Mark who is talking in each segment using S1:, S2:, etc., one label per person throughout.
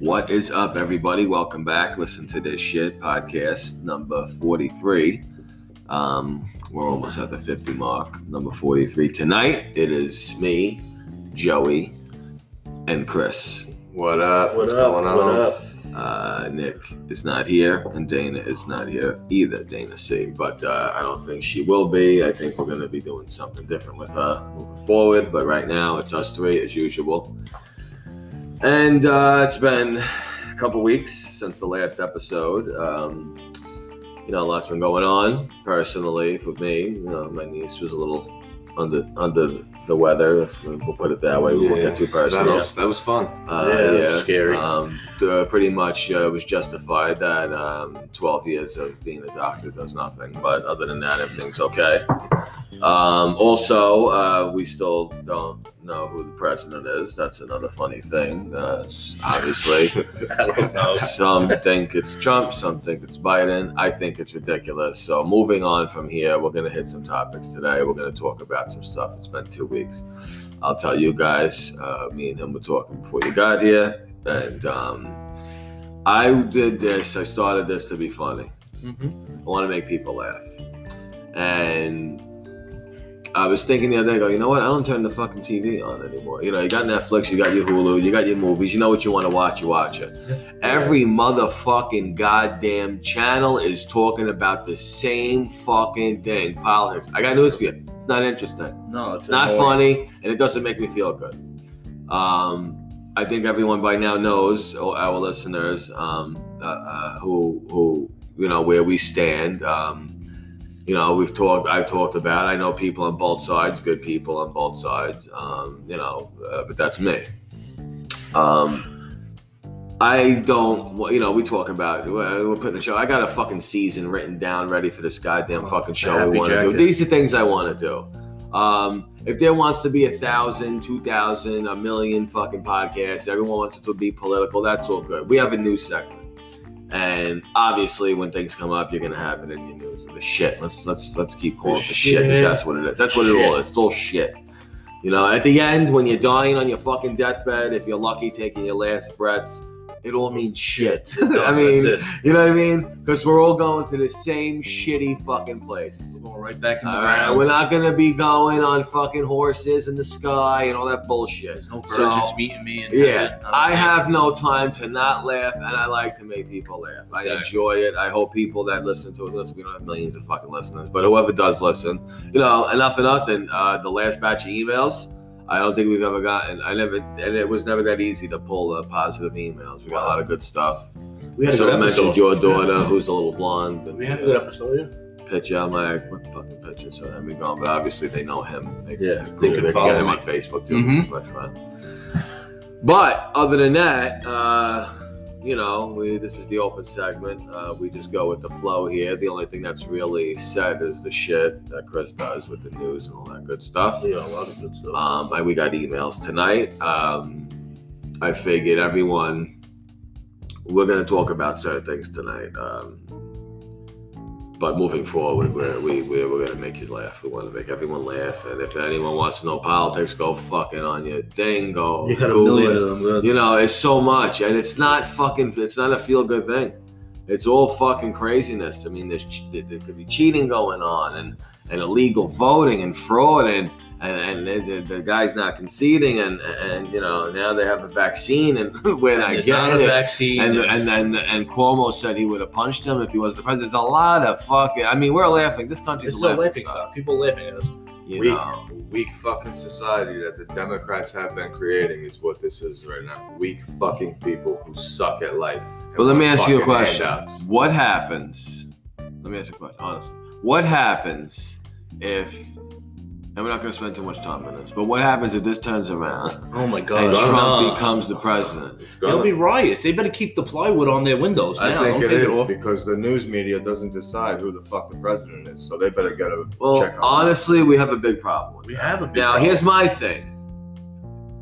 S1: What is up, everybody? Welcome back. Listen to this shit podcast number 43. Um, we're almost at the 50 mark. Number 43 tonight. It is me, Joey, and Chris. What up?
S2: What up? What up?
S1: Uh, Nick is not here, and Dana is not here either. Dana C, but uh, I don't think she will be. I think we're going to be doing something different with her moving forward. But right now, it's us three as usual, and uh, it's been a couple weeks since the last episode. Um, you know, a lot's been going on personally for me. You know, my niece was a little under under the weather. If we'll put it that way. We won't
S3: Yeah,
S1: get too
S3: That
S1: personal.
S3: was that was fun.
S1: Uh,
S2: Yeah, that was scary.
S1: Um, uh, pretty much uh, was justified that um, 12 years of being a doctor does nothing, but other than that, everything's okay. Um, also, uh, we still don't know who the president is. That's another funny thing, uh, s- obviously.
S2: I don't know.
S1: Some think it's Trump, some think it's Biden. I think it's ridiculous. So, moving on from here, we're going to hit some topics today. We're going to talk about some stuff. It's been two weeks. I'll tell you guys, uh, me and him were talking before you got here. And um, I did this, I started this to be funny. I want to make people laugh. And I was thinking the other day, I go, you know what? I don't turn the fucking TV on anymore. You know, you got Netflix, you got your Hulu, you got your movies. You know what you want to watch, you watch it. Every motherfucking goddamn channel is talking about the same fucking thing. Politics. I got news for you. It's not interesting.
S2: No,
S1: It's not funny, and it doesn't make me feel good. Um, I think everyone by now knows, or our listeners, um, uh, uh, who who you know where we stand. Um, you know, we've talked. I've talked about. I know people on both sides, good people on both sides. Um, you know, uh, but that's me. Um, I don't. wa- You know, we talk about. We're we're putting a show. I got a fucking season written down, ready for this goddamn fucking show we
S2: Happy
S1: want to do.
S2: jacket.
S1: These are things I want to do. Um, if there wants to be a thousand, two thousand, a million fucking podcasts, everyone wants it to be political, that's all good. We have a news segment. And obviously when things come up, you're gonna have it in your news. The shit. Let's let's let's keep calling it the shit, 'cause
S2: shit.
S1: that's what it is. That's what it all
S2: Shit.
S1: is. It's all shit. You know, at the end, when you're dying on your fucking deathbed, if you're lucky taking your last breaths, it all means shit. I mean, you know what I mean? Because we're all going to the same shitty fucking place.
S2: we're going right back in the
S1: All right, we're not gonna be going on fucking horses in the sky and all that bullshit.
S2: no virgins
S1: So-
S2: meeting me. And
S1: Yeah, I have no time to not laugh, and I like to make people laugh. I
S2: Exactly.
S1: enjoy it. I hope people that listen to it listen. We don't have millions of fucking listeners, but whoever does listen, you know, enough for nothing. Uh, the last batch of emails, I don't think we've ever gotten. I never, and it was never that easy to pull uh, positive emails. We got a lot of good stuff.
S2: We had a
S1: so
S2: good
S1: I mentioned
S2: episode.
S1: your daughter, who's a little blonde. and,
S2: We had a
S1: uh,
S2: good episode.
S1: picture. I'm like, what the fucking picture? So then we gone, but obviously they know him. They, they,
S2: Yeah, they
S1: they
S2: can
S1: can
S2: follow
S1: get him
S2: me.
S1: on Facebook too.
S2: Mhm.
S1: It's my friend. But other than that, uh, you know, we this is the open segment. Uh, we just go with the flow here. The only thing that's really set is the shit that Chris does with the news and all that good stuff.
S2: Yeah, a lot of good stuff.
S1: Um, I, we got emails tonight. Um, I figured everyone, we're going to talk about certain things tonight. Um, but moving forward, we're, we, we're, we're going to make you laugh. We want to make everyone laugh. And if anyone wants to know politics, go fucking on your thing. Go
S2: you had a
S1: Google
S2: million
S1: it.
S2: of them.
S1: You know, it's so much, and it's not fucking. It's not a feel good thing. It's all fucking craziness. I mean, there's ch- there, there could be cheating going on, and and illegal voting, and fraud, and and, and the, the, the guy's not conceding, and and you know now they have a vaccine, and when I
S2: There's
S1: get
S2: not a
S1: it.
S2: vaccine.
S1: And, and and and Cuomo said he would have punched him if he wasn't the president. There's a lot of fucking. I mean, we're laughing. This country's
S2: it's
S1: a
S2: a
S1: laughing,
S2: laughing
S1: stock,
S2: stock. People laughing at us.
S1: You
S3: Weak,
S1: know,
S3: weak fucking society that the Democrats have been creating is what this is right now. Weak fucking people who suck at life. and
S1: Well, let me
S3: want
S1: ask you a
S3: fucking
S1: question.
S3: handouts.
S1: What happens? Let me ask you a question, honestly. What happens if, and we're not going to spend too much time on this, but what happens if this turns around
S2: Oh my God.
S1: and Trump
S2: no.
S1: becomes the president?
S3: It's
S2: There'll be
S3: gonna.
S2: riots. They better keep the plywood on their windows
S3: I
S2: now.
S3: think
S2: Don't
S3: it
S2: take
S3: is
S2: off.
S3: because the news media doesn't decide who the fuck the president is, so they better get a
S1: Well,
S3: check on
S1: honestly, we have a big problem. with
S2: We
S1: that.
S2: have a big
S1: Now,
S2: problem.
S1: here's my thing.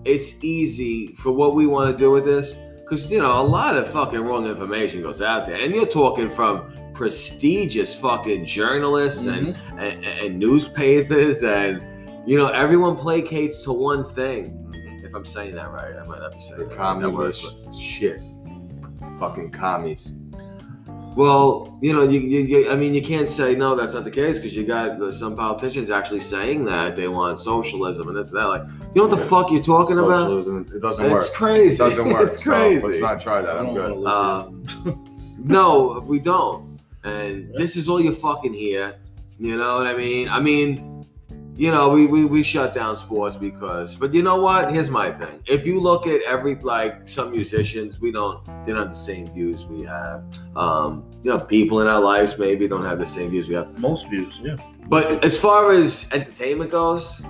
S1: It's easy for what we want to do with this, because you know a lot of fucking wrong information goes out there, and you're talking from prestigious fucking journalists
S3: Mm-hmm.
S1: and
S2: Mhm.
S1: and, and newspapers and you know everyone placates to one thing if i'm saying that right i might not be saying
S3: the
S1: that right. That works,
S3: communist shit. Fucking commies.
S1: Well, you know, you, you, you, I mean, you can't say no. That's not the case because you got uh, some politicians actually saying that they want socialism and this and that. Like, you know what the
S3: Yeah.
S1: fuck you're talking
S3: Socialism. It doesn't
S1: about?
S3: work.
S1: It's crazy.
S3: It doesn't work.
S1: it's crazy.
S3: So let's not try that.
S2: I
S3: I'm
S2: don't
S3: good.
S2: wanna
S1: Um, no, we don't. And this is all you fucking hear. You know what I mean? I mean, you know, we, we, we shut down sports because, but you know what? Here's my thing. If you look at every, like some musicians, we don't, they don't have the same views we have. Um, you know, people in our lives maybe don't have the same views we have.
S2: live- Most views, yeah.
S1: But as far as entertainment goes,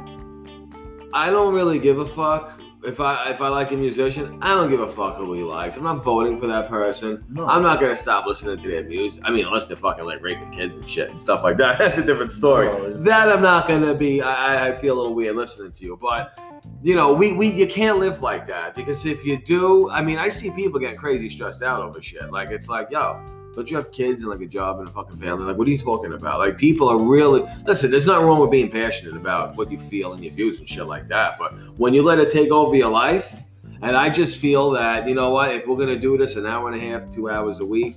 S1: I don't really give a fuck. If I if I like a musician, I don't give a fuck who he likes. I'm not voting for that person.
S2: No.
S1: I'm not gonna stop listening to their music. I mean, unless they're fucking like raping kids and shit and stuff like that. That's a different story.
S2: No, it's-
S1: That I'm not gonna be. I, I- I feel a little weird listening to you, but you know, we, we you can't live like that because if you do, I mean, I see people getting crazy stressed out over shit. Like it's like, yo, don't you have kids and like a job and a fucking family? Like, what are you talking about? Like, people are really listen. There's not wrong with being passionate about what you feel and your views and shit like that, but when you let it take over your life, and I just feel that you know what, if we're gonna do this an hour and a half, two hours a week,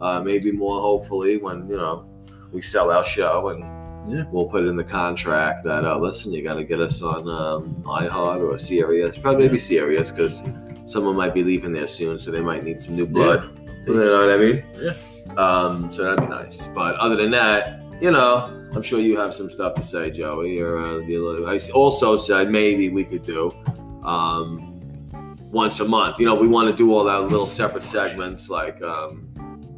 S1: uh, maybe more, hopefully, when you know we sell our show and
S2: Yeah.
S1: we'll put it in the contract that uh, listen, you got to get us on um, iHeart or Sirius, probably maybe Sirius because someone might be leaving there soon, so they might need some new blood. You know what I mean?
S2: Yeah.
S1: Um, so that'd be nice. But other than that, you know, I'm sure you have some stuff to say, Joey. Or uh, you- I also said maybe we could do um, once a month. You know, we want to do all our little separate segments. Like, um,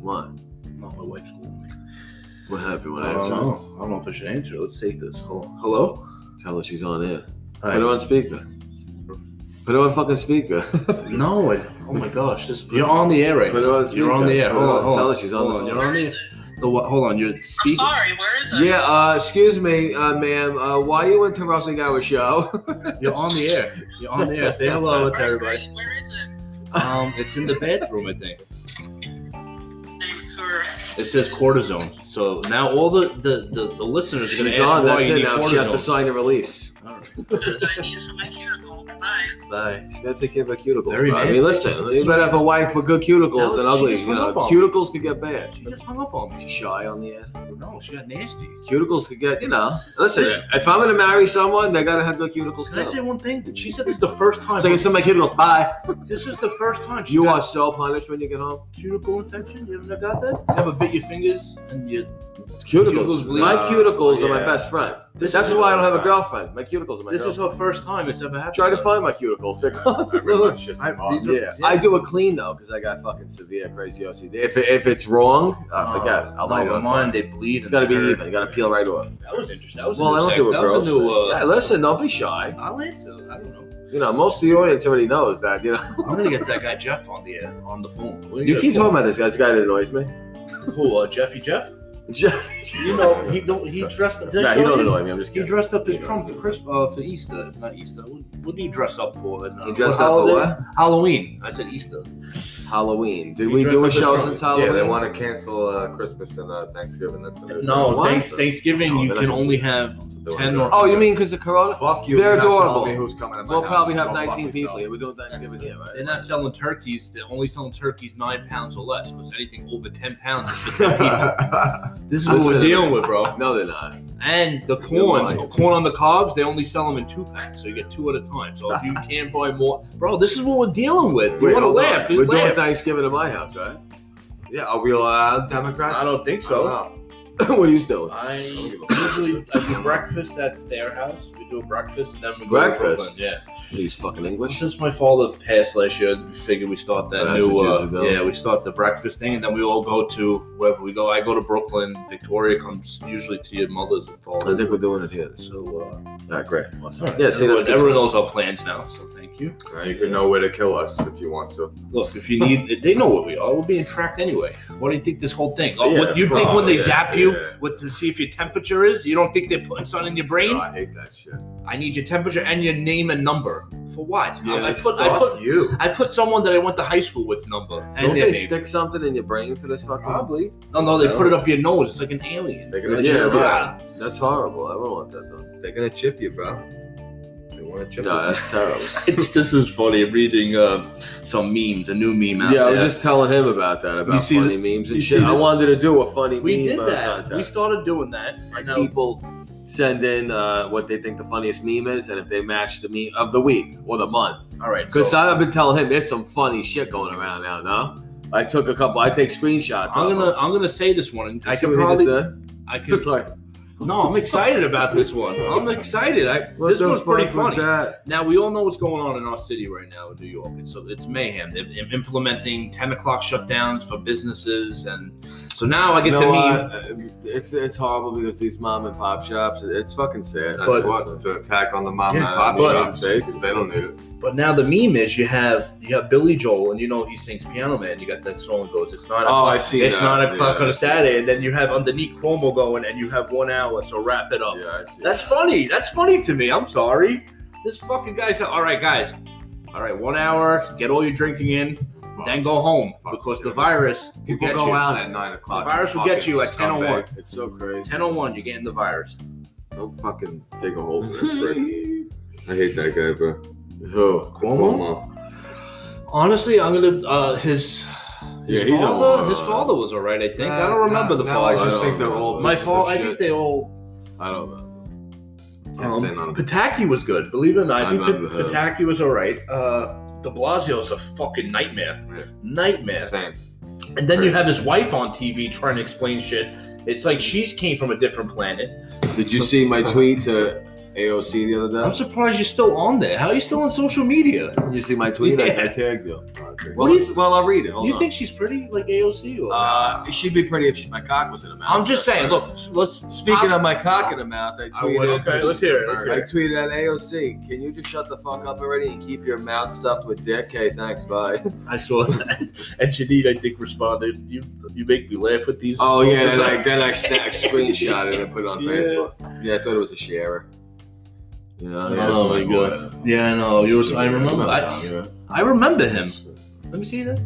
S1: what?
S2: No, my wife's calling me.
S1: What happened? What
S2: I don't
S1: happened?
S2: know. I don't know if I should answer. Let's take this. Hello. Hello.
S1: Tell her she's on air.
S2: Hi.
S1: Put her on speaker. Put her on fucking speaker.
S2: No. I, oh my gosh. This, you're on the air right
S1: Put her
S2: now.
S1: on speaker.
S2: You're on the air.
S1: Put her
S2: Hold on.
S1: on.
S2: Hold
S1: Tell
S2: on.
S1: her she's on
S2: Hold
S1: the
S2: You're
S1: phone.
S2: on
S4: Where
S2: the air.
S4: is it?
S2: The what- hold on. You're
S4: I'm
S2: speaking.
S4: sorry, where is it?
S1: yeah, uh, excuse me, uh, ma'am. Uh, why are you interrupting our show?
S2: You're on the air. You're on the air. Say hello to
S4: All right,
S2: everybody.
S4: great. Where is it?
S2: Um, it's in the bathroom, I think.
S4: Thanks for.
S2: It says cortisone. So now all the the the, the listeners are "Oh, going
S1: she's
S2: to ask
S1: on.
S2: why
S1: That's
S2: you
S1: it
S2: need
S1: now. She has to
S2: cortisone.
S1: sign a release.
S2: All right.
S4: Because I need it for my cuticle. Bye.
S2: Bye.
S1: You gotta take care of a cuticle.
S2: Very
S1: bro. I mean,
S2: nasty.
S1: listen, you better have a wife with good cuticles
S2: No,
S1: than
S2: she
S1: ugly.
S2: just
S1: You
S2: hung
S1: know,
S2: up on me.
S1: cuticles could get bad.
S2: She just hung up on me.
S1: She's shy on the air.
S2: No, she got nasty.
S1: Cuticles could get, you know. Listen,
S2: Yeah.
S1: if I'm gonna marry someone, they gotta have good cuticles
S2: Can I say
S1: too.
S2: one thing? She said this is the first time.
S1: So you see my cuticles. Bye.
S2: This is the first time. She
S1: You
S2: got
S1: are so punished when you get home.
S2: cuticle infection. You ever got that? You ever bit your fingers and you? Cuticles
S1: Cuticles.
S2: bleed.
S1: my
S3: Uh,
S1: cuticles are my
S3: yeah.
S1: best friend.
S2: This
S1: That's
S2: is
S1: why I don't have a
S3: time.
S1: girlfriend. My cuticles are my
S2: This is
S1: girlfriend.
S2: her first time it's ever happened.
S1: Try to find my cuticles. They're gone.
S3: I really like shit
S2: I-
S3: tomorrow.
S2: these are-
S1: Yeah, I do a clean though because I got fucking severe crazy OCD. If, it- if it's wrong, I
S2: Uh,
S1: forget. I'll light it
S2: no,
S1: on
S2: but mine
S1: fire.
S2: they bleed.
S1: It's got to
S2: and
S1: be
S2: hurt.
S1: even. You got to peel right off.
S2: That was interesting. That was a
S1: Well,
S2: new
S1: I don't do
S2: sec-
S1: it,
S2: That
S1: bro.
S2: was a new. Uh,
S1: yeah, listen, don't be shy.
S2: I'll answer. I don't know.
S1: You know, most of the audience already knows that. You know,
S2: I'm gonna get that guy Jeff on the uh, on the phone. We're
S1: you
S2: gonna
S1: keep
S2: call-
S1: talking about this guy. This guy that annoys me.
S2: Who? Uh, Jeffy Jeff?
S1: Jeff-
S2: You know he don't he dressed up.
S1: nah, he don't annoy me. I'm just
S2: He
S1: kidding.
S2: dressed up
S1: He
S2: as
S1: don't
S2: Trump for Christmas, uh, for Easter, not Easter. What, what did he dress up for? in, uh,
S1: He dressed up for
S2: holiday?
S1: what?
S2: Halloween. I said Easter.
S1: Halloween. Did
S2: He
S1: we do a
S2: dressed up
S1: show
S2: as
S1: since
S2: Trump.
S1: Halloween?
S3: Yeah, they want to cancel uh, Christmas and uh, Thanksgiving. That's the new
S2: No,
S1: Why?
S2: thanks, Thanksgiving
S1: No,
S2: you
S1: they're
S2: can
S1: not-
S2: only have.
S3: thing. So they wanna
S2: 10
S3: do
S2: or-
S3: it.
S1: oh, you mean because of Corona?
S3: Fuck you.
S1: They're
S3: You're not telling
S1: adorable.
S3: me who's coming to my
S1: We'll
S3: house.
S1: probably have
S3: Go fuck
S1: 19 people
S3: yourself.
S1: here. We're doing Thanksgiving here, right?
S2: They're not selling turkeys. They're only selling turkeys nine pounds or less. Because anything over ten pounds is for ten people. This is what
S1: Listen.
S2: we're dealing with, bro.
S1: No, they're not.
S2: And the
S1: You're
S2: corn,
S1: lying.
S2: corn on the cobs, they only sell them in two packs, so you get two at a time. So if you can't buy more, bro, this is what we're dealing with. You
S1: Wait,
S2: want to
S1: hold on.
S2: laugh? just
S1: We're
S2: laugh.
S1: doing Thanksgiving at my house, right?
S3: yeah, are we allowed Democrats?
S2: I don't think
S3: I
S2: so.
S3: know.
S1: what are you doing?
S2: I
S3: don't
S2: usually I do breakfast at their house. We do a breakfast and then we go to
S1: Breakfast?
S2: Brooklyn. Yeah.
S1: These fucking
S2: Well,
S1: English.
S2: since my father passed last year, we figured we start that
S1: That's
S2: new.
S1: what you
S2: Uh,
S1: usually go.
S2: yeah, we start the breakfast thing, and then we all go to wherever we go. I go to Brooklyn. Victoria comes usually to your mother's and
S1: I
S2: father's.
S1: think we're doing it here.
S2: So uh,
S1: All right, great.
S2: awesome.
S1: Yeah, see, that's
S2: everyone,
S1: good.
S2: everyone knows our plans now. So thank you.
S3: Uh, You can know where to kill us if you want to.
S2: Look, if you need, they know what we are. We're being tracked anyway. What do you think this whole thing? Oh,
S1: Yeah,
S2: what, you
S1: of
S2: think when
S1: course.
S2: they
S3: Yeah,
S2: zap you
S3: yeah.
S2: with to see if your temperature is? You don't think they're putting something in your brain?
S3: No, I hate that shit.
S2: I need your temperature and your name and number. For what?
S1: Yeah,
S2: I, I
S1: it's
S2: put, I
S3: Fuck
S2: put,
S3: you.
S2: I put someone that I went to high school with number and
S1: Don't
S2: their
S1: they
S2: name.
S1: stick something in your brain for this fucking?
S2: Probably. No, no, they put it up your nose. It's like an alien.
S3: They're gonna
S1: Yeah,
S3: chip
S1: right. That's horrible. I wouldn't want that though.
S3: you. They're gonna chip you, bro. They want to chip
S1: No,
S3: us.
S1: that's terrible.
S2: It's, this is funny. I'm reading uh, some memes, a new meme out
S1: Yeah, I was
S2: there.
S1: just telling him about that about
S2: see
S1: funny memes
S2: you
S1: and shit.
S2: see
S1: I
S2: the-
S1: wanted to do a funny
S2: we
S1: meme
S2: did
S1: uh,
S2: that.
S1: contest.
S2: We started doing that.
S1: like
S2: and, uh,
S1: people send in uh, what they think the funniest meme is, and if they match the meme of the week or the month.
S2: all right,
S1: Because
S2: so
S1: I've been telling him there's some funny shit going around now. No, I took a couple. I take screenshots.
S2: I'm
S1: of
S2: gonna
S1: them.
S2: I'm gonna say this one. And
S1: You
S2: I
S1: see
S2: can
S1: what he just
S2: probably
S1: did?
S2: I can
S1: It's like
S2: no. I'm excited about this one. I'm excited. I,
S1: what
S2: this
S1: the
S2: one's pretty
S1: fuck was
S2: funny.
S1: that?
S2: Now we all know what's going on in our city right now in New York. It's so it's mayhem. They're, they're implementing ten o'clock shutdowns for businesses, and so now I get
S1: You
S2: the
S1: know
S2: meme.
S1: what? It's it's horrible because these mom and pop shops. It's fucking sad.
S3: That's
S2: But-
S3: what it's an attack on the mom
S2: Yeah,
S3: and pop
S2: but-
S3: shops because they don't need it.
S2: But now the meme is you have you have Billy Joel, and you know he sings Piano Man. You got that song that goes, "It's not a
S1: Oh,
S2: clock-
S1: I see
S2: it's
S1: that.
S2: not a clock
S1: Yeah,
S2: on
S1: I
S2: a
S1: see
S2: Saturday." And then you have underneath Cuomo going, and you have one hour, so wrap it up.
S1: Yeah, I see.
S2: That's funny. That's funny to me. I'm sorry. This fucking guy said, "All right, guys, all right, one hour, get all your drinking in, then go home because the virus will
S3: People
S2: get
S3: go
S2: you.
S3: out at nine o'clock.
S2: The virus will get you at
S3: Fucking
S2: 10:01.
S3: scumbag.
S1: It's so crazy.
S2: Ten on one, you're getting the virus.
S3: Don't fucking dig a hole for that prick. I hate that guy, bro.
S1: Who?
S3: Cuomo.
S2: Honestly, I'm gonna uh, his. His,
S1: Yeah, he's a
S2: father,
S1: moron.
S2: his father was all right, I think. I don't remember
S3: now,
S2: the
S3: now
S2: father.
S3: I just
S1: I don't
S3: think they're all
S1: know.
S2: My
S3: pieces of
S2: fault. I
S3: shit.
S2: think they all.
S1: I don't know.
S3: Can't stand
S2: Um,
S3: none of them.
S2: Pataki was good. Believe it or not,
S1: I
S2: I think
S1: remember him.
S2: Pataki was all right. Uh, De Blasio's a fucking nightmare,
S3: Yeah.
S2: nightmare.
S3: Same.
S2: And then you have his wife on TV trying to explain shit. It's like she's came from a different planet.
S1: Did you see my tweet to AOC the other day?
S2: I'm surprised you're still on there. How are you still on social media?
S1: You see my tweet? I- I,
S2: Yeah.
S1: tagged you.
S2: What
S1: Well,
S2: do you-
S1: well, I'll read it. Hold
S2: you
S1: on.
S2: think she's pretty, like AOC? Or
S1: uh, she'd be pretty if she, my cock was in her mouth.
S2: I'm just saying. Look, let's
S1: Speaking of my cock in her mouth, I
S2: I would-
S1: tweeted.
S2: okay, let's hear it, let's hear
S1: I
S2: it.
S1: tweeted at AOC. Can you just shut the fuck up already and keep your mouth stuffed with dick? Hey, thanks. Bye.
S2: I saw that, and Janine, I think, responded. You you make me laugh with these.
S1: Oh yeah, then I
S2: like
S1: then I snack screenshot it and put it on
S2: Yeah.
S1: Facebook. Yeah, I thought it was a sharer. Yeah.
S2: Oh, my God. yeah, no, you were, I remember. I, I remember him. Let me see that.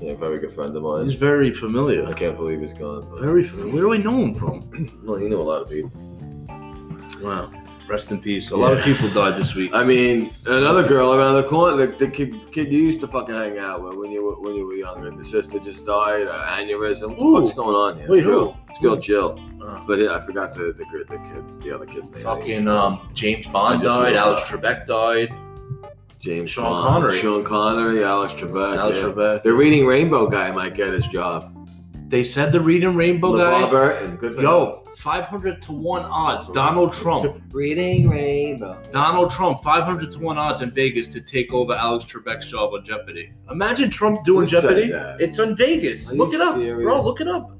S1: Yeah, very good friend of
S2: He's
S1: mine.
S2: very familiar.
S1: I can't believe he's gone. But
S2: Very familiar. Where do I know him from?
S1: well, he knew a lot of people.
S2: Wow. Rest in peace. A lot of
S1: Yeah.
S2: people died this week.
S1: I mean, another girl around the corner, the, the kid, kid you used to fucking hang out with when you were when you were younger. The sister just died, uh, aneurysm. What the
S2: Ooh.
S1: fuck's going on here?
S2: Wait,
S1: It's girl-
S2: who?
S1: It's girl Jill.
S2: Uh.
S1: But yeah, I forgot the the, kid- the kids, the other kid's name.
S2: Fucking um, James Bond
S1: I just
S2: died.
S1: know
S2: Alex
S1: that.
S2: Trebek died.
S1: James
S2: Sean
S1: Bond,
S2: Connery.
S1: Sean Connery, Alex Trebek.
S2: Alex
S1: yeah.
S2: Trebek.
S1: The reading rainbow guy might get his job.
S2: They said the Reading Rainbow
S1: LeVar
S2: guy.
S1: Burton, good for him.
S2: Yo, 500 to 1 odds. Donald Trump.
S1: Reading rainbow.
S2: Donald Trump, 500 to 1 odds in Vegas to take over Alex Trebek's job on Jeopardy. Imagine Trump doing
S1: Who said
S2: Jeopardy.
S1: that?
S2: It's on Vegas.
S1: Are you
S2: look it up,
S1: serious?
S2: bro. Look it up.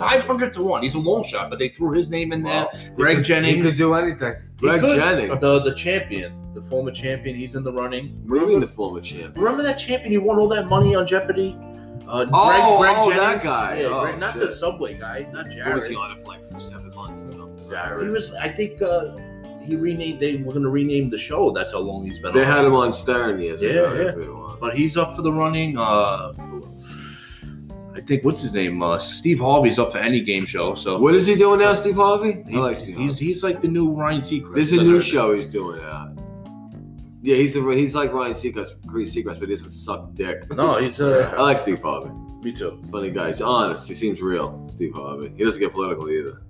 S2: 500 to 1. He's a long shot, but they threw his name in there. Greg Jennings.
S3: He could do anything.
S2: He
S1: Greg
S2: could.
S1: Jennings.
S2: The, the champion, the former champion, he's in the running.
S1: What do you mean the former champ?
S2: Remember that champion? He won all that money on Jeopardy. Uh,
S1: Oh, oh,
S2: Jennings?
S1: that guy.
S2: Yeah,
S1: Oh,
S2: Greg- not the
S1: shit.
S2: subway guy, not Jared.
S1: What was he on it for like seven months or something?
S2: He was, I think, uh, he renamed. They were going to rename the show. That's how long he's been.
S1: They
S2: on.
S1: had him on Stern years
S2: Yeah,
S1: ago.
S2: yeah.
S1: if they want.
S2: but he's up for the running. Uh, I think what's his name? Uh, Steve Harvey's up for any game show. So
S1: What is he doing now, Steve Harvey?
S2: He-
S1: I like Steve
S2: he's
S1: Harvey.
S2: he's like the new Ryan Seacrest.
S1: There's a new show he's doing now. Yeah, he's a, he's like Ryan Seacrest, Chris Seacrest, but he doesn't suck dick.
S2: No, he's uh,
S1: I like Steve Harvey.
S2: me too.
S1: Funny guy. He's honest. He seems real. Steve Harvey. He doesn't get political either.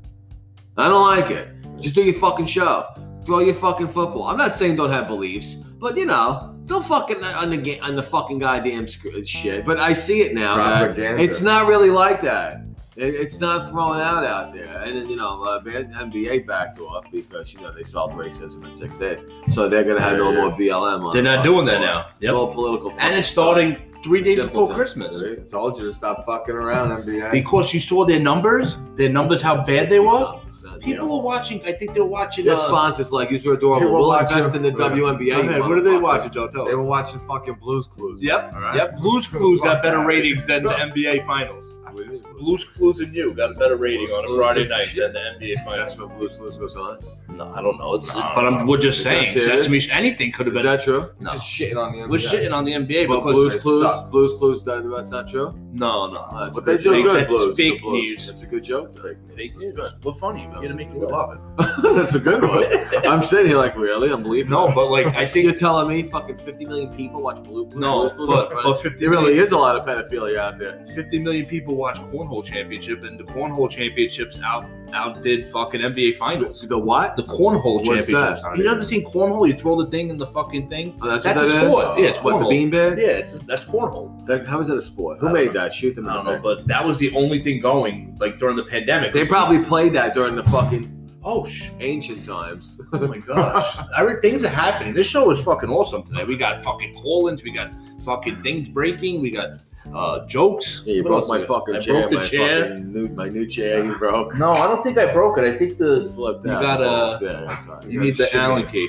S1: I don't like it. Just do your fucking show. Throw your fucking football. I'm not saying don't have beliefs, but you know, don't fucking uh, on the ga- on the fucking goddamn sc- shit. But I see it now. that-
S3: Propaganda.
S1: it's not really like that. It, it's not thrown out out there. And then, you know, uh, man, NBA backed off because, you know, they solved racism in six days. So they're going to have no
S3: Yeah.
S1: more BLM on
S2: They're not
S1: the
S2: doing that
S1: fucking
S2: now.
S1: floor. It's
S2: Yep.
S1: all political.
S2: And
S1: fucking
S2: it's starting three days
S1: Simple
S2: before
S1: thing.
S2: Christmas.
S3: See? Told you to stop fucking around, NBA.
S2: Because you saw their numbers, their numbers, how bad they were.
S1: 60-something percent.
S2: People are watching. I think they're watching.
S1: Their
S2: uh,
S1: sponsors like these are adorable.
S3: People
S1: We'll
S3: watch
S1: invest in
S3: them.
S1: the
S3: Go ahead.
S1: WNBA.
S2: Go ahead,
S1: you
S2: What are they
S1: motherfuckers.
S2: watching, Joe? Tell
S3: They
S2: us.
S3: were watching fucking Blues Clues.
S2: Yep.
S3: All right.
S2: Yep. Blues Clues got better ratings than the NBA Finals.
S1: What do you mean?
S2: Blues Clues and you got a better rating
S1: Blues
S2: on a
S1: Clues
S2: Friday
S1: is
S2: night
S1: shit.
S2: than the NBA
S1: That's
S2: Finals.
S1: what Blues Clues goes on.
S2: No, I don't know. It's,
S3: No,
S2: but I'm, we're just
S1: Is
S2: saying,
S1: that serious?
S2: Sesame Street, anything could have
S1: Is
S2: been.
S1: that true?
S2: no,
S3: Just shitting on the NBA.
S2: we're shitting on the NBA
S1: But
S2: because
S1: Blues
S3: they
S1: Clues,
S3: suck.
S1: Blues Clues, that, that's not true.
S2: no, no,
S1: Oh, that's
S3: But
S1: a
S3: they
S1: good
S3: do
S1: joke.
S3: good
S2: That's
S3: blues.
S2: fake
S3: the Blues.
S2: news.
S1: That's a good joke.
S3: It's fake news.
S2: Fake
S3: It's
S2: news.
S3: good.
S2: We're funny. You gotta make it laugh.
S3: love it.
S1: that's a good one. I'm sitting here like, really? I'm believing.
S2: No,
S1: it.
S2: but like I think
S1: you're telling me fucking 50 million people watch Blue Clues.
S2: no,
S1: Blues Clues
S2: but,
S1: on
S2: but
S1: Friday?
S2: 50
S1: there really
S2: million-
S1: is a lot of pedophilia out there.
S2: 50 million people watch cornhole championship, and the cornhole championships out outdid fucking NBA finals.
S1: The, the what?
S2: The cornhole
S1: What's
S2: championships.
S3: that?
S2: You never seen cornhole? You throw the thing in the fucking thing.
S1: Oh, that's,
S2: That's
S1: what
S2: a
S1: that is?
S2: sport. Yeah, it's
S1: what the
S2: cornhole. Yeah,
S1: beanbag.
S2: it's, that's cornhole.
S1: That- how is that a sport?
S2: I
S1: Who
S2: don't
S1: made
S2: know.
S1: that? Shoot them.
S2: I don't
S1: in the
S2: know, but that was the only thing going like during the pandemic.
S1: face. they probably played that during the fucking
S2: oh sh.
S1: ancient times.
S2: Oh my gosh. I read things are happening. This show is fucking awesome today. We got fucking call-ins, we got fucking things breaking, we got uh jokes.
S1: Yeah, you
S2: What
S1: broke
S2: else
S1: my
S2: we got?
S1: fucking
S2: I
S1: chair.
S2: broke the
S1: my
S2: chair.
S1: fucking new, my new chair. You broke.
S2: No, I don't think I broke it. I think
S1: It
S2: the
S1: slipped
S2: You
S1: out.
S2: got, uh,
S1: Yeah, that's all right.
S2: you need the
S3: shimmy.
S2: Allen key.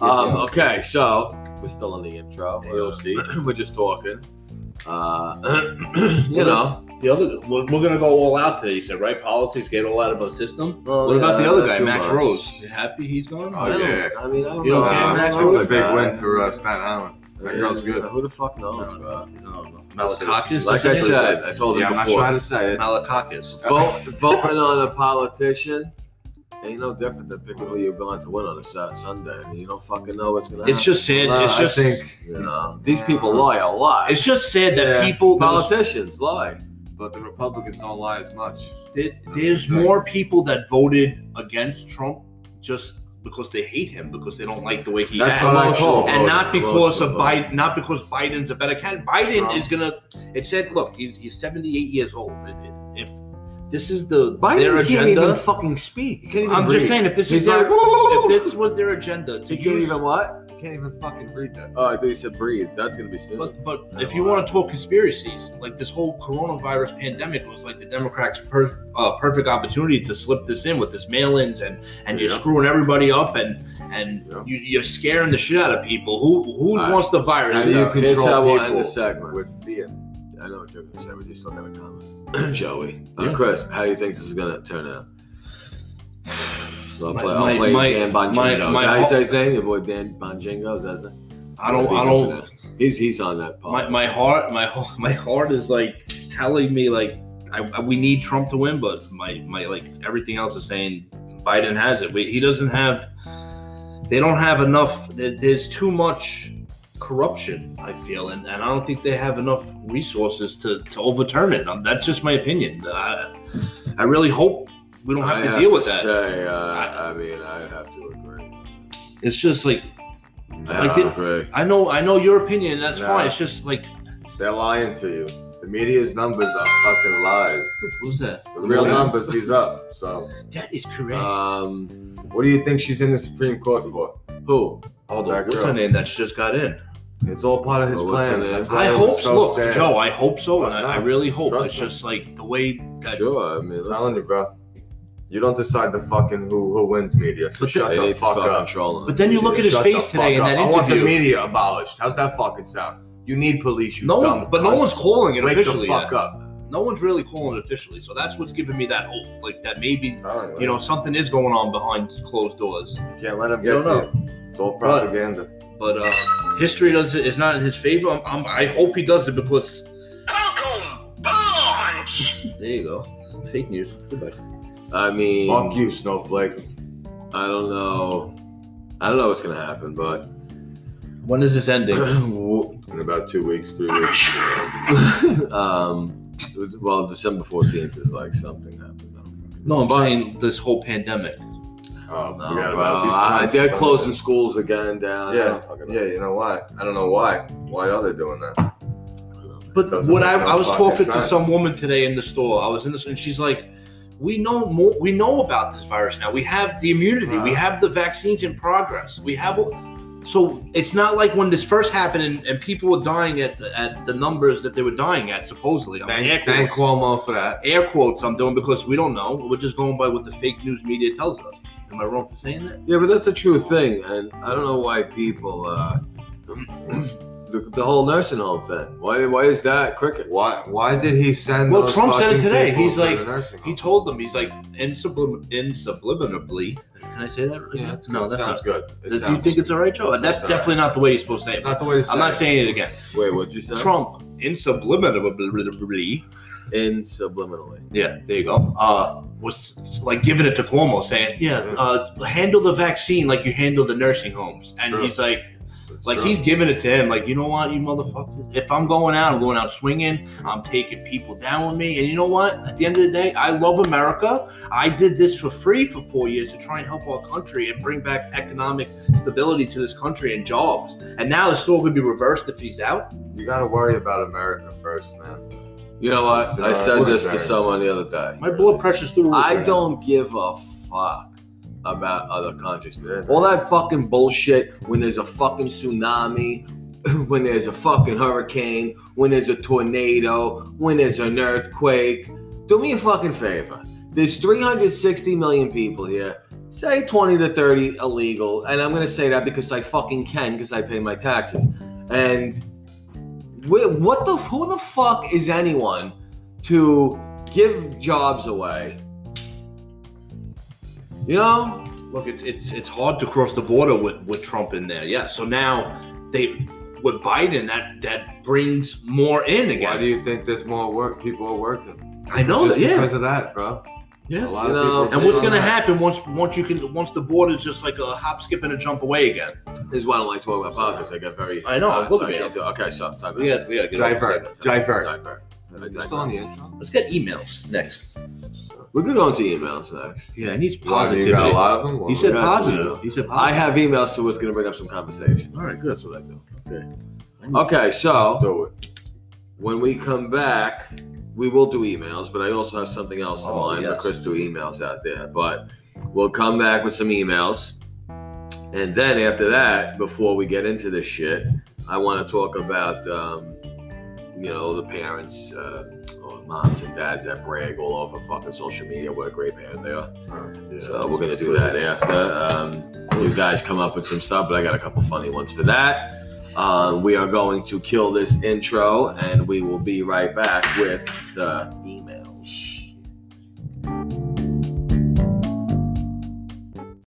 S1: Um, okay, so we're still on the intro.
S2: You'll see.
S1: We're just talking. Uh, you know,
S2: The other we're, we're gonna go all out today, you said, right? Politics get all out of our system. what about the other guy, Max Rose? You happy he's gone?
S3: Oh, yeah.
S1: I mean, I don't
S2: You
S1: know.
S2: okay,
S1: I don't
S2: Max?
S1: know
S3: Uh, it's a
S1: that
S3: big
S1: guy.
S3: win for uh, Staten Island. That
S1: Yeah,
S3: girl's good.
S1: Who the fuck knows,
S2: No,
S1: bro?
S2: No, no.
S3: Listen,
S2: Malakakis?
S1: Like I said, I told
S3: Yeah,
S1: him
S3: I'm not
S1: before.
S3: trying to say it.
S2: Malakakis.
S1: Vote, voting on a politician ain't no different than picking who you're going to win on a Sa- Sunday. I mean, you don't fucking know what's gonna happen.
S2: It's just sad.
S3: Uh,
S2: it's just
S3: I think,
S1: you know, these people lie a lot.
S2: it's just sad that
S3: Yeah.
S2: people those-
S1: politicians lie.
S3: but the Republicans don't lie as much.
S2: There, there's more people that voted against Trump just because they hate him because they don't like the way he
S3: That's
S2: acts,
S3: what I
S1: Emotional
S3: call.
S1: voting.
S2: and not because
S1: Emotional
S2: of
S1: voting.
S2: Biden, not because Biden's a better candidate. Biden
S3: Trump.
S2: is gonna. It said, look, he's, he's 78 years old. If- If this is the
S1: Biden
S2: their
S1: can't
S2: agenda,
S1: even fucking speak. He can't even
S2: I'm
S1: breathe.
S2: just saying if this
S1: He's
S2: is their,
S1: like,
S2: if this was their agenda, to
S1: He can't
S2: use-
S1: even what?
S3: You can't even fucking read that.
S1: Oh, I thought you said breathe. That's gonna be soon.
S2: But but
S1: Yeah,
S2: if you
S1: well,
S2: want to talk conspiracies, like this whole coronavirus pandemic was like the Democrats' per, uh, perfect opportunity to slip this in with this mail-ins and and you're
S1: Yeah.
S2: screwing everybody up and and
S3: Yeah.
S2: you, you're scaring the shit out of people. Who who
S1: Alright.
S2: wants the virus?
S3: How
S1: Here's
S3: do you
S1: how- here's
S3: control
S1: how we'll
S3: people
S1: end the segment.
S3: with fear?
S1: I know what you're gonna say, but you still got a comment. Joey, uh,
S2: Yeah.
S1: Chris, how do you think this is gonna turn out? I'll
S2: My-
S1: play, I'll
S2: my-
S1: play
S2: my-
S1: Dan Bonjingo.
S2: my-
S1: is
S2: my
S1: that how you
S2: ho-
S1: say his name? Your boy Dan Bonjingo, is that his name?
S2: I don't I don't.
S1: He's he's on that part.
S2: My, my heart my heart- my heart is like telling me like I, I- we need Trump to win, but my my like everything else is saying Biden has it. We, he doesn't have. They don't have enough. there- There's too much corruption. I feel, and, and I don't think they have enough resources to to overturn it. Um, that's just my opinion. I, I really hope we don't have
S1: I
S2: to deal with that.
S1: Say, uh, I mean, I have to agree.
S2: It's just like
S1: I
S2: Like
S1: have
S2: it-
S1: to agree.
S2: I know I know your opinion. and That's
S3: No.
S2: fine. It's just like
S3: They're lying to you. The media's numbers are fucking lies.
S2: who's that?
S3: The real numbers, he's up. So,
S2: That is correct.
S1: Um,
S3: what do you think she's in the Supreme Court for?
S1: who?
S2: Although,
S3: that
S2: what's
S3: girl.
S2: her name that she just got in?
S3: It's all part of his
S1: Well, what's
S3: plan.
S1: in it?
S3: That's why
S2: I
S3: it
S2: hope
S3: was
S2: so. Look,
S3: sad.
S2: Joe, I hope so, and
S3: Why
S2: I, I
S3: not?
S2: really hope.
S3: Trust
S2: it's
S3: me.
S2: just like the way that.
S1: Sure. I mean,
S3: I'm
S1: listen,
S3: telling you, bro. You don't decide the fucking who who wins media. So
S2: But
S3: shut
S1: they
S3: the
S1: need to
S3: fuck
S1: start
S3: up.
S1: controlling.
S2: But then you look at his
S3: Shut
S2: face
S3: the
S2: today in
S3: fuck
S2: that
S3: up. I want the
S2: interview.
S3: media abolished. How's that fucking sound? You need police. You
S2: No,
S3: dumb
S2: one, but no
S3: cunts.
S2: one's calling it
S3: Wake the
S2: officially.
S3: fuck
S2: yet.
S3: up.
S2: No one's really calling it officially, so that's what's giving me that hope, like that maybe you know something is going on behind closed doors.
S3: can't let him
S2: You
S3: get
S2: don't
S3: to you. It's all propaganda.
S2: But uh, history does it is not in his favor. I'm, I'm, I hope he does it because
S4: Welcome, Punch!
S2: there you go, fake news. Goodbye.
S1: I mean,
S3: Fuck you, snowflake.
S1: I don't know. I don't know what's gonna happen, but
S2: When is this ending?
S3: In about two weeks, three weeks.
S1: um, well, December fourteenth is like something happens. I don't fucking
S2: no, I'm
S1: know.
S2: saying this whole pandemic.
S3: Oh,
S1: No,
S3: forgot
S1: bro.
S3: about these
S1: I-
S3: cunts.
S1: they're closing schools again down. I
S3: Yeah,
S1: don't fucking know.
S3: yeah. You know why? I don't know why. Why are they doing that?
S2: But
S3: Doesn't
S2: what I,
S3: make
S2: I
S3: no
S2: was
S3: fucking
S2: talking to
S3: sense.
S2: some woman today in the store. I was in this, and she's like, "We know more. We know about this virus now. We have the immunity. We
S3: Wow.
S2: have the vaccines in progress. We have." all-" So it's not like when this first happened and, and people were dying at at the numbers that they were dying at supposedly. I'm air,
S3: Thank,
S2: quotes,
S3: thank Cuomo for that.
S2: air quotes. I'm doing because we don't know. We're just going by what the fake news media tells us. Am I wrong for saying that?
S1: Yeah, but that's a true thing, and I don't know why people. Uh, the, the whole nursing home thing. Why? Why is that cricket?
S3: Why? Why did he send?
S2: Well,
S3: those
S2: Trump said it
S3: fucking
S2: today.
S3: people
S2: He's
S3: to the
S2: like-
S3: nursing
S2: He
S3: home?
S2: told them he's like in sublim in subliminally Can I say that? Right now?
S3: it's
S2: No,
S3: good.
S2: that's
S3: sounds
S2: not.
S3: good. It
S2: Does- you
S3: sounds,
S2: think it's all right, Joe?
S3: It
S2: That's
S3: sounds all
S2: definitely not the way you're supposed to say
S3: it's
S2: it.
S3: not the way to say
S2: I'm not
S3: it.
S2: saying it again.
S1: Wait, what'd you say?
S2: Trump in subliminally.
S1: In subliminally.
S2: Yeah, there you go. Uh, was like giving it to Cuomo, saying, "Yeah, uh, handle the vaccine like you handle the nursing homes," and
S3: True.
S2: he's like,
S3: It's
S2: like
S3: true.
S2: he's giving it to him, like you know what, you motherfuckers. If I'm going out, I'm going out swinging. I'm taking people down with me, and you know what? At the end of the day, I love America. I did this for free for four years to try and help our country and bring back economic stability to this country and jobs. And now it's all going to be reversed if he's out.
S3: you got to worry about America first, man.
S1: You know what?
S3: It's,
S1: I
S3: uh,
S1: said
S3: it's
S1: this to
S3: very-
S1: someone the other day.
S2: My blood pressure's through. the roof
S1: I
S2: right
S1: don't give a fuck about other countries.
S3: Yeah.
S1: All that fucking bullshit when there's a fucking tsunami, when there's a fucking hurricane, when there's a tornado, when there's an earthquake. Do me a fucking favor. There's 360 million people here. Say 20 to 30 illegal. And I'm going to say that because I fucking can because I pay my taxes. And wh- what the who the fuck is anyone to give jobs away? You know?
S2: look, it's it's it's hard to cross the border with with Trump in there. Yeah. So now they with Biden that that brings more in
S3: Why
S2: again.
S3: do you think there's more work? People are working
S2: I know
S3: just
S2: that. Yeah.
S3: because of that, bro. A
S2: Yeah.
S3: lot
S1: You
S3: of
S1: know,
S3: people.
S2: And what's
S3: just-
S2: gonna happen once once you can once the border's just like a hop, skip, and a jump away again?
S1: This is why I don't like talking about politics. I get very.
S2: I know, I'm
S1: uh,
S2: looking
S1: so I
S2: at
S1: can't do- okay, so talk about
S2: We got we got to get off the
S3: Divert,
S2: subject.
S3: divert.
S1: Divert. I
S3: We're still on the
S1: divert.
S3: intro?
S2: Let's get emails next.
S1: We're going to go into emails next.
S2: Yeah, it needs
S3: Why, You
S2: positivity.
S3: got a lot of them.
S2: He said
S1: we got some
S2: positive.
S1: emails.
S2: He said
S1: I
S2: positive.
S1: have emails to what's going to bring up some conversation.
S2: All right, good.
S1: That's what I do.
S2: Okay.
S1: Okay, so
S3: do it.
S1: when we come back, we will do emails, but I also have something else in
S2: Oh,
S1: mind
S2: yes.
S1: for Chris to emails out there. But we'll come back with some emails. And then after that, before we get into this shit, I want to talk about, um, you know, the parents, uh, or moms and dads that brag all over fucking social media what a great parent they are. So we're gonna do that after. Um, you guys come up with some stuff, but I got a couple funny ones for that. Uh, we are going to kill this intro, and we will be right back with the emails.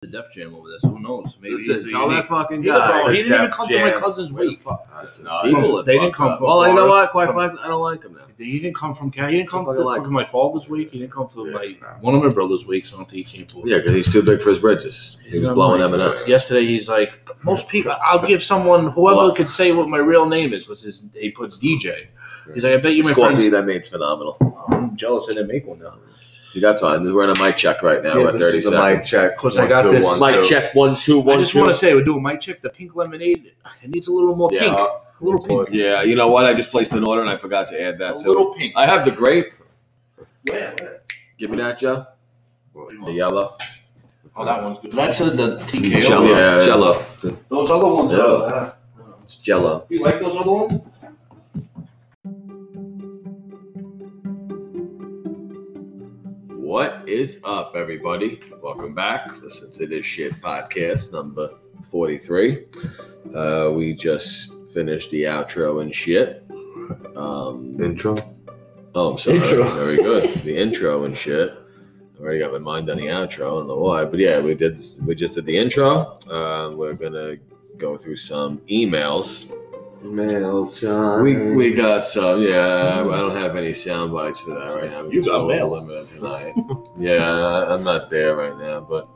S2: The Def Jam over there. So who knows? Maybe he's
S1: Listen,
S2: a
S1: tell that
S2: unique-
S1: fucking
S2: He didn't-
S1: guy.
S2: he didn't even
S3: Def
S2: come to
S3: Jam.
S2: my cousin's
S3: Wait,
S2: week.
S3: fuck.
S1: Listen,
S3: Nah,
S1: People, are
S2: They didn't
S1: fucked
S2: come
S1: up.
S2: from
S1: Well, you know
S2: Florida.
S1: what? Quite frankly, I don't like him now.
S2: He didn't come from Cal. He didn't come
S1: Fucking
S2: to,
S1: like-
S2: for my father's week. He didn't come for
S3: Yeah,
S2: my
S3: nah.
S2: one of my brother's weeks. I don't think he came for.
S1: Yeah, because he's too big for his bridges. He was blowing them and us.
S2: Yesterday, he's like, most people. I'll give someone whoever
S1: What?
S2: could say what my real name is. Was his? He puts DJ. He's like, I bet you my
S1: Scorpio,
S2: friends.
S1: that mate's phenomenal.
S2: I'm jealous I didn't make one now.
S1: You got time. We're on a mic check right now.
S2: Yeah,
S1: We're at
S2: this
S1: 30
S3: This is a mic
S1: seconds.
S3: check.
S2: 'Cause I
S3: One,
S2: got
S3: two,
S2: this
S3: one,
S1: Mic
S3: two.
S1: check. One, two, one,
S2: I just
S1: two.
S2: want to say, we're doing my check. The pink lemonade. It needs a little more
S1: Yeah,
S2: pink.
S1: uh,
S2: A little
S3: it's more
S2: pink.
S1: Yeah, you know what? I just placed an order and I forgot to add
S2: A
S1: that too. Uh,
S2: little pink.
S1: I have the grape.
S2: Yeah, yeah.
S1: Give me that, Joe. The yellow.
S2: Oh, that one's good. That's a, the TKO.
S3: Jello.
S1: Yeah.
S3: Jello.
S2: Those other ones.
S1: Yeah.
S2: uh,
S3: It's Jello.
S2: you like those other ones?
S1: What is up, everybody? Welcome back. Listen to this shit podcast number 43. Uh, we just finished the outro and shit. Um,
S3: Intro.
S1: oh, I'm sorry.
S2: Intro.
S1: Very good. The intro and shit. I already got my mind on the outro. I don't know why, but yeah, we did. We just did the intro. Um, we're gonna go through some emails.
S3: Mail time.
S1: We, we got some, yeah. I don't have any sound bites for that right now.
S2: You got
S1: We're
S2: mail.
S1: limited tonight. yeah, I'm not there right now, but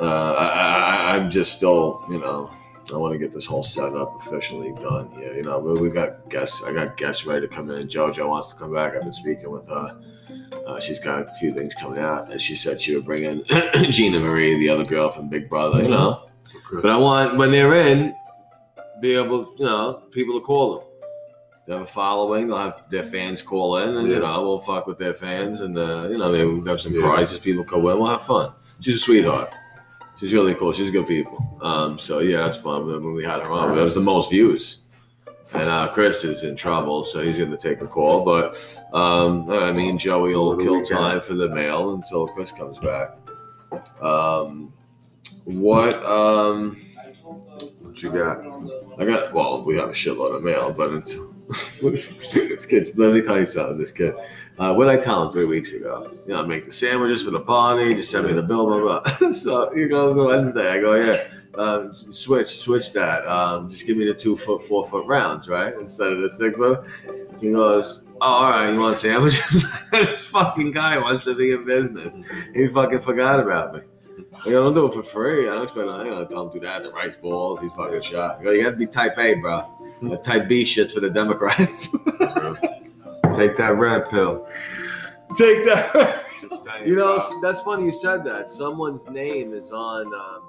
S1: uh, I, I, I- I'm just still, you know, I want to get this whole setup officially done here. You know, but we got guests. I got guests ready to come in. JoJo wants to come back. I've been speaking with her. Uh, she's got a few things coming out, and she said she would bring in Gina Marie, the other girl from Big Brother. You know, but I want when they're in, be able, you know, people to call them. They have a following. They'll have their fans call in, and
S3: Yeah.
S1: you know, we'll fuck with their fans, and uh, you know, maybe we'll have some
S3: Yeah.
S1: prizes. People come in. We'll have fun. She's a sweetheart. She's really cool. She's good people. Um, so yeah, that's fun. When when we had her on, that was the most views. And uh, Chris is in trouble, so he's going to take a call. But um, I mean, Joey will
S3: What do
S1: kill
S3: we got?
S1: time for the mail until Chris comes back. Um, what? Um,
S3: What you got?
S1: I got well, we have a shitload of mail, but it's this kid's let me tell you something. This kid, uh, what I tell him three weeks ago, you know, make the sandwiches for the party, just send me the bill, blah blah. so he goes on Wednesday. I go, yeah, um, switch, switch that. Um, just give me the two foot, four foot rounds, right, instead of the six foot. He goes, oh, all right, you want sandwiches? this fucking guy wants to be in business. He fucking forgot about me. Like, I don't do it for free. I don't expect. I don't tell him to do that. The rice balls. He's fucking shot. You got to be type A, bro.
S3: Hmm.
S1: The type B shits for the Democrats.
S3: Take that red pill.
S1: Take that.
S3: Just saying,
S1: You know,
S3: bro.
S1: that's funny you said that. Someone's name is on. Um,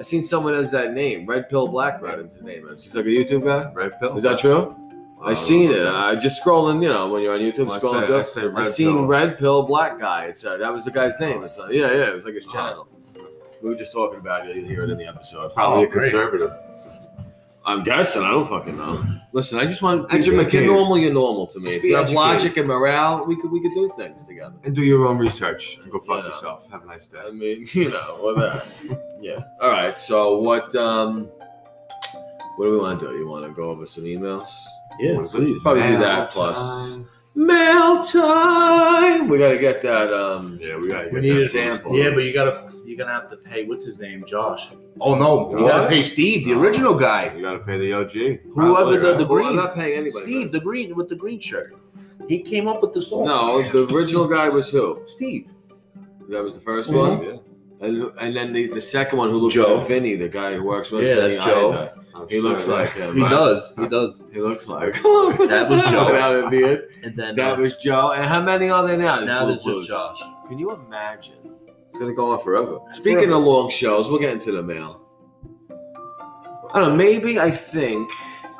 S1: I seen someone has that name. Red Pill Black Red is his name. Is. He's like a YouTube guy.
S3: red pill.
S1: Is that true? I seen it.
S3: I,
S1: I just scrolling. You know, when you're on YouTube,
S3: I,
S1: scrolling.
S3: said, I,
S1: through.
S3: said
S1: I
S3: red
S1: seen
S3: pill.
S1: Red Pill Black Guy. It's uh, that was the guy's name. It's, uh, yeah, yeah. It was like his
S3: Uh-huh.
S1: channel. We were just talking about it. You hear it in the episode.
S3: Probably a
S2: Oh, great.
S3: conservative.
S1: I'm guessing. I don't fucking know. Listen, I just want. If
S3: Educated.
S1: you're normal, you're normal to me.
S3: Just
S1: If
S3: be
S1: you have
S3: educated.
S1: logic and morale, we could we could do things together.
S3: And do your own research and go fuck
S1: Yeah.
S3: yourself. Have a nice day.
S1: I mean, you know, well that. Yeah. All right. So what? um What do we want to do? You want to go over some emails?
S2: Yeah,
S3: What is it?
S2: please.
S1: Probably do
S3: Mail
S1: that plus
S3: time.
S1: mail time. We got to get that. um
S3: Yeah, we gotta
S2: We
S3: get
S2: need
S3: that
S2: a-
S3: sample.
S2: Yeah, but you gotta you're gonna have to pay what's his name, Josh. Oh no, you
S1: What?
S2: gotta pay Steve, the original guy.
S3: You gotta pay the LG.
S2: Whoever
S3: Probably,
S2: the-
S3: right?
S2: the-
S1: well, Oh, I'm
S2: green-
S1: not paying anybody.
S2: Steve, the green with the green shirt. He came up with the song.
S1: No, the original guy was who?
S2: Steve.
S1: That was the first
S2: Steve.
S1: one,
S3: Yeah.
S1: and who- and then the, the second one who looked
S2: Joe.
S1: like Vinny, the guy who works with
S2: Yeah,
S1: Vinny
S2: that's Joe.
S1: Iyer.
S3: I'm
S1: He looks
S3: sure,
S1: like
S3: yeah.
S1: him.
S2: He
S1: right?
S2: does. He does.
S1: He looks like
S2: That was Joe.
S1: That would be it.
S2: And then
S1: That was Joe. And how many are there now?
S2: uh,
S1: There's
S2: now
S1: Blue
S2: there's just
S1: Blues.
S2: Josh.
S1: Can you imagine? It's gonna go on forever. Speaking
S2: Forever.
S1: of long shows, we'll get into the mail. I don't know. Maybe I think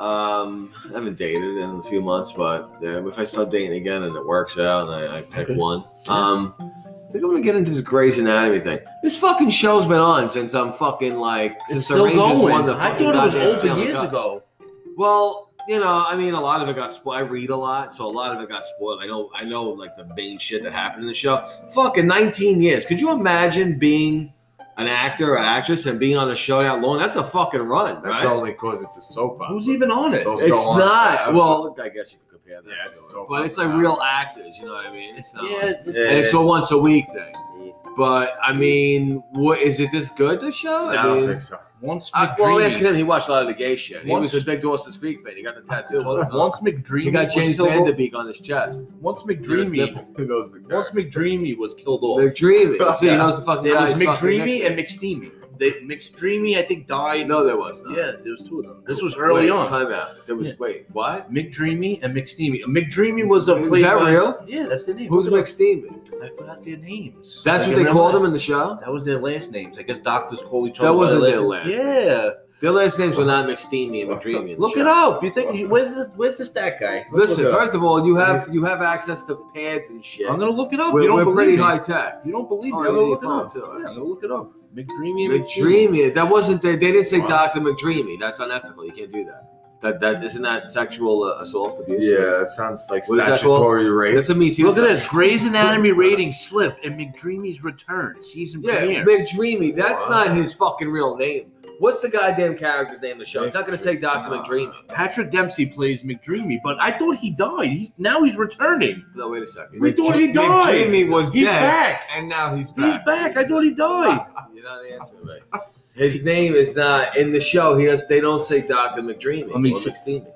S1: um, I haven't dated in a few months, but uh, if I start dating again and it works out, and I, I pick
S2: Okay.
S1: one, um, I think I'm gonna get into this Grey's Anatomy thing. This fucking show's been on since I'm fucking like since the Rangers won the
S2: I
S1: fucking
S2: thought it
S1: goddamn
S2: was over
S1: Stanley
S2: years
S1: Cup.
S2: ago.
S1: Well, you know, I mean, a lot of it got spoiled. I read a lot, so a lot of it got spoiled. I know, I know, like the main shit that happened in the show. Fucking 19 years. Could you imagine being an actor or actress and being on a show that long? That's a fucking run,
S3: That's
S1: right?
S3: only because it's a soap opera.
S2: Who's even on it?
S3: Those
S1: it's
S3: go on
S1: not.
S3: forever.
S1: Well, I guess you could compare that,
S3: Yeah,
S1: to
S3: it's
S1: it.
S3: so
S1: but it's like
S3: fucking
S1: real actors. You know what I mean? It's not.
S2: Yeah,
S1: like-
S2: it's-
S1: and it's a once a week thing. But I mean, what is it? This good? This show?
S3: I
S1: I
S3: don't
S1: mean,
S3: think so.
S2: once
S1: I, well, I'm
S2: McDreamy-
S1: asking him. He watched a lot of the gay shit. He
S2: Once-
S1: was a big Dawson's Creek fan. He got the tattoo. all the time.
S2: once McDreamy
S1: He got
S2: was
S1: James
S2: killed
S1: Van Der
S2: off-
S1: Beek on his chest.
S2: Once
S1: Dreamy. His
S2: McDreamy,
S1: nipple.
S3: Who knows the
S2: once
S3: character?
S2: McDreamy was killed off.
S1: McDreamy. See,
S3: Yeah.
S1: he knows the fucking
S2: There
S1: guy.
S2: was
S1: He's fucking
S2: McDreamy
S1: naked.
S2: and McSteamy. They McDreamy, I think, died.
S1: No, there was not.
S2: Yeah, there was two of them. This was early
S1: Wait,
S2: on.
S1: Time out. There was
S2: Yeah.
S1: wait. What?
S2: McDreamy and McSteamy. McDreamy was a
S1: Is that
S2: by-
S1: real?
S2: Yeah, that's their name.
S1: Who's
S2: Look it
S1: McSteamy?
S2: up. I forgot their names.
S1: That's
S2: Like,
S1: what they
S2: remember
S1: called him
S2: that?
S1: in the show.
S2: That was their last names. I guess doctors call each
S1: That
S2: other. by
S1: wasn't their last
S2: Yeah,
S1: Their last names were not McSteamy and McDreamy. in the
S2: look
S1: show.
S2: it up. You think where's this? Where's the stat guy? Let's
S1: Listen,
S2: look it up.
S1: first of all, you have you have access to pads and shit.
S2: I'm gonna look it up. you
S1: We're,
S2: don't
S1: we're
S2: believe
S1: pretty
S2: me.
S1: high tech.
S2: You don't believe
S1: Oh,
S2: me?
S1: you
S2: I'm gonna
S1: need
S2: look it
S1: your
S2: up.
S1: phone, too.
S2: Yeah, I'm gonna look it up. McDreamy and McSteamy.
S1: McDreamy. That wasn't they. They didn't say
S3: Wow.
S1: Doctor McDreamy. That's unethical. You can't do that. That that isn't that sexual uh, assault abuse.
S3: Yeah, it sounds like
S1: What is that called?
S3: statutory rape.
S1: That's a Me Too.
S2: Look at
S1: thing.
S2: this. Grey's Anatomy rating slip and McDreamy's return season
S1: Yeah,
S2: premiere.
S1: McDreamy. That's
S3: Wow.
S1: not his fucking real name. What's the goddamn character's name in the show? It's not gonna say Doctor McDreamy.
S2: Patrick Dempsey plays McDreamy, but I thought he died. He's now he's returning.
S1: No, wait a second.
S2: We
S1: Mc-
S2: thought he
S3: McDreamy
S2: died.
S3: was
S2: he's
S3: dead.
S2: back.
S3: And now he's
S2: He's
S3: back.
S2: back. I thought he died.
S1: You're not answering me. His name is not in the show. He does. They don't say Doctor McDreamy.
S2: Let me
S1: or
S2: see.
S1: McSteamy.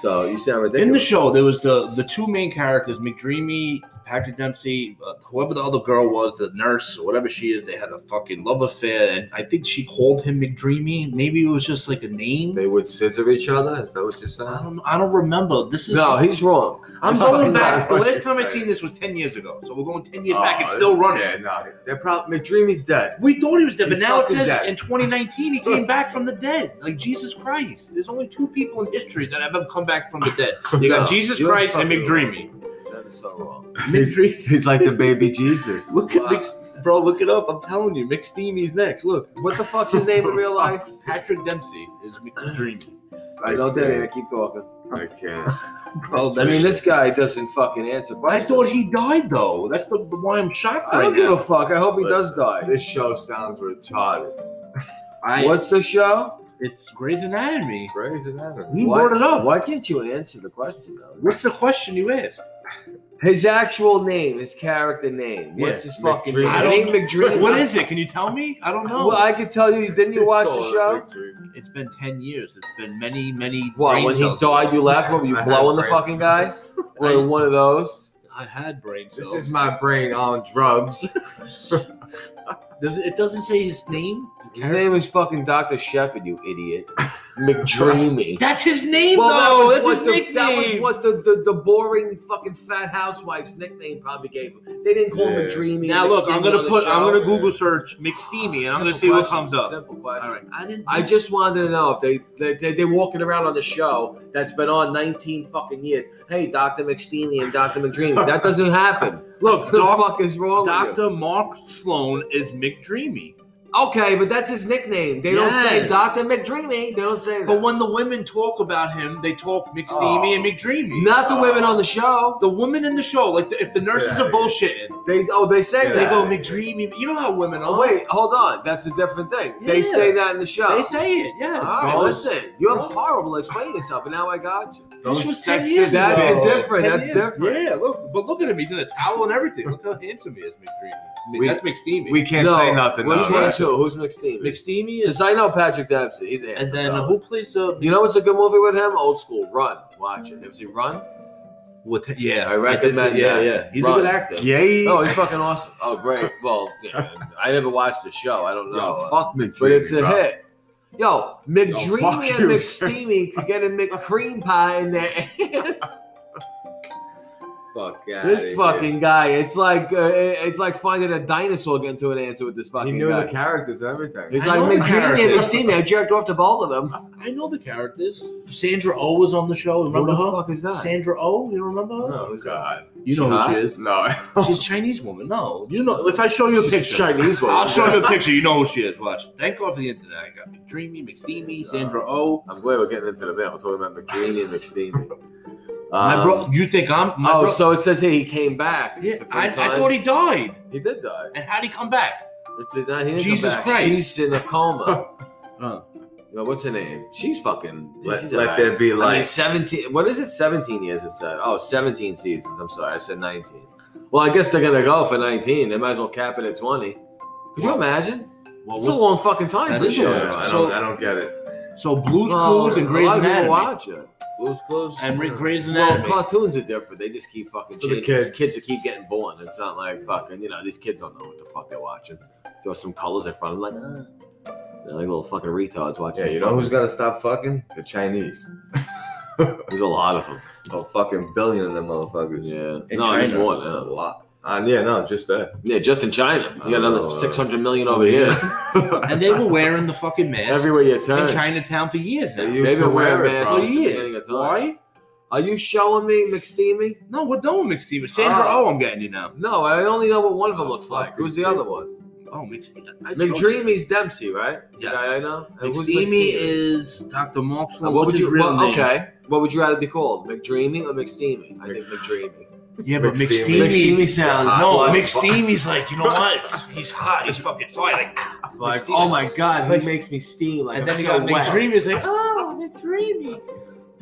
S1: So you sound ridiculous.
S2: In the show, there was the the two main characters, McDreamy, Patrick Dempsey, uh, whoever the other girl was, the nurse or whatever she is. They had a fucking love affair, and I think she called him McDreamy. Maybe it was just like a name.
S3: They would scissor each other. Is that what you're
S2: I
S3: saying?
S2: don't. I don't remember. This is
S1: no, he's wrong.
S2: I'm
S1: It's
S2: going
S1: fucking
S2: back.
S1: not
S2: The
S3: what
S2: last
S3: they
S2: time I
S3: say.
S2: seen this was ten years ago, so we're going ten years back. It's
S3: Oh,
S2: still
S3: this-
S2: running.
S3: Yeah, no, they're probably McDreamy's dead.
S2: We thought he was dead, but
S3: He's
S2: now it
S3: fucking
S2: says
S3: dead.
S2: in 2019 he came back from the dead. Like Jesus Christ, there's only two people in history that have ever come back from the dead. You got
S1: No,
S2: Jesus
S1: you're
S2: Christ and
S1: fucking
S2: McDreamy.
S1: That is so wrong.
S3: He's,
S2: McDreamy.
S3: he's like the baby Jesus.
S2: Look at
S1: Wow.
S2: Mc, bro. Look it up. I'm telling you, McSteamy's next. Look,
S1: What the fuck's his name in real life?
S2: Patrick Dempsey is McDreamy.
S1: I don't dare you. Keep talking.
S3: I can't.
S2: Bro,
S1: I mean, this guy doesn't fucking answer
S2: I
S1: questions.
S2: thought he died though. That's the, the why I'm shocked
S1: I
S2: right
S1: don't give
S2: now.
S1: a fuck. I hope he does
S3: Listen,
S1: die.
S3: This show sounds retarded.
S2: I-
S1: What's the show?
S2: it's Grey's Anatomy.
S3: Grey's Anatomy.
S2: You
S1: Why-
S2: brought it up.
S1: Why can't you answer the question though?
S2: What's the question you asked?
S1: His actual name, his character name. What's
S3: Yeah,
S1: his fucking name?
S3: McDreamy.
S2: I don't-
S1: Name McDreamy.
S2: What is it? Can you tell me? I don't know.
S1: Well, I could tell you. Didn't you
S3: It's
S1: watch the
S3: called
S1: show?
S3: Big Dream.
S2: it's been ten years. It's been many, many.
S1: What?
S2: brain
S1: When he
S2: cells.
S1: died, you laughed. What were you
S3: I had
S1: blowing the
S3: brain
S1: fucking guy?
S3: cells.
S1: Were you one of those?
S2: I had brain cells.
S3: This is my brain on drugs.
S2: Does it, it doesn't say his name?
S1: His name is fucking Doctor Shepard. You idiot. McDreamy.
S2: That's his name,
S1: Well,
S2: though.
S1: that was,
S2: That's
S1: what
S2: his
S1: the, that was
S2: nickname.
S1: what the, the, the boring fucking fat housewife's nickname probably gave him. They didn't call him
S3: Yeah.
S1: McDreamy.
S2: Now look, I'm
S1: McSteamy on
S2: gonna
S1: the
S2: put. I'm
S1: show.
S2: gonna
S3: yeah.
S2: Google search McSteamy, and I'm gonna
S1: Simple
S2: see what
S1: question,
S2: comes up.
S1: Simple question.
S2: All right, I didn't.
S1: I just wanted to know if they, they, they they're walking around on the show that's been on 19 fucking years. Hey, Doctor McSteamy and Doctor McDreamy. That doesn't happen.
S2: look.
S1: What the
S2: Doc,
S1: fuck is wrong with you?
S2: Dr. Mark Sloan is McDreamy.
S1: Okay, but that's his nickname. They don't say
S2: Yes.
S1: Doctor McDreamy. They don't say that.
S2: But when the women talk about him, they talk McSteamy
S1: Oh.
S2: and McDreamy.
S1: not the women on the show.
S2: The women in the show, like the, if the nurses
S3: Yeah,
S2: are
S3: yeah.
S2: bullshitting,
S1: They oh they say
S3: Yeah.
S1: that.
S2: they go McDreamy. You know how women are.
S1: Oh wait, hold on. That's a different thing. They
S2: Yeah.
S1: say that in the show.
S2: They say it. Yeah.
S1: All right,
S3: Those-
S1: listen, you're horrible at explaining yourself, and now I got you.
S3: Those
S2: was ten years ago.
S3: sexist.
S1: That's
S2: Yeah.
S1: a different.
S2: Ten
S1: That's
S2: years.
S1: different.
S2: Yeah, look, but look at him. He's in a towel and everything. Look how handsome he is, McDreamy.
S3: We-
S2: That's McSteamy.
S3: We can't
S1: No,
S3: say nothing.
S1: Which
S3: now,
S1: one?
S3: right?
S1: Too? Who's McSteamy?
S2: McSteamy is,
S1: Because I know Patrick Dempsey. He's an
S2: and
S1: handsome
S2: then
S1: fella.
S2: who plays uh,
S1: You know what's a good movie with him? Old School. Run. Watch it. Have you seen Run?
S2: With yeah,
S1: I recommend
S2: did see- Yeah,
S1: that.
S2: yeah, he's
S1: Right.
S2: a good actor.
S3: Yay.
S1: No, he's fucking awesome. Oh, great. Well, yeah, I never watched the show. I don't know.
S3: Yo, fuck McDreamy.
S1: but it's a
S3: bro.
S1: hit. Yo, McDreamy
S3: fuck
S1: and
S3: you.
S1: McSteamy could get a McCream pie in their ass.
S3: Fuck outta
S1: this
S3: here.
S1: fucking guy, it's like uh, it's like finding a dinosaur getting to an answer with this
S3: He
S1: fucking
S3: knew
S1: guy.
S3: the characters and everything.
S1: He's
S2: I
S1: like
S2: know the
S1: McDreamy and
S2: characters.
S1: McSteamy. I jerked off to both of them.
S2: I know the characters. Sandra O was on the show.
S1: Who
S2: Remember
S1: the
S2: her?
S1: fuck is that?
S2: Sandra O, you remember her?
S1: No.
S3: oh God.
S2: You know who
S1: Huh?
S2: she is.
S3: No.
S2: She's a Chinese woman. No, you know. If I show you a
S1: She's
S2: picture,
S1: Chinese woman.
S2: I'll show you a picture. You know who she is. Watch. Thank God for the internet. I got McDreamy, McSteamy, Sandra Oh. O.
S1: I'm glad we're getting into the mail. We're talking about McDreamy and McSteamy.
S2: My
S1: Um,
S2: bro, you think I'm? My
S1: oh,
S2: bro-
S1: so it says here he came back.
S2: yeah.
S1: for three
S2: I, I thought he
S1: times.
S2: died.
S1: He did die.
S2: And how'd he come back?
S1: It's a, not, he didn't
S2: Jesus
S1: come back.
S2: Christ.
S1: She's in a coma.
S2: Oh.
S1: You know, what's her name? She's fucking.
S3: Let,
S1: she's
S3: let
S1: alright.
S3: there be
S1: I mean,
S3: light.
S1: 17. What is it? 17 years it said. Oh, 17 seasons. I'm sorry. I said 19. Well, I guess they're going to go for 19. They might as well cap it at 20. Could you
S2: Well,
S1: imagine?
S2: Well,
S1: it's a long fucking time
S2: That
S1: for
S2: is
S1: sure.
S2: a long
S3: Yeah, I,
S2: So-
S3: don't, I don't get it.
S2: so Blues Clues and
S1: a
S2: Grey's
S1: lot of people
S2: Anatomy.
S1: watch it.
S3: Blue's Clues.
S2: And Rick Grey's
S1: Well,
S2: Anatomy.
S1: cartoons are different. They just keep fucking
S3: For the
S1: changing.
S3: kids.
S1: Kids. kids that keep getting born. It's not like fucking, you know, these kids don't know what the fuck they're watching. Throw some colors in front of them, like, uh, they're like little fucking retards watching.
S3: Yeah, you know who's got to stop fucking? The Chinese.
S1: There's a lot of them.
S3: A fucking billion of them motherfuckers.
S1: Yeah.
S2: In
S1: no, there's
S2: China,
S1: more
S3: That's a
S1: now.
S3: lot. Uh, yeah, no, just that.
S1: Yeah, just in China. You got another
S3: Oh.
S1: 600 million over here.
S2: and they were wearing the fucking mask
S1: Everywhere you
S2: in
S1: turn.
S2: Chinatown for years now.
S3: They
S1: They've
S3: used to
S1: been
S3: wear
S1: wearing
S3: it,
S1: masks
S3: bro.
S1: since the
S2: Yeah.
S1: beginning of time.
S2: Why?
S1: Are you showing me McSteamy?
S2: No, we're done with McSteamy. Sandra
S1: Oh.
S2: Oh, I'm getting you now.
S1: No, I only know what one of them looks
S3: Fuck
S1: like.
S3: these
S1: Who's the other one?
S2: Oh, McSteamy. I chose-
S1: McDreamy's Dempsey, right?
S2: Yes.
S1: Yeah, I know. And who's
S2: McSteamy is Dr. Mark
S1: Uh,
S2: Sloan.
S1: what
S2: What's
S1: would
S2: his
S1: you?
S2: real
S1: Well,
S2: name?
S1: okay. What would you rather be called, McDreamy or McSteamy? I think McDreamy.
S2: Yeah, but
S3: McSteamy.
S2: McSteamy.
S1: sounds
S2: No,
S1: like-
S2: McSteamy's like, you know what? He's hot. He's fucking fine. Like,
S1: Like,
S2: McSteamy.
S1: oh my god, he makes me steam. Like,
S2: and
S1: I'm
S2: then he
S1: so
S2: got
S1: wet.
S2: McDreamy's like, oh, McDreamy.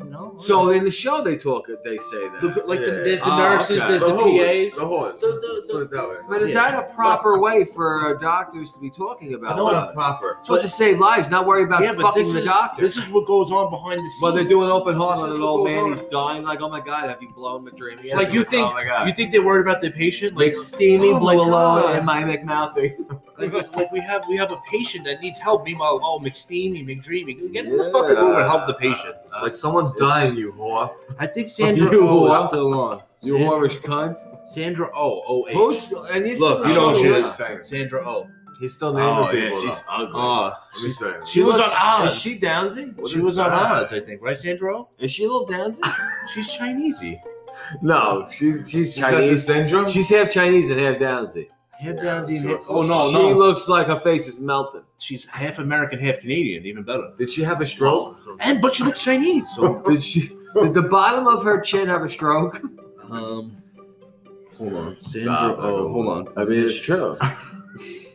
S2: No.
S1: So in the show, they talk. They say that.
S2: the, like the, there's the
S1: Oh,
S2: nurses,
S1: okay.
S2: there's
S3: the
S2: Ah, the,
S3: horse.
S2: PAs.
S3: The horse.
S2: The- the-
S3: Let's put it that way.
S1: but is
S2: Yeah.
S1: that a proper way for doctors to be talking about?
S3: That's
S1: No,
S3: not proper.
S1: supposed to save lives, not worry about
S2: yeah, but
S1: fucking
S2: this
S1: the
S2: is,
S1: doctor.
S2: this is what goes on behind the scenes.
S1: well, they're doing open heart
S2: This
S1: on
S2: is
S1: an
S2: what
S1: old
S2: goes
S1: man.
S2: on.
S1: He's dying. Like, oh my god, have you blown McDreamy?
S2: Like, you think-
S1: Oh my god.
S2: You think they're worried about their patient? Like,
S1: McSteamy
S2: Oh my
S1: blew a load
S2: God.
S1: and my McMouthy.
S2: like, like we have we have a patient that needs help. Meanwhile, oh McSteamy, McDreamy, get in the
S1: Yeah.
S2: fucking room and help the patient.
S3: It's like someone's dying, you whore.
S2: I think Sandra
S1: You
S2: O
S1: whore.
S2: is still on.
S1: You
S2: Sandra,
S1: whorish cunt.
S2: Sandra O, O A.
S1: Who's and you
S2: Look,
S1: still
S2: you know
S1: showing
S2: what she
S1: her.
S2: is.
S3: saying.
S2: Sandra O.
S3: He's still naming people. though.
S1: ugly.
S2: Oh,
S3: Let me say it.
S1: she
S2: was
S1: looks-
S2: on Oz.
S1: Is she Downsy?
S3: What
S2: she
S3: is
S2: was on
S3: that?
S2: Oz, I think, right, Sandra O?
S1: Is she a little Downsy?
S2: She's Chinesey.
S1: no, she's she's
S3: She's got
S1: Chinese.
S3: this syndrome.
S1: She's half Chinese and half Downsy.
S2: Half
S3: Yeah,
S2: Downsy and
S3: she
S2: half.
S3: looks-
S2: Oh no,
S1: She
S2: no,
S1: looks like her face is melting.
S2: she's half American, half Canadian, even better.
S3: Did she have a stroke?
S2: And but she looks Chinese, so
S1: Did she? Did the bottom of her chin have a stroke?
S2: um,
S3: Hold on.
S2: Sandra O. Hold on.
S1: I mean, it's true.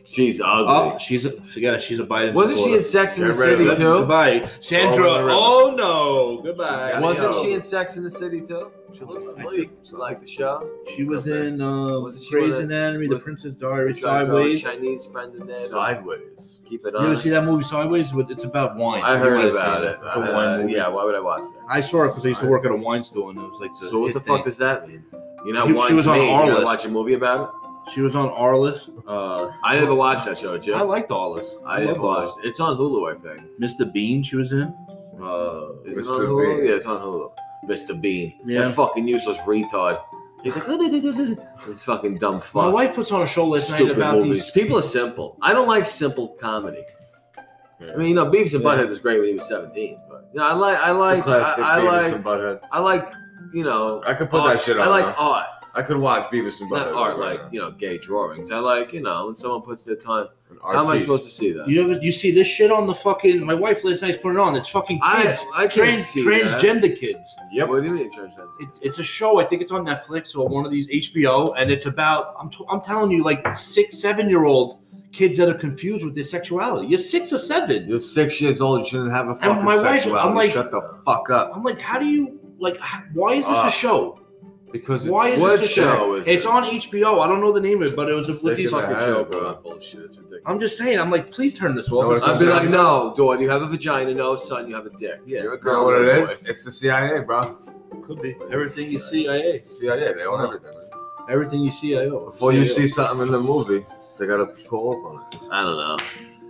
S1: She's ugly.
S2: Oh, she's a, forget it. She's a Biden.
S1: Wasn't she in
S2: supporter.
S1: Sex in the
S3: Get rid of
S1: City
S3: it.
S1: too?
S2: Goodbye, Sandra.
S3: Throw her in the river.
S2: Oh no, goodbye.
S3: She's got
S1: Wasn't
S3: Yo.
S1: she in Sex in the City too? She looks familiar. She liked the show.
S2: She was in um,
S1: Wasn't she
S2: Grey's
S1: one of-
S2: Anatomy, The
S1: was-
S2: Princess Diary,
S1: Tried to throw a
S2: Sideways. You
S1: Chinese friend in there.
S3: Sideways.
S1: Keep it
S2: ever
S1: on.
S2: see that movie Sideways? With- It's about wine.
S1: I
S2: You
S1: heard
S2: wanna
S1: about
S2: see
S1: it.
S2: It's a
S1: Uh,
S2: wine movie.
S1: yeah, why would I watch that?
S2: I saw it because I used to work at a wine store, and it was like the.
S1: So what
S2: it
S1: the fuck
S2: thing.
S1: does that mean? You're not
S2: She- she
S1: watching.
S2: was on our
S1: you
S2: list.
S1: to watch a movie about it.
S2: She was on Arliss. Uh,
S1: I never watched that show,
S2: I
S1: Jim.
S2: liked Arliss.
S1: I didn't watch. it. It's on Hulu, I think.
S2: Mr. Bean. She was in. Uh,
S1: Is it
S3: Mr.
S1: on Hulu?
S3: Bean.
S1: Yeah, it's on Hulu. Mr. Bean.
S2: Yeah.
S1: That fucking useless retard. He's like, it's fucking dumb
S2: my
S1: fuck.
S2: wife puts on a show last night
S1: Stupid
S2: about
S1: movies.
S2: these.
S1: People are simple. I don't like simple comedy.
S3: Yeah.
S1: I mean, you know, Beavis and
S2: Yeah.
S1: Butthead was great when he was 17, but you know, I like, I
S3: It's a
S1: like,
S3: classic
S1: I, I
S3: Beavis
S1: like,
S3: and Butthead.
S1: I like, you know,
S3: I could put
S1: art.
S3: that shit on.
S1: I like
S3: huh?
S1: art,
S3: I could watch Beavis and
S1: not
S3: Butthead.
S1: art
S3: right
S1: like
S3: now.
S1: you know, gay drawings. I like, you know, when someone puts their time.
S3: An
S1: How am I
S3: artiste.
S1: supposed to see that?
S2: You ever you see this shit on the fucking? My wife last night's putting it on. It's fucking
S1: I,
S2: kids.
S1: I can't
S2: trans
S1: see
S2: transgender kids.
S1: That.
S3: Yep.
S1: What do you mean transgender?
S2: It's, it's a show. I think it's on Netflix or one of these HBO, and it's about I'm t- I'm telling you like six seven year old kids that are confused with their sexuality. You're six or seven.
S3: You're six years old. You shouldn't have a fucking
S2: my wife- I'm
S3: sexuality.
S2: like-
S3: Shut the fuck up.
S2: I'm like, how do you like? h- Why is this
S3: Ah.
S2: a show?
S3: Because it's
S2: Why is
S1: What
S2: this a
S1: show is
S2: It's
S1: it?
S2: on HBO. I don't know the name of it, but it was with
S3: Sick
S2: these.
S3: in the
S1: fucking
S3: Yeah,
S1: joke
S3: bro.
S1: about bullshit. It's ridiculous.
S2: I'm just saying. I'm like, please turn this
S3: No,
S2: off.
S3: it's
S1: I'd be like, no, Dawn, you have a vagina. No, son, you have a dick.
S2: Yeah.
S1: You're a
S3: You
S1: girl.
S3: know what it
S1: you're a
S3: is?
S1: boy.
S3: It's the CIA, bro.
S2: could be everything you see. IA.
S3: It's the CIA. They own
S2: Wow.
S3: everything. man.
S2: Everything you see. IA.
S3: Before you see something in the movie, they gotta pull up on it.
S1: I don't know.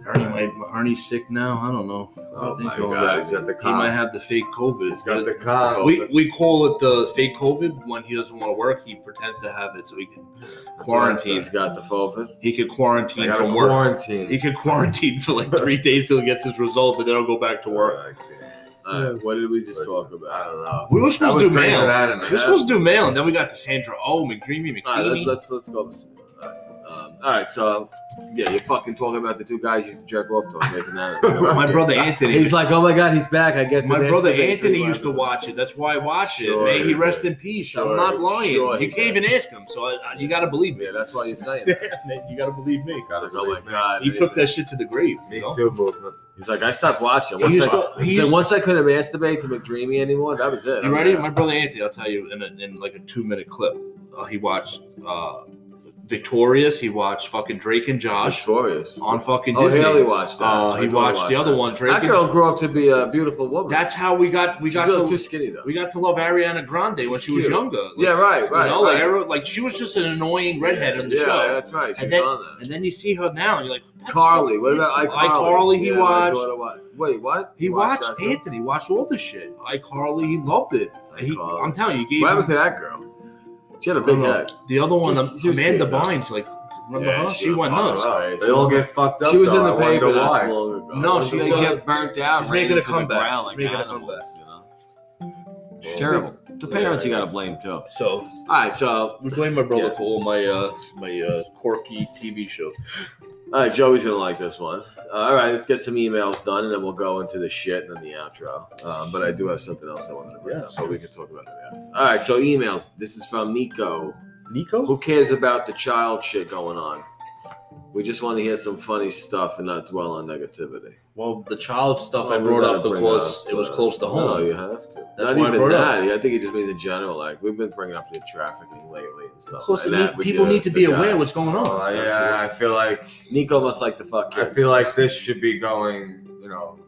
S2: Ernie, might, Ernie's sick now. I don't know. I
S3: Oh
S2: don't think
S3: my
S2: he'll-
S3: god, he's got the
S2: He might
S3: con.
S2: have the fake COVID.
S3: Ah. He's got the con.
S2: we, we call it the fake COVID. When he doesn't want to work, he pretends to have it so he can
S1: He's
S2: quarantine.
S1: got the COVID.
S2: He could
S3: They
S2: quarantine
S3: gotta
S2: from work.
S3: quarantine.
S2: He could quarantine for like three days till he gets his result, and then he'll go back to work.
S3: I can't.
S1: All right, what did we just
S3: Listen,
S1: talk
S3: I
S1: about?
S3: don't know.
S2: We were
S3: That
S2: supposed
S3: was
S2: to do
S3: Grey's
S2: mail.
S3: Anatomy.
S2: We were supposed to do mail, and then we got to Sandra. Oh, McDreamy,
S1: All right, let's
S2: McSteamy.
S1: let's, let's go. with some- All right. Um, all right, so yeah, you're fucking talking about the two guys you used to jerk off to. I'm making that.
S2: My brother Anthony.
S1: He's like, oh my god, he's back. I get to
S2: my
S1: masturbate
S2: brother
S1: three
S2: Anthony used to
S1: times.
S2: watch it. That's why I watched
S1: Sure
S2: it. May
S1: he
S2: he rest
S1: did.
S2: in peace.
S1: Sure
S2: I'm
S1: he-
S2: not lying.
S1: sure he
S2: you can't
S1: did.
S2: even ask him, so I, I- you got to believe me.
S1: Yeah, that's why you're saying. That.
S2: you got to believe me.
S1: It's like, oh my god,
S2: He took that shit to the grave.
S3: Me
S2: you know?
S3: too, movement.
S1: He's like, I stopped watching.
S2: He
S1: Once,
S2: used
S1: I,
S2: to- he
S1: he's
S2: used-
S1: like, once I couldn't masturbate to McDreamy anymore, that was it.
S2: You ready? My brother Anthony, I'll tell you in, a, in like a two minute clip. Uh, he watched uh, Victorious. He watched fucking Drake and Josh
S1: Victorious.
S2: on fucking
S1: Oh,
S2: Disney.
S1: Haley watched that.
S2: Uh,
S1: I
S2: he
S1: totally
S2: watched the other
S1: that.
S2: one, Drake.
S1: That
S2: and-
S1: girl grew up to be a beautiful woman.
S2: That's how we got we
S1: She's
S2: got
S1: really too
S2: to
S1: skinny though.
S2: we got to love Ariana Grande when
S1: She's
S2: she was
S1: cute.
S2: younger. Like,
S1: yeah, right, right.
S2: you know, like
S1: right.
S2: I wrote, like she was just an annoying redhead on the
S1: yeah,
S2: show.
S1: that's right. She's
S2: And then-
S1: on
S2: And
S1: that.
S2: then you see her now, and you're like, "That's
S1: Carly,
S2: fucking-
S1: what about iCarly?
S2: iCarly, he
S1: Yeah, my
S2: watched.
S1: daughter wa- Wait, what?
S2: He
S1: You
S2: watched
S1: that too?
S2: Anthony. Watched all this shit. iCarly, he loved it. He,
S1: iCarly.
S2: I'm telling you, he
S1: What happened
S2: gave him,
S1: to that girl? She had a
S2: I
S1: big
S2: don't know.
S1: head.
S2: the other one, um,
S1: She was- she was
S2: Amanda
S1: cute, though.
S2: Bynes. Like, remember her? She,
S1: was
S2: went
S1: fucking
S2: nuts.
S1: up.
S3: They all get fucked up.
S1: She was in
S3: though.
S1: the
S3: I wonder
S1: paper not
S3: why.
S1: too long ago.
S2: No,
S1: They
S2: she
S1: get
S2: was, uh,
S1: burnt out.
S2: she's
S1: ran
S2: making a
S1: into the
S2: comeback.
S1: ground
S2: She's making a
S1: animals, you know? It's
S3: Well,
S1: terrible. The
S3: yeah,
S1: parents
S3: I
S1: you gotta
S3: guess.
S1: blame too. All
S2: So
S1: right, so all
S2: we blame my brother
S1: Yeah.
S2: for all my uh, my uh, quirky TV show.
S1: right, Joey's gonna like this one. Uh, all right, let's get some emails done, and then we'll go into the shit and then the outro. Um, but I do have something else I wanted to bring
S2: Yeah,
S1: up, but we can talk about that after. All right, so emails. This is from Nico. Who
S2: Nico.
S1: cares about the child shit going on? We just want to hear some funny stuff and not dwell on negativity.
S2: Well, the child stuff I
S1: We
S2: brought
S1: gotta
S2: up
S1: Oh, bring
S2: because
S1: up,
S2: it was
S1: uh,
S2: close to home.
S1: No, you have to.
S2: That's
S1: not
S2: why I
S1: even
S2: brought it
S1: that.
S2: up.
S1: Yeah, I think it just means in general. Like we've been bringing up the trafficking lately and stuff.
S2: Of course,
S1: like
S2: it need-
S1: that with
S2: people
S1: the-
S2: need to
S1: the
S2: be
S1: guy.
S2: aware of what's going on.
S3: Oh, yeah, I feel like
S1: Nico must like the fuck.
S3: I
S1: kids.
S3: feel like this should be going, you know,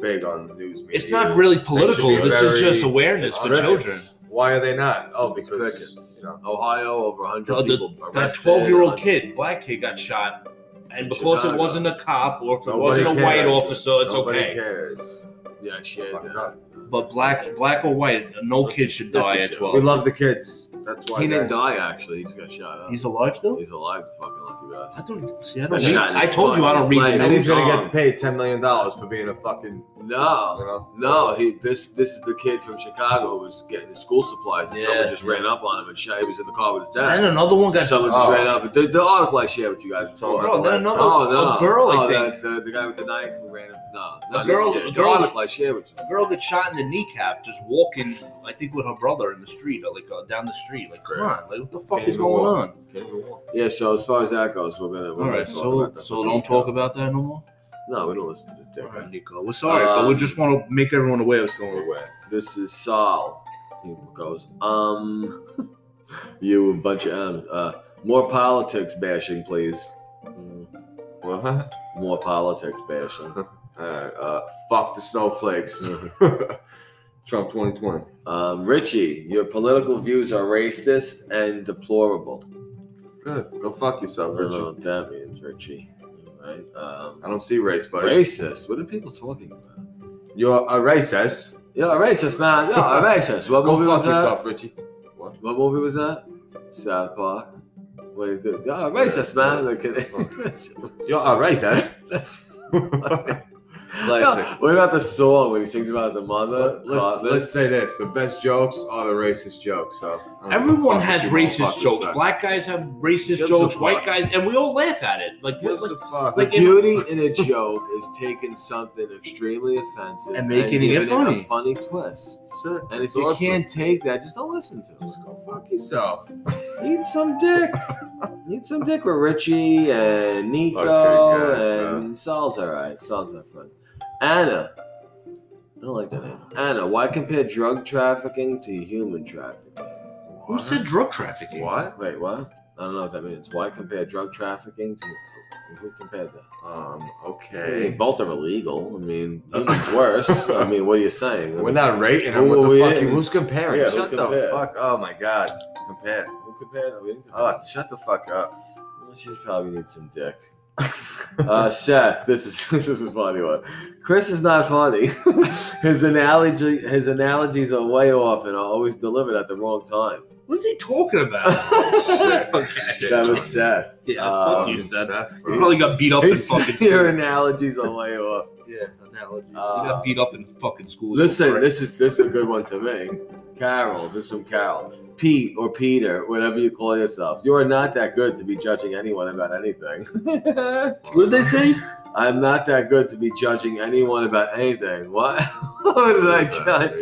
S3: big on news media.
S2: it's not really political.
S1: should be
S2: This is
S3: very
S2: just awareness for
S3: crickets.
S2: children.
S3: Why are they not? Oh,
S1: Crickets.
S3: because you know,
S1: Ohio over 100
S2: The- the-
S1: people.
S2: That
S1: arrested
S2: 12 year
S1: on-
S2: old kid, black kid, got shot. And because it
S1: Chicago.
S2: wasn't a cop or if it
S3: Nobody
S2: wasn't a
S3: cares.
S2: white officer, it's
S3: nobody
S2: okay.
S3: cares.
S1: Yeah, shit.
S3: Fucked
S1: yeah.
S3: up.
S2: But black, black or white, no
S1: That's-
S2: kid should
S1: that's
S2: die
S1: a
S2: at
S1: joke.
S3: We
S2: 12.
S3: love the kids. That's why
S1: He didn't
S3: they-
S1: die actually. He just got shot up. He's,
S2: He's alive still?
S1: alive. The fucking lucky
S2: I
S1: bastard.
S2: don't see. I
S1: That
S2: don't. Read,
S1: shot in
S2: I
S1: his
S2: told you I
S1: butt.
S2: don't
S1: It's
S2: read.
S1: like-
S2: the
S3: And he's
S2: news.
S3: gonna
S1: Wrong.
S3: get paid ten million dollars for being a fucking. You
S1: No.
S3: know.
S1: No, he this this is the kid from Chicago who was getting his school supplies and someone
S2: Yeah.
S1: just ran up on him and shot. He was in the car with his
S2: And
S1: dad.
S2: another one got.
S1: Someone just
S3: Oh.
S1: ran up. The, the article I shared with you guys was
S3: Talking
S1: all
S3: about
S2: Bro,
S3: the
S2: then
S3: last
S2: another-
S3: guy.
S1: Oh no,
S2: a girl, I
S1: Oh,
S2: think.
S1: the, the, the guy with the knife who ran. him- No, no,
S2: A
S1: this
S2: girl-
S1: kid.
S2: a
S1: The
S2: girl-
S1: article I shared with you.
S2: a girl got shot in the kneecap just walking, I think, with her brother in the street, or like uh, down the street. Like,
S3: Correct.
S2: come on, like what the fuck
S3: Can't
S2: is
S3: even
S2: going
S3: walk.
S2: on?
S3: Can't even walk.
S1: Yeah, so as far as that goes, we're gonna. We're
S2: All
S1: gonna
S2: right,
S1: talk
S2: so
S1: about that.
S2: so don't talk about that no more.
S1: No, we don't listen to this
S2: All
S1: dickhead.
S2: right, Nico, we're sorry, but we
S1: Um,
S2: just want to make everyone aware what's going on.
S3: Away.
S1: This is Saul. He goes, um, you a bunch of M's. Uh, more politics bashing, please. Mm,
S3: What? All
S1: More politics bashing.
S3: right. Uh, fuck the snowflakes. Trump 2020.
S1: Um, Richie, your political views are racist and deplorable.
S3: Good. Go fuck
S1: I
S3: yourself,
S1: don't know
S3: Richard.
S1: what that means, Richie. Right? Um,
S3: I don't see race, buddy.
S1: racist. What are people talking about?
S3: You're a racist.
S1: You're a racist, man. You're a racist. What
S3: Go
S1: movie was
S3: fuck
S1: that?
S3: yourself, Richie. What?
S1: What movie was that? South Park. Wait, dude, you're a racist, man. Like,
S3: You're a racist.
S1: That's-
S3: Classic.
S1: What about the song when he sings about the mother?
S3: let's,
S1: Carter?
S3: let's say this: the best jokes are the racist jokes. So I don't give a
S2: Everyone
S3: fuck
S2: has
S3: what you wanna
S2: racist
S3: fucking
S2: jokes.
S3: say.
S2: Black guys have
S3: Gives a
S2: racist jokes. White
S3: fuck.
S2: guys, and we all laugh at it. Like, we're
S3: Gives
S2: like
S3: a fuck.
S1: the
S2: like in-
S1: beauty in a joke is taking something extremely offensive
S2: And making it
S1: giving
S2: funny.
S1: a funny twist.
S3: That's it.
S1: And
S3: It's
S1: if you
S3: awesome.
S1: can't take that, just don't listen to it.
S3: just go fuck yourself.
S1: Eat some dick. Eat some dick with Richie and Nico
S3: Fucking guys,
S1: and Sal's alright. Sal's not fun. Anna. I don't like that name. Anna, why compare drug trafficking to human trafficking?
S2: who said drug trafficking?
S3: what?
S1: Wait, what? I don't know what that means. Why compare drug trafficking to who compared that?
S3: Um.
S1: I mean,
S3: Okay.
S1: both are illegal. I mean, human's worse. I mean, what are you saying? I mean,
S3: We're not rating
S1: Who
S3: him. What
S1: are we
S3: the fuck?
S1: in?
S3: you- Who's comparing?
S1: Oh, Yeah, who
S3: shut
S1: compare?
S3: the fuck. Oh my god. Compare.
S1: who compared? I mean,
S3: Oh, shut the fuck up.
S1: Well, she's probably needs some dick. uh, Seth, this is this is a funny one. Chris is not funny. his analogy, his analogies are way off and are always delivered at the wrong time.
S2: What is he talking about?
S1: that
S3: Shit.
S1: was Seth.
S2: yeah,
S1: Um,
S2: fuck you, Seth.
S3: bro.
S2: You probably got beat up in
S1: His-
S2: fucking
S1: your
S2: school.
S1: analogies are way off.
S3: Yeah.
S2: Analogies. You
S1: Uh,
S2: got beat up in fucking school.
S1: Listen,
S2: Right.
S1: this is this is a good one to me. Carol, this is from Carol. Pete or Peter, whatever you call yourself, you are not that good to be judging anyone about anything.
S2: What did they say?
S1: I'm not that good to be judging anyone about anything. What? what did I judge?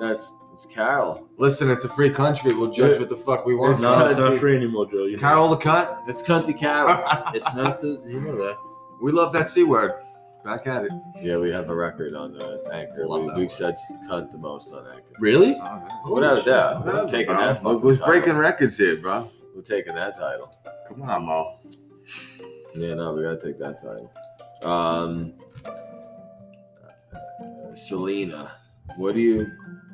S1: That's it's Carol.
S3: Listen, it's a free country. We'll judge what the fuck we want.
S1: It's No, it's not
S2: free anymore, Joe. You
S3: Carol the cunt.
S1: It's cunty Carol.
S2: it's not the you know that.
S3: We love that c word. Back at it.
S1: yeah, we have a record on uh, Anchor.
S3: Love
S1: We,
S3: that
S1: we've
S3: one.
S1: said cunt the most on Anchor.
S2: Really?
S1: Without a doubt,
S3: Whatever,
S1: we're taking
S3: bro.
S1: that.
S3: We're,
S1: fucking
S3: we're
S1: title.
S3: breaking records here, bro.
S1: We're taking that title.
S3: Come on, Mo.
S1: Yeah, no, we gotta take that title. Um, uh, Selena, what do you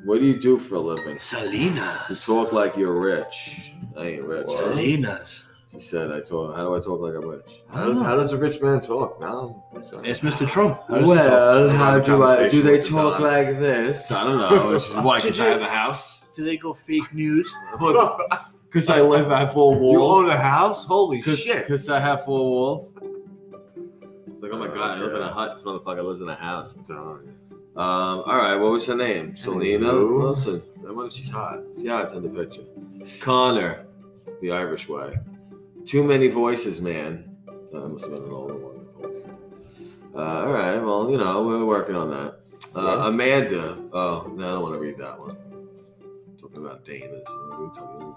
S1: what do you do for a living? You
S2: Salinas.
S1: talk like you're rich. I ain't rich.
S2: Salinas.
S1: She said, "I talk. How do I talk like I'm rich?"
S3: How does, how does a rich man talk? No. I'm sorry.
S2: It's Mr. Trump.
S3: How does he talk? Have a conversation with the Don.
S1: like this? I don't
S3: know. It's
S1: why?
S2: 'cause I have a
S1: house.
S2: Do they go fake news?
S1: Because I live. I have four
S3: You own
S1: walls.
S3: a house? Holy shit.
S1: Because I have four walls. It's like, oh my
S3: Oh,
S1: god, I live in a
S3: yeah.
S1: hut. This motherfucker lives in a house.
S3: So,
S1: Um, all right, what was her name? Selena
S3: Hello.
S1: Wilson. I wonder if she's hot. Yeah, it's in the picture. Connor, the Irish way. Too many voices, man. That must have been an older one. Uh, all right, well, you know, we're working on that. Uh, Amanda. Oh, no, I don't want to read that one. talking about Dana's.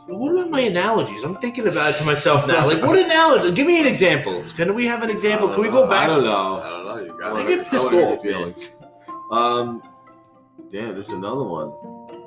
S2: What about my analogies? I'm thinking about it to myself now. Like, what analogy? Give me an example. Can we have an example? Can we go back?
S1: I don't
S3: I
S1: know.
S3: don't know. You
S1: I
S3: got
S1: wanna-
S2: They get
S1: I
S2: pissed
S1: wanna hurt your
S2: off, man.
S1: feelings. Um, damn, there's another one.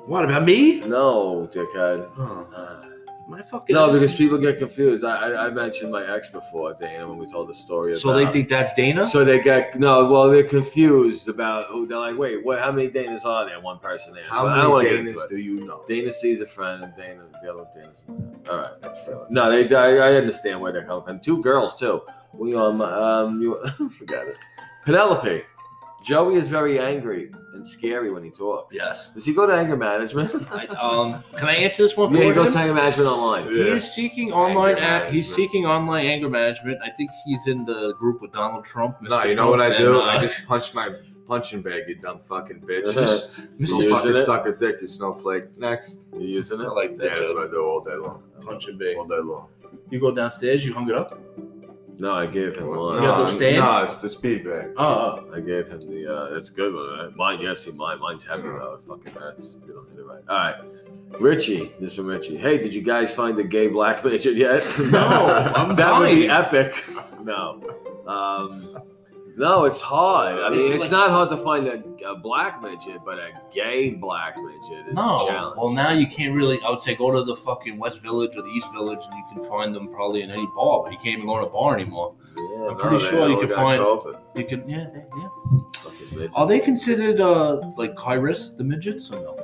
S2: What about me?
S1: No, dickhead.
S2: Oh,
S1: Uh,
S2: my fucking.
S1: No, because people get confused. I, I, I mentioned my ex before, Dana, when we told the story.
S2: so they
S1: about,
S2: think that's Dana.
S1: So they get no. Well, they're confused about who. They're like, wait, what? How many Danas are there? One person there.
S3: How
S1: But I don't wanna
S3: many
S1: get into
S3: Danas
S1: it.
S3: do you know?
S1: Dana sees a friend, and Dana, the other Dana's. All right. No, they. I, I understand where they're coming from. Two girls too. We um um you forget it. Penelope, Joey is very angry and scary when he talks.
S2: Yes.
S1: Does he go to anger management?
S2: I, um, can I answer this one?
S1: yeah, he
S2: for
S1: goes
S2: him?
S1: to anger management online.
S2: He
S3: Yeah.
S2: is seeking online.
S3: Anger
S2: a- he's
S3: management.
S2: seeking online anger management. I think he's in the group with Donald Trump. Mr.
S3: No, you know
S2: Trump,
S3: what I
S2: and,
S3: do?
S2: uh,
S3: I just punch my punching bag, you dumb fucking bitch.
S1: You're
S3: Go
S1: using
S3: fucking
S1: it.
S3: suck a dick, you snowflake. Next.
S1: You're using it.
S2: I like
S3: Yeah,
S2: that.
S3: that's what I do all day long.
S2: Punch a big.
S3: All day long.
S2: You go downstairs. You hung it up.
S1: No, I gave him
S3: Well,
S1: mine.
S2: You got those stand?
S3: nah, it's the speed bag.
S2: Oh,
S1: I gave him the. Uh, that's a good one. Right? Mine, yes, see mine. Mine's heavy
S3: Yeah.
S1: though. It fucking hurts. if You don't hit it right. All right, Richie. This from Richie. Hey, did you guys find the gay black midget yet?
S2: No, I'm
S1: that would be
S2: dying.
S1: epic. No, um, no, it's hard. I mean, it's not hard to find a, a black midget, but a gay black midget is
S2: no.
S1: a challenge.
S2: Well, now you can't really. I would say go to the fucking West Village or the East Village, and you can find them probably in any bar. But you can't even go to a bar anymore.
S1: Yeah,
S2: I'm pretty
S1: they
S2: sure you
S1: all
S2: could
S1: got
S2: find-
S1: COVID.
S2: You can, yeah, they- yeah.
S1: Fucking midgets.
S2: Are they considered uh like high risk the midgets or no?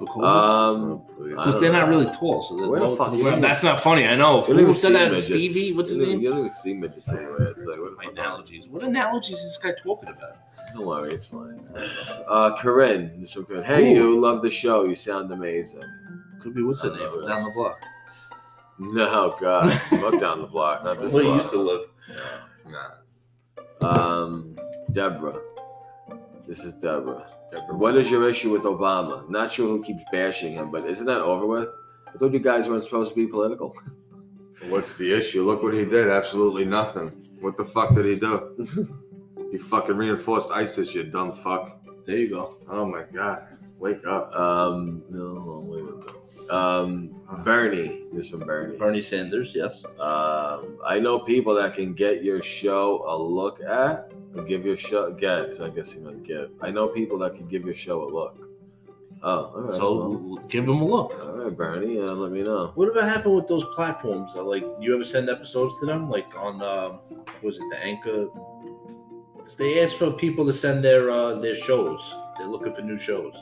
S2: For COVID?
S1: Um,
S3: Please.
S1: I
S2: Because
S1: don't
S2: they're not
S1: know.
S2: really tall, so they're
S1: Where the
S2: no-
S1: fuck-
S2: well, that's not funny. I know.
S1: you don't even
S2: Who
S1: see
S2: said that?
S1: midgets.
S2: Stevie? What's his
S1: You don't-
S2: name?
S1: You don't even see midgets anyway. It's like what the
S2: My
S1: fuck?
S2: analogies. What analogies is this guy talking about?
S1: Don't worry, it's fine. Uh, Corinne, this is from Corinne. Hey,
S2: Ooh.
S1: you love the show. You sound amazing.
S2: Could be what's
S1: I
S2: the
S1: don't
S2: name?
S1: know who
S2: Down the block.
S1: No, God, look down the block, not this
S2: Where you
S1: block.
S2: used to live.
S3: Nah,
S1: Um, Deborah, this is Deborah.
S3: Deborah.
S1: What is your issue with Obama? Not sure who keeps bashing him, but isn't that over with? I thought you guys weren't supposed to be political.
S3: What's the issue? Look what he did. Absolutely nothing. What the fuck did he do? he fucking reinforced ISIS, you dumb fuck.
S2: There you go.
S3: Oh my god. Wake up.
S1: Um, no, wait a minute. Um, Bernie, this is from Bernie.
S2: Bernie Sanders, yes.
S1: Um, I know people that can get your show a look at, or give your show get. 'cause I guess you meant give. I know people that can give your show a look. Oh, all right,
S2: So
S1: well,
S2: l- give him a look.
S1: all right, Bernie. Uh, let me know.
S2: Whatever happened with those platforms? That, like, you ever send episodes to them? Like on, um, what was it the Anchor? They ask for people to send their uh, their shows. They're looking for new shows.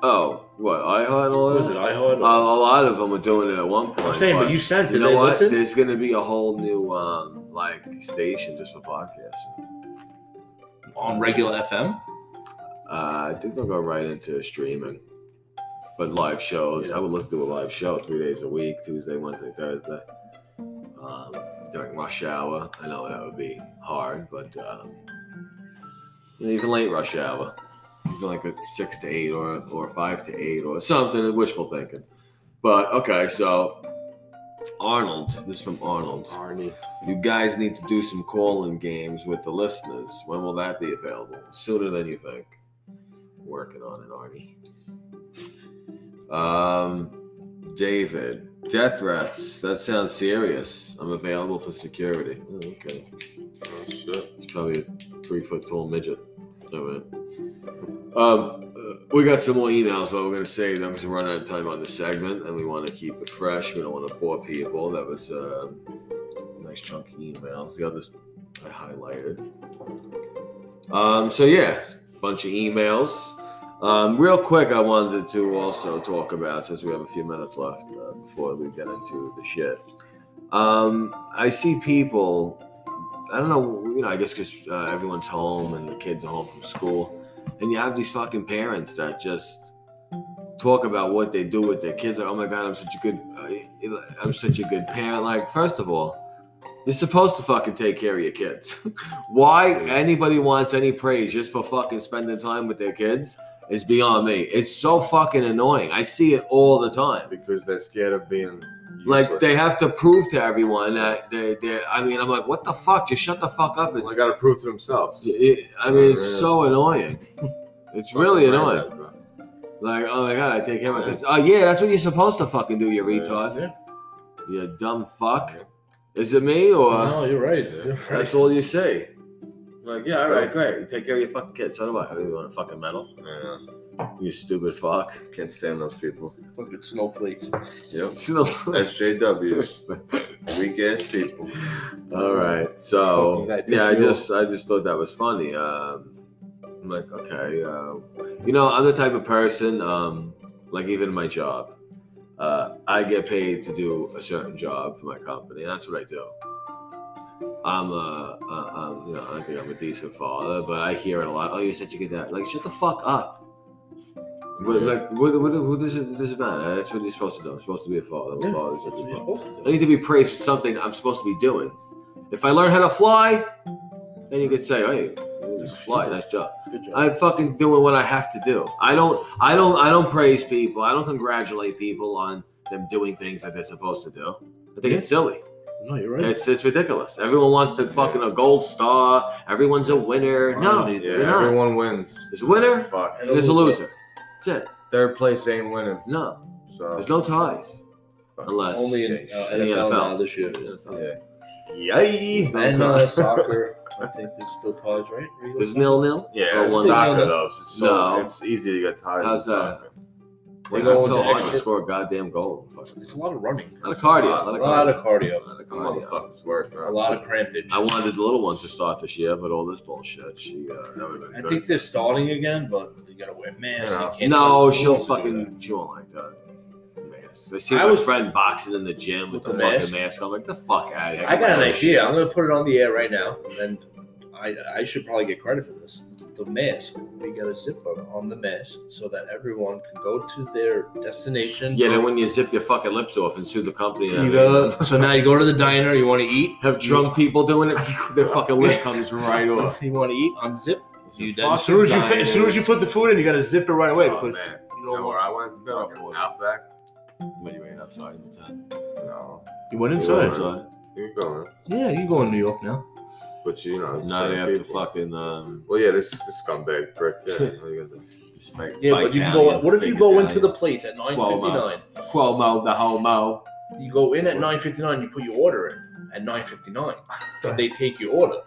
S1: Oh, what iHeart? and All
S2: What
S1: that?
S2: was it? iHeart.
S1: Uh,
S2: or-
S1: a lot of them are doing it at one point.
S2: I'm saying, but you sent. Did
S1: you know
S2: they
S1: what?
S2: listen?
S1: There's going to be a whole new um, like station just for podcasts.
S2: on regular FM.
S1: Uh, I think they'll go right into streaming, but live shows. I would listen to a live show three days a week: Tuesday, Wednesday, Thursday. Um, during rush hour, I know that would be hard, but um, even late rush hour, even like a six to eight or or five to eight or something. Wishful thinking, but okay. So Arnold, this is from Arnold.
S3: Arnie.
S1: You guys need to do some call-in games with the listeners. When will that be available? Sooner than you think. Working on it, Arnie. Um, David, death threats. That sounds serious. I'm available for security. Oh, okay,
S3: Oh shit.
S1: it's probably a three-foot-tall midget. All right. Um, uh, we got some more emails, but we're gonna save them because we're running out of time on this segment, and we want to keep it fresh. We don't want to bore people. That was uh, nice chunky emails. The others I highlighted. Um, so yeah, bunch of emails. Um, real quick, I wanted to also talk about since we have a few minutes left uh, before we get into the shit. Um, I see people. I don't know. You know, I guess because uh, everyone's home and the kids are home from school and you have these fucking parents that just talk about what they do with their kids. Like, oh my god, I'm such a good, I- I'm such a good parent. Like, first of all, you're supposed to fucking take care of your kids. Why anybody wants any praise just for fucking spending time with their kids is beyond me. It's so fucking annoying. I see it all the time.
S3: Because they're scared of being
S1: Like
S3: useless.
S1: they have to prove to everyone that they, they. I mean, I'm like, what the fuck? Just shut the fuck up and
S3: Well, they gotta prove to themselves.
S1: it, I mean, it's so
S3: Yes.
S1: annoying. It's really
S3: Fucking
S1: annoying.
S3: right, bro.
S1: Like, oh my god, I take care of my kids. Oh yeah, that's what you're supposed to fucking do, you
S3: Yeah.
S1: retard.
S2: Yeah.
S1: You dumb fuck.
S3: Yeah.
S1: Is it me or
S2: no, you're right.
S3: Yeah.
S2: You're right.
S1: that's all you say? Like, yeah, all right,
S3: Sure.
S1: great. You take care of your fucking kids. So do I. I don't want a fucking medal.
S3: uh, Yeah.
S1: You stupid fuck.
S3: Can't stand those people.
S2: Fucking snowflakes.
S3: Yep.
S1: So-
S3: SJWs. Weak ass people.
S1: all right. So
S2: Fucking that
S1: yeah, I
S2: pissed me
S1: just I just thought that was funny. Um, I'm like, okay, uh, you know, I'm the type of person. Um, like even my job, uh, I get paid to do a certain job for my company, and that's what I do. I'm a, a, I'm, you know, I think I'm a decent father, but I hear it a lot. Oh, you're such a good dad. Like, shut the fuck up. What,
S3: Yeah.
S1: Like, what, what, what does it does it matter? That's what you're supposed to do. I'm supposed to be a father. I'm a
S2: Yeah.
S1: father. I'm supposed to be a father. I
S2: Well,
S1: need to be praised for something I'm supposed to be doing. If I learn how to fly, then you could say, "Hey, you fly, nice job."
S2: Good job.
S1: I'm fucking doing what I have to do. I don't, I don't, I don't praise people. I don't congratulate people on them doing things that they're supposed to do. I think it's silly.
S2: No, you're right.
S1: It's it's ridiculous. Everyone wants to fucking a gold star. Everyone's a winner. No,
S2: Yeah,
S1: they're
S3: Yeah,
S1: not.
S3: everyone wins.
S1: There's a winner.
S3: Fuck.
S1: and There's a loser. That's it.
S3: Third place ain't winning.
S1: No,
S3: So
S1: there's no ties unless
S2: Only in,
S3: shit.
S2: uh,
S1: in the
S2: NFL, now
S1: NFL
S2: this year.
S1: Yeah.
S3: Yay!
S2: And uh, soccer, I think there's still ties, right?
S1: There's nil nil.
S3: Yeah,
S1: one-
S3: soccer though. It's, so,
S1: No.
S3: it's easy to get tired.
S1: How's
S3: in
S1: that?
S3: soccer.
S1: It's
S2: We're
S1: just
S2: going
S1: so
S2: to
S1: hard to
S2: extra-
S1: score a goddamn goal. Fucking-
S2: It's a lot of running.
S1: A lot of cardio.
S2: A lot of cardio.
S1: A lot of cardio.
S3: Motherfuckers work,
S2: A
S3: bro.
S2: lot of crampage.
S1: I wanted the little one to start this year, but all this bullshit. She, uh, that would have
S2: I
S1: been good.
S2: think they're starting again, but you gotta wear masks.
S3: Yeah.
S2: You can't
S1: no,
S2: trust the
S1: she'll
S2: rules to do that.
S1: fucking. She won't like that. Mask. I see
S2: I
S1: my
S2: was-
S1: friend boxing in the gym with,
S2: With
S1: the,
S2: the
S1: fucking mask. I'm like, the fuck out of here.
S2: I got an idea. I'm gonna put it on the air right now, and then I I should probably get credit for this. The mask. We got a zipper on the mask so that everyone can go to their destination.
S1: Yeah, then when you zip your fucking lips off and sue the company, uh,
S2: Eat up. so now you go to the diner. You want to eat?
S1: have drunk people doing it, their fucking lip comes right off.
S2: You want to eat? Unzip.
S1: You
S2: Then as soon as you fi- as soon as you put the food in, you gotta zip it right away
S1: Oh,
S2: because
S3: man.
S2: you
S3: You
S2: don't
S3: know where
S2: want.
S3: I went?
S1: No,
S3: Fucking
S1: for-
S3: Outback?
S1: What you ain't outside in the time?
S3: No.
S2: You went
S3: You
S2: inside.
S3: went
S1: Outside.
S3: You're going.
S2: Yeah, you go in New York now.
S3: But you know.
S1: Now
S3: same
S1: they have to
S3: people.
S1: fucking um.
S3: Well, yeah, this this scumbag prick. Yeah, what you gonna do?
S1: this fake-
S2: Yeah,
S1: fake
S2: but you can
S1: Italian,
S2: go. What if you
S1: fake
S2: go into the
S1: Italian.
S2: place at nine
S1: Well,
S2: fifty nine?
S1: Cuomo, the homo?
S2: You go in at nine fifty nine. You put your order in at nine fifty nine. Then they take your order.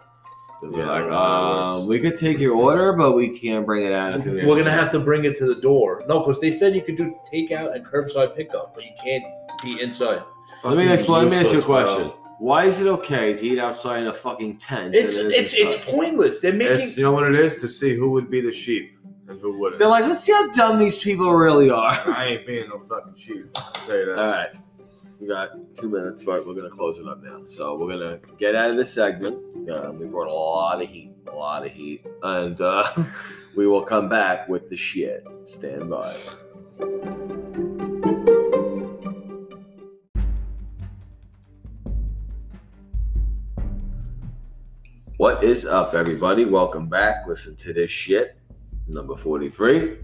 S1: Yeah,
S3: They're
S1: like,
S3: "Ah,
S1: um, we could take your order, but we can't bring it out. It's gonna be-
S2: We're gonna have to bring it to the door. No, because they said you could do takeout and curbside pickup, but you can't be inside.
S1: Let me
S3: fucking
S1: explain. Let me ask you a
S3: useless, bro.
S1: question. Why is it okay to eat outside in a fucking tent?
S2: It's
S1: and
S2: it's
S1: inside?
S2: it's pointless. They're making
S3: It's you know what it is to see who would be the sheep and who wouldn't.
S1: They're like, let's see how dumb these people really are.
S3: I ain't being no fucking sheep. I'll tell you that.
S1: All right. We got two minutes, but we're going to close it up now. So we're going to get out of this segment. Uh, we brought a lot of heat, a lot of heat. And uh, we will come back with the shit. Stand by. What is up, everybody? Welcome back. Listen to this shit, number 43.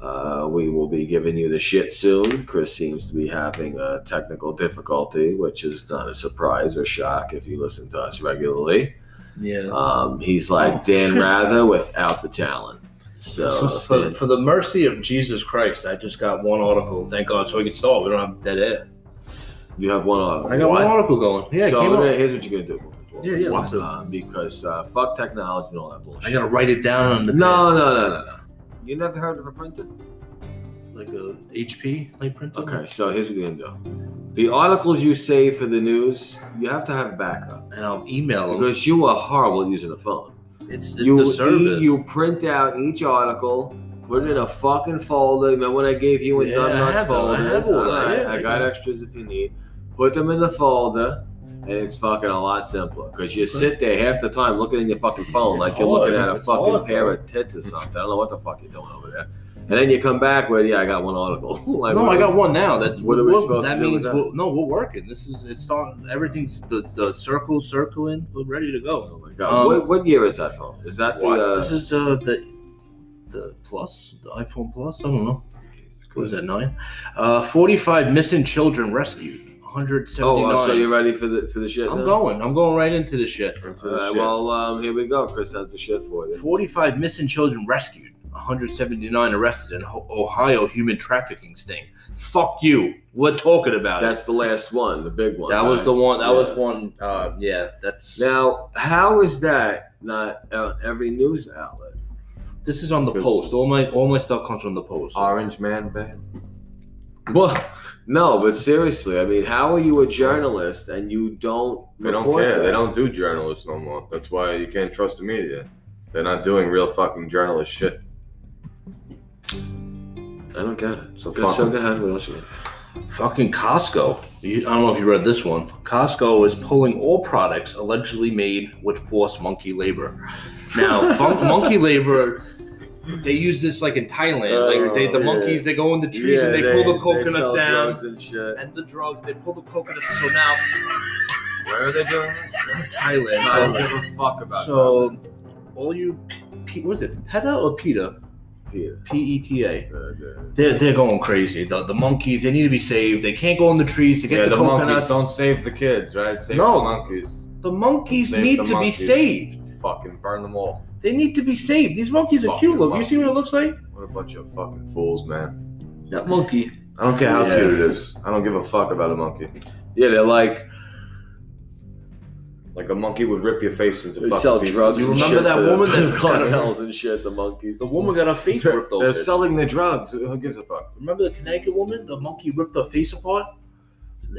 S1: Uh, we will be giving you the shit soon. Chris seems to be having a technical difficulty, which is not a surprise or shock if you listen to us regularly.
S2: yeah.
S1: Um, he's like
S2: Oh,
S1: Dan
S2: shit.
S1: Rather without the talent. So,
S2: So for,
S1: Stan-
S2: for the mercy of Jesus Christ, I just got one article. Thank God, so we can start. We don't have dead air.
S1: you have one on.
S2: I got one article going. Yeah, it
S1: so
S2: came
S1: here-
S2: up.
S1: here's what you're gonna do. moving forward.
S2: Yeah, yeah,
S1: What?
S2: let's do it.
S1: Uh, because uh, fuck technology and all that bullshit.
S2: I gotta write it down on the
S1: no, no, no, no, no. You never heard of a printer?
S2: like a HP like printer.
S1: Okay, so here's what you're gonna do. The articles you save for the news, you have to have a backup.
S2: and I'll email them.
S1: Because you are horrible at using a phone.
S2: It's, it's
S1: you,
S2: the service.
S1: you print out each article, put it in a fucking folder. Remember when I gave you a
S2: Yeah,
S1: dumb
S2: I
S1: nuts
S2: have them. I
S1: folder?
S2: have all that. Yeah,
S1: I
S2: I
S1: got
S2: do.
S1: extras if you need. Put them in the folder, and it's fucking a lot simpler. Because you sit there half the time looking in your fucking phone
S2: It's
S1: like you're
S2: hard,
S1: looking at a
S2: it's
S1: fucking
S2: hard,
S1: pair
S2: bro.
S1: of tits or something. I don't know what the fuck you're doing over there. And then you come back with, yeah, I got one article. Like,
S2: no,
S1: what
S2: I
S1: is-
S2: got one now. That's
S1: What are we supposed
S2: that
S1: to do with
S2: means
S1: that?
S2: we'll, no, we're working. This is it's on everything's the the circle circling. We're ready to
S1: Oh
S2: go.
S1: my God.
S2: Um,
S1: what, what year is that phone? Is that the.
S3: What?
S1: Uh,
S2: This is uh the the plus the iPhone plus. I don't know. What was that nine? Uh, forty five missing children rescued. One hundred seventy
S1: oh,
S2: nine.
S1: uh, so you're ready for the for the shit?
S2: I'm
S1: now?
S2: going. I'm going right into this shit.
S3: Into
S1: All
S3: the
S1: right,
S3: Oh, shit.
S1: well, um, here we go. Chris has the shit for you.
S2: Forty five missing children rescued. 179 arrested in Ho- Ohio human trafficking sting. Fuck you. We're talking about it.
S1: That's the last one, the big one.
S2: That was the one. That
S1: Yeah.
S2: was one. Uh, yeah, that's
S1: Now, how is that not on every news outlet?
S2: This is on the post. All my all my stuff comes from the post.
S3: Orange man band.
S1: Well, no, but seriously, I mean, how are you a journalist and you don't?
S3: They don't
S1: report
S3: care.
S1: that?
S3: They don't do journalists no more. That's why you can't trust the media. They're not doing real fucking journalist shit.
S1: I don't get it. So,
S3: fuck
S1: so
S3: them.
S1: go ahead. What else you got?
S2: Fucking Costco. You, I don't know if you read this one. Costco is pulling all products allegedly made with forced monkey labor. Now, fun- monkey labor. They use this like in Thailand. like they, the
S1: Oh, yeah.
S2: monkeys, they go in the trees and they, pull the coconuts
S1: sell
S2: down
S1: drugs and shit.
S2: and the drugs. They pull the coconuts. So now
S3: Where are they doing this?
S2: Thailand.
S3: I don't
S2: Thailand.
S3: give a fuck about
S2: So, all you, p- p- what is it PETA or PETA?
S1: Peter.
S2: PETA.
S1: Uh, the-
S2: They're, they're going crazy. The, the monkeys, they need to be saved. They can't go in the trees to get
S3: yeah,
S2: the,
S3: the, monkeys
S2: coconuts.
S3: don't save the kids, right? Save
S2: No.
S3: the monkeys.
S2: the monkeys
S3: Save
S2: need
S3: the
S2: to be
S3: monkeys.
S2: saved.
S3: Fucking burn them all.
S2: They need to be saved. These monkeys are cute.
S3: Fucking
S2: Look, you see what it
S3: monkeys.
S2: looks like?
S3: What a bunch of fucking fools, man.
S2: That monkey.
S3: I don't care how
S1: Yeah.
S3: cute it is. I don't give a fuck about a monkey.
S1: Yeah, they're like
S3: Like a monkey would rip your face into
S1: they
S3: fucking
S1: sell
S3: pieces.
S1: drugs.
S2: You
S1: and
S2: remember
S1: shit
S2: that
S1: for
S2: woman
S1: the
S2: that-
S1: cartels and shit? The monkeys.
S2: The woman got her face
S3: They're,
S2: ripped
S3: they're
S2: open.
S3: selling their drugs. Who gives a fuck?
S2: Remember the Connecticut woman? The monkey ripped her face apart.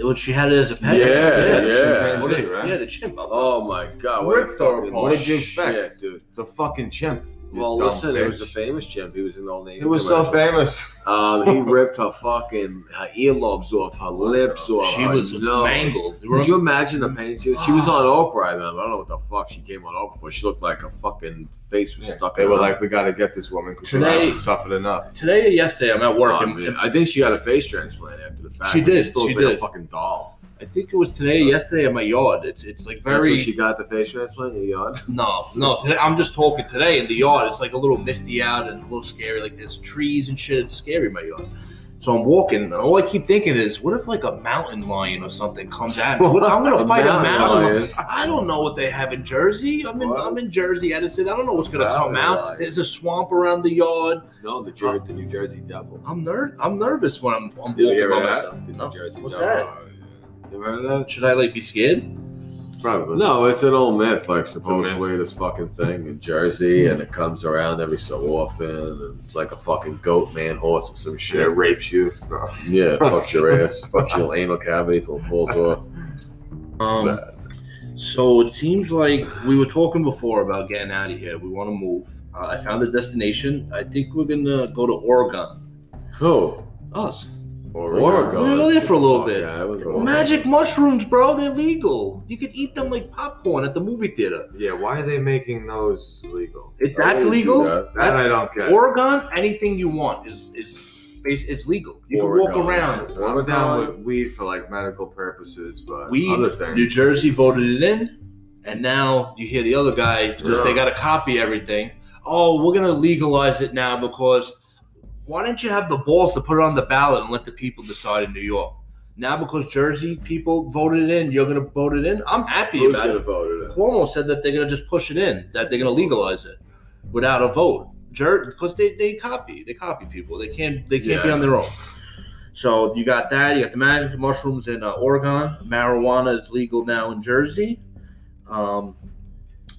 S2: What she had it as a pet.
S1: Yeah,
S2: yeah.
S1: yeah.
S2: What
S3: Chimpanzee,
S2: did-
S3: right?
S2: yeah, the chimp.
S1: Oh my god! What, a
S3: Ripped her
S1: fucking,
S3: apart. What did you
S1: shit,
S3: expect?
S1: dude?
S3: It's a fucking chimp. you
S1: Well,
S3: dumb
S1: listen, it was
S3: bitch.
S1: a famous chimp. He was in all name.
S3: It was so famous.
S1: Um, he ripped her fucking her earlobes off, her lips off.
S2: Oh, she
S1: her
S2: was
S1: nose.
S2: mangled.
S1: Could you imagine the pain she was? She was on Oprah, I remember. I don't know what the fuck she came on Oprah for. She looked like her fucking face was stuck.
S3: They
S1: in
S3: were
S1: her-
S3: like, we gotta get this woman because
S2: Today-
S3: she suffered enough.
S2: Today or yesterday, I'm at
S1: Oh,
S2: work. and-
S1: man. I think she got a face transplant after the fact.
S2: She
S1: but it
S2: did,
S1: Still looks
S2: she
S1: like a
S2: did.
S1: fucking doll.
S2: I think it was today or yesterday at my yard. It's it's like
S1: That's
S2: very
S1: when she got the face transplant in the yard.
S2: No, no. Today, I'm just talking today in the yard. It's like a little misty out and a little scary. Like there's trees and shit. It's scary in my yard. So I'm walking, and all I keep thinking is, what if like a mountain lion or something comes at me? What, I'm gonna fight a mountain. lion. I don't know what they have in Jersey. I'm in, I'm in Jersey, Edison. I don't know what's gonna
S1: Mountain
S2: come out.
S1: lion.
S2: There's a swamp around the yard.
S1: No, the, Jer- the New Jersey Devil.
S2: I'm ner- I'm nervous when I'm, I'm walking
S1: You ever
S2: by
S1: heard of
S2: myself.
S1: that? The
S2: No.
S1: New Jersey
S2: What's
S1: Devil. Oh,
S2: that?
S1: You ever heard of that?
S2: Should I like be scared?
S3: Probably.
S1: No, it's an old myth. Like
S3: a myth. Hmm.
S1: supposedly this fucking thing in Jersey, and it comes around every so often, and it's like a fucking goat man horse or some
S3: It
S1: shit.
S3: rapes you. No.
S1: Yeah, fucks your ass, fucks your anal cavity till it falls off.
S2: Um, so it seems like we were talking before about getting out of here. We want to move. Uh, I found a destination. I think we're gonna go to Oregon.
S3: Oh,
S1: Who?
S2: Us.
S3: Or
S1: Oregon.
S2: We were there for a little
S1: Fuck
S2: bit.
S1: Yeah, I was Oregon.
S2: Magic mushrooms, bro. They're legal. You could eat them like popcorn at the movie theater.
S3: Yeah, why are they making those legal?
S2: If
S1: I
S2: that's
S1: wouldn't do
S2: legal,
S1: that.
S3: That I don't get.
S2: Oregon, anything you want is is is, is legal. You can
S1: Oregon.
S2: walk around.
S1: Yes.
S3: I'm down with weed for like medical purposes, but
S2: We
S3: other things.
S2: New Jersey voted it in, and now you hear the other guy because they got to copy everything. Oh, we're gonna legalize it now because why don't you have the balls to put it on the ballot and let the people decide in New York? Now because Jersey people voted it in, you're gonna vote it in. I'm happy
S1: Who's
S2: about
S1: gonna
S2: it.
S1: vote it? in?
S2: Cuomo said that they're gonna just push it in, that they're gonna legalize it without a vote. Jer- because they, they copy, they copy people. They can't they can't be
S1: Yeah.
S2: on their own. So you got that. You got the magic mushrooms in uh, Oregon. Marijuana is legal now in Jersey. Um,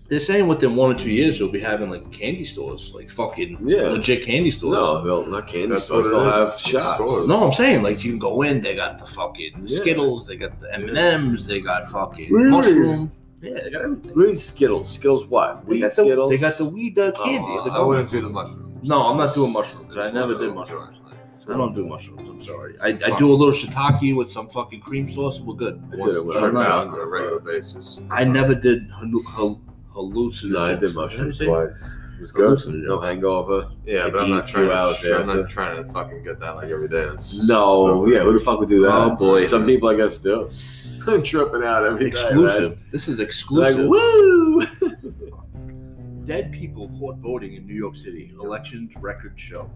S2: they're saying within one or two years you'll be having like candy stores, like fucking
S1: Yeah.
S2: legit candy stores.
S1: No, they'll not candy
S3: That's
S1: stores.
S3: what it
S1: They'll have
S3: is. It's
S1: shops.
S3: stores.
S2: No, I'm saying like you can go in. They got the fucking
S1: Yeah.
S2: Skittles. They got the M and M's. They got fucking
S1: Really?
S2: mushroom. Yeah, they got everything.
S1: Weed Skittles. Skittles what?
S2: They
S1: Weed
S2: got, the,
S1: Skittles.
S2: they got the weed uh, candy.
S1: Oh,
S2: The
S3: I wouldn't do the mushrooms.
S2: No, I'm not doing mushrooms. I
S3: Just
S2: never
S3: one of
S2: did
S3: those
S2: mushrooms.
S3: joints, like,
S2: I don't do mushrooms. I'm sorry. I, I
S3: Fuck.
S2: do a little shiitake with some fucking cream sauce. We're good.
S1: I did
S3: Once
S1: it when
S3: a
S1: I was
S3: trip out on
S1: younger,
S3: a regular basis.
S2: I never did hallu- hal- hallucinogens.
S1: No, I did mushrooms
S2: Did I say-
S1: twice. It was good.
S2: Hallucinogens.
S1: No hangover.
S3: Yeah,
S1: Could
S3: but I'm
S1: eat
S3: not trying.
S1: you out
S3: To, I'm
S1: after.
S3: not trying to fucking get that like every day. It's
S1: No, yeah, who the fuck would do that?
S2: Oh, boy.
S1: Some people, I guess, do. I'm tripping out every day,
S2: Exclusive.
S1: man.
S2: This is
S1: Like,
S2: exclusive.
S1: woo!
S2: Dead people caught voting in New York City. Elections record show.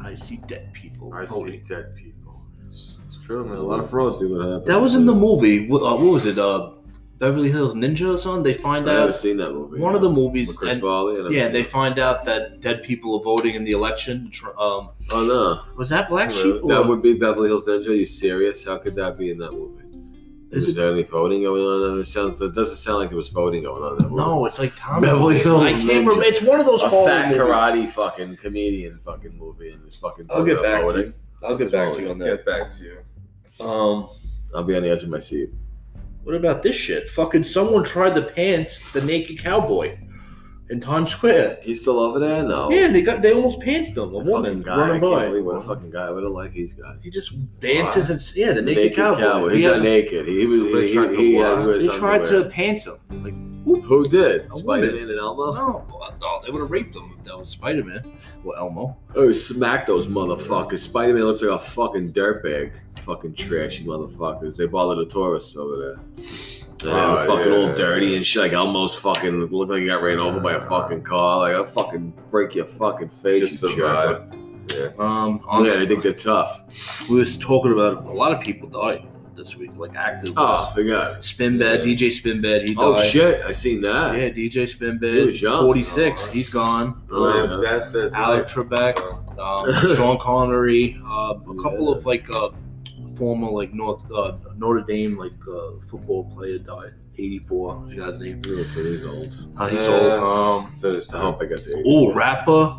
S2: I see dead people
S3: I
S2: voting.
S3: see dead people. It's, it's true, man. A lot of frauds.
S1: See what happens.
S2: That was in the movie. wh- Uh, what was it? Uh, Beverly Hills Ninja or something? They
S1: I
S2: find
S1: never
S2: out.
S1: seen that movie.
S2: uh, One of the movies.
S1: With Chris
S2: and-
S1: Farley. I never
S2: yeah,
S1: seen
S2: they
S1: it.
S2: find out that dead people are voting in the election. Tr- Um,
S1: Oh
S2: was that Black
S1: no,
S2: Sheep? or-
S1: that would be Beverly Hills Ninja. Are you serious? How could that be in that movie?
S2: Is
S1: Is, there any voting going on? It sounds. It doesn't sound like there was voting going on in that movie.
S2: No, it's like Tom.
S1: Beverly Hills
S2: I can't
S1: Ninja.
S2: remember. It's one of those
S1: a
S2: horror
S1: fat
S2: movies.
S1: karate fucking comedian fucking movie and this fucking.
S2: I'll get
S1: voting
S2: back
S1: voting.
S2: to you. I'll get back to you on that.
S3: Get back to you.
S2: Um,
S1: I'll be on the edge of my seat.
S2: what about this shit? Fucking someone tried the pants the naked cowboy in Times Square.
S1: He's still over there? No.
S2: Yeah, they got they almost pantsed him. A
S1: What a
S2: woman
S1: fucking guy. I
S2: running
S1: can't
S2: by.
S1: believe what a fucking guy. What a life he's got.
S2: He just dances and yeah, the naked,
S1: naked
S2: cowboy.
S1: cowboy. He's
S2: He
S1: not
S2: has-
S1: naked. He was.
S3: Somebody
S1: He,
S3: tried to
S1: he, he had
S3: lie.
S1: his
S2: they tried
S1: underwear.
S2: to pants him. Like,
S1: Who did?
S2: A
S1: Spider Man
S2: woman.
S1: and Elmo?
S2: no, no, they would have raped him if that was Spider Man. Well, Elmo.
S1: Oh, smack those motherfuckers. Spider Man looks like a fucking dirtbag. Fucking trashy motherfuckers. They bother the tourists over there. And they were
S3: Oh,
S1: fucking
S3: yeah.
S1: all dirty and shit. Like almost fucking looked like he got ran over by a fucking car. Like I'll fucking break your fucking face.
S3: Just
S1: you jerk.
S3: survived. Yeah.
S2: Um,
S1: Yeah,
S2: honestly,
S1: they think they're tough.
S2: we was talking about a lot of people died this week, like active.
S1: Oh, I forgot.
S2: Spinbed, DJ Spinbed, he died.
S1: Oh shit, I seen that.
S2: Yeah,
S1: He
S2: DJ Spinbed,
S1: was young.
S2: forty six, he's gone.
S1: Oh,
S3: Live
S1: yeah.
S3: death is
S2: Alec
S3: life.
S2: Trebek,
S3: So,
S2: um, Sean Connery, uh, a couple of like uh, former like North uh, Notre Dame like uh, football player died, eighty four. You guys name?
S1: Yeah, so he's old.
S2: Uh, he's
S3: yeah,
S2: old.
S3: that's-
S2: Um,
S3: to this
S1: I
S3: time.
S1: hope I got the.
S2: oh, rapper,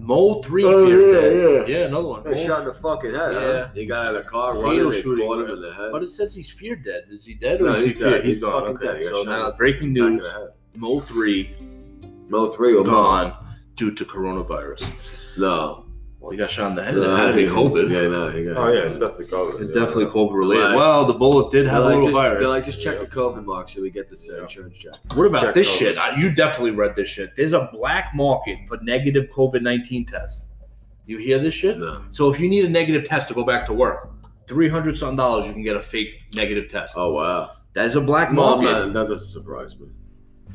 S2: Mo three.
S3: Oh, yeah,
S2: fear yeah, yeah, another one.
S1: They
S2: Mo
S1: shot in the fucking head.
S2: Yeah.
S1: Huh? He got out of the car,
S2: Fatal
S1: running, they
S2: shooting,
S1: caught him
S2: yeah.
S1: in the head.
S2: But it says he's fear dead. Is he dead or
S1: No,
S2: is he
S1: he's dead.
S2: fear?
S1: He's fucking dead. He got
S2: So
S1: shot
S2: now
S1: in the
S2: breaking
S1: Back in
S2: news:
S1: the head.
S2: Mo three
S1: No three or more.
S2: gone due to coronavirus.
S1: No.
S2: Well, he got shot in the head.
S1: No,
S2: It had to
S1: he-
S2: be COVID.
S1: Uh, Yeah, no, he got.
S3: Oh yeah, it's definitely COVID.
S2: It's
S3: yeah.
S2: definitely COVID related.
S1: Right.
S2: Well, the bullet did
S1: They're
S2: have a
S1: like,
S2: little
S1: just, they're
S2: virus.
S1: like, just check
S3: Yeah.
S1: the COVID mark so we get this uh, insurance check.
S2: what about
S3: check
S2: this
S3: COVID.
S2: shit? I, you definitely read this shit. There's a black market for negative COVID nineteen tests. You hear this shit?
S1: No.
S2: So if you need a negative test to go back to work, three hundred some dollars you can get a fake negative test.
S1: Oh uh, wow.
S2: That is a black
S1: No, I'm not-
S2: market.
S1: that doesn't surprise me.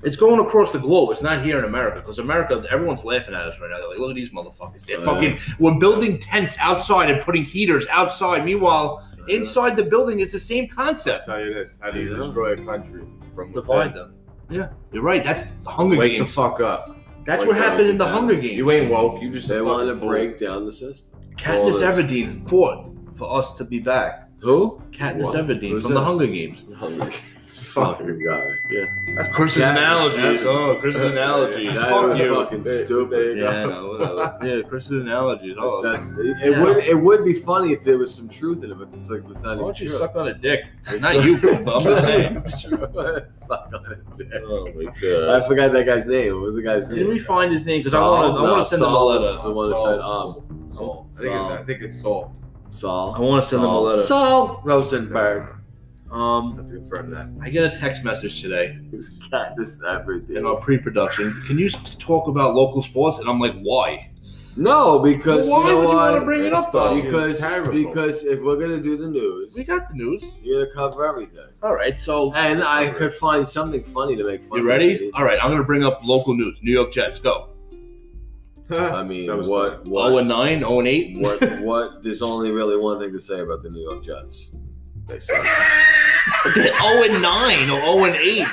S2: It's going across the globe. It's not here in America because America, everyone's laughing at us right now. They're like, look at these motherfuckers. They're
S1: Yeah.
S2: fucking. We're building tents outside and putting heaters outside. Meanwhile, inside the building is the same
S3: I'll
S2: concept.
S3: tell you this: How do you
S1: Yeah.
S3: destroy a country from
S2: Divide
S3: within?
S2: them. Yeah, you're right. That's the Hunger
S3: Wake the
S2: Games.
S3: fuck up.
S2: That's
S1: wake
S2: what
S1: the-
S2: happened in the
S1: wake
S2: Hunger
S1: the-
S2: Games.
S3: You ain't woke. You just
S1: They
S3: a
S1: want to
S3: fucking fool.
S1: break down the system.
S2: Katniss
S3: all
S2: Everdeen fought for us to be back.
S1: Who?
S2: Katniss
S1: What?
S2: Everdeen
S1: Who's
S2: from
S1: that?
S2: the Hunger Games.
S1: Hungry.
S3: Fucking guy.
S2: That's Chris's
S1: Katniss
S2: analogies.
S1: Everdeen.
S2: Oh, Chris's analogies.
S1: That
S2: Fuck
S1: was
S2: you.
S1: fucking
S3: There-
S1: stupid.
S3: there you
S2: Yeah,
S3: go.
S2: no, whatever. yeah, Chris's analogies. Oh,
S1: That's- it,
S2: Yeah.
S1: would it would be funny if there was some truth in it, but it's like it's not
S2: why
S1: even
S2: don't you
S1: true.
S2: suck on a dick? Not you, but I'm just saying.
S1: Suck on a dick.
S2: Oh my
S1: I forgot that guy's name. What was the guy's
S2: Did
S1: name?
S2: we find his name? Because I
S1: Saul?
S2: want to. I
S1: No,
S2: want to send him a
S1: Saul is
S2: letter.
S1: The one that
S3: Saul,
S1: said,
S3: Saul.
S1: um,
S3: Saul. I think, it's, I think it's Saul.
S1: Saul.
S2: I want to send him a
S1: Saul.
S2: letter.
S1: Saul Rosenberg.
S3: I
S2: Um,
S3: have to confirm that.
S2: I get a text message today
S1: He's got this
S2: in
S1: everything.
S2: our pre-production. Can you s- talk about local sports? And I'm like, why?
S1: No, because
S2: Well, why
S1: you know
S2: would you
S1: what?
S2: wanna bring it up, though?
S1: Because
S3: Terrible.
S1: because if we're gonna do the news,
S2: We got the news.
S1: you're gonna cover everything.
S2: All right, so
S1: And I could find something funny to make fun.
S2: you
S1: of
S2: ready?
S1: shitty.
S2: All right, I'm gonna bring up local news. New York Jets go.
S1: I mean,
S3: That was
S1: what what,
S2: 0 Oh, and 9, 0 and 8.
S1: what what? There's only really one thing to say about the New York Jets.
S3: They suck.
S2: 0 and 9 or 0 and 8.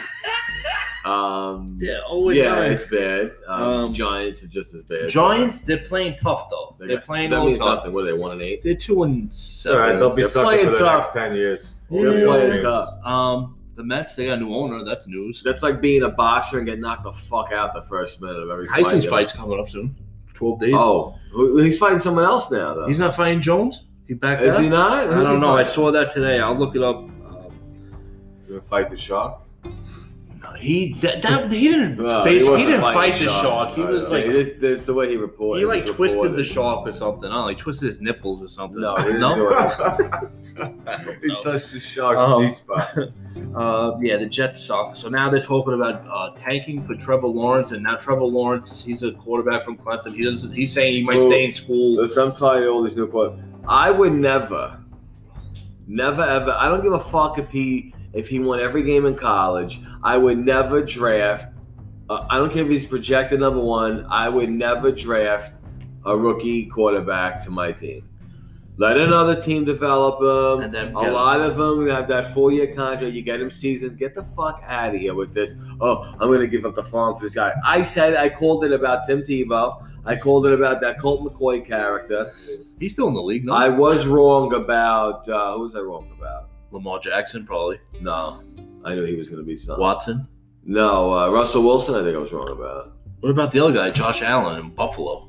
S1: Um,
S2: Yeah, 0 and
S1: yeah,
S2: 9.
S1: it's bad. Um,
S2: Um,
S1: Giants are just as bad.
S2: Giants, they're playing tough though.
S1: They
S2: They're
S1: got-
S2: playing
S1: that
S2: all
S1: means
S2: tough.
S1: nothing. What are they one and eight?
S2: They're two and
S3: It's all
S2: seven.
S3: right. They'll be
S1: They're
S3: sucking
S1: playing
S3: for the
S1: tough.
S3: next ten years.
S2: Yeah.
S1: They're
S2: New York
S1: playing
S2: Giants.
S1: tough.
S2: Um, the Mets they got a new owner. That's news.
S1: That's like being a boxer and get knocked the fuck out the first minute of every
S2: Tyson's
S1: fight.
S2: fight's coming up soon. Twelve days.
S1: Oh, who- he's fighting someone else now though.
S2: he's not fighting Jones. He back
S1: Is
S2: up?
S1: he not?
S2: I don't know. I saw that today. I'll look it up. Um,
S3: You gonna fight the shark?
S2: no, he that, that he didn't
S1: No,
S2: base,
S1: he
S2: he,
S1: wasn't
S2: didn't
S1: fighting
S2: fight the
S1: shark.
S2: shark. He
S3: No,
S2: was
S3: no,
S2: like
S1: Like, this, this is the way he reported.
S2: he like
S1: It was
S2: twisted the
S1: reported.
S2: shark or something. No, he twisted his nipples or something.
S1: No, he didn't
S2: no.
S1: do it.
S3: he touched the shark's
S2: Oh.
S1: Um,
S3: G spot.
S2: Uh, yeah, the Jets suck. So now they're talking about uh, tanking for Trevor Lawrence, and now Trevor Lawrence, he's a quarterback from Clemson. He doesn't. He's saying he might
S1: Well, uh,
S2: stay in school.
S1: Let's untie all these new quotes. I would never, never ever. I don't give a fuck if he if he won every game in college. I would never draft. Uh, I don't care if he's projected number one. I would never draft a rookie quarterback to my team. Let another team develop him.
S2: And then
S1: A lot of them have that four year contract. You get them seasons. Get the fuck out of here with this. Oh, I'm going to give up the farm for this guy. I said, I called it about Tim Tebow. I called it about that Colt McCoy character.
S2: He's still in the league, no?
S1: I was wrong about, uh, who was I wrong about?
S2: Lamar Jackson, probably.
S1: No. I knew he was going to be
S2: Uh.
S1: something.
S2: Watson.
S1: No, uh, Russell Wilson, I think I was wrong about.
S2: What about the other guy, Josh Allen in Buffalo?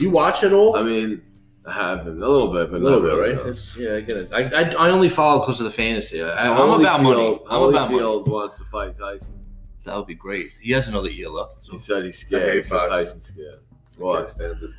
S2: You watch it all?
S1: I mean, I have him a little bit, but
S2: a little
S1: not
S2: bit,
S1: really,
S2: right?
S1: no.
S2: It's- yeah, I get it. I, I, I only follow because of the fantasy. I, I, am
S1: Holyfield-
S2: about money. I'm about money.
S1: Holyfield wants to fight Tyson.
S2: That would be great. He has another year left. so-
S1: He said he's
S3: I
S1: scared.
S3: hate
S1: He said
S3: boxing.
S1: Tyson's scared.
S3: Can't
S1: What?
S3: stand it.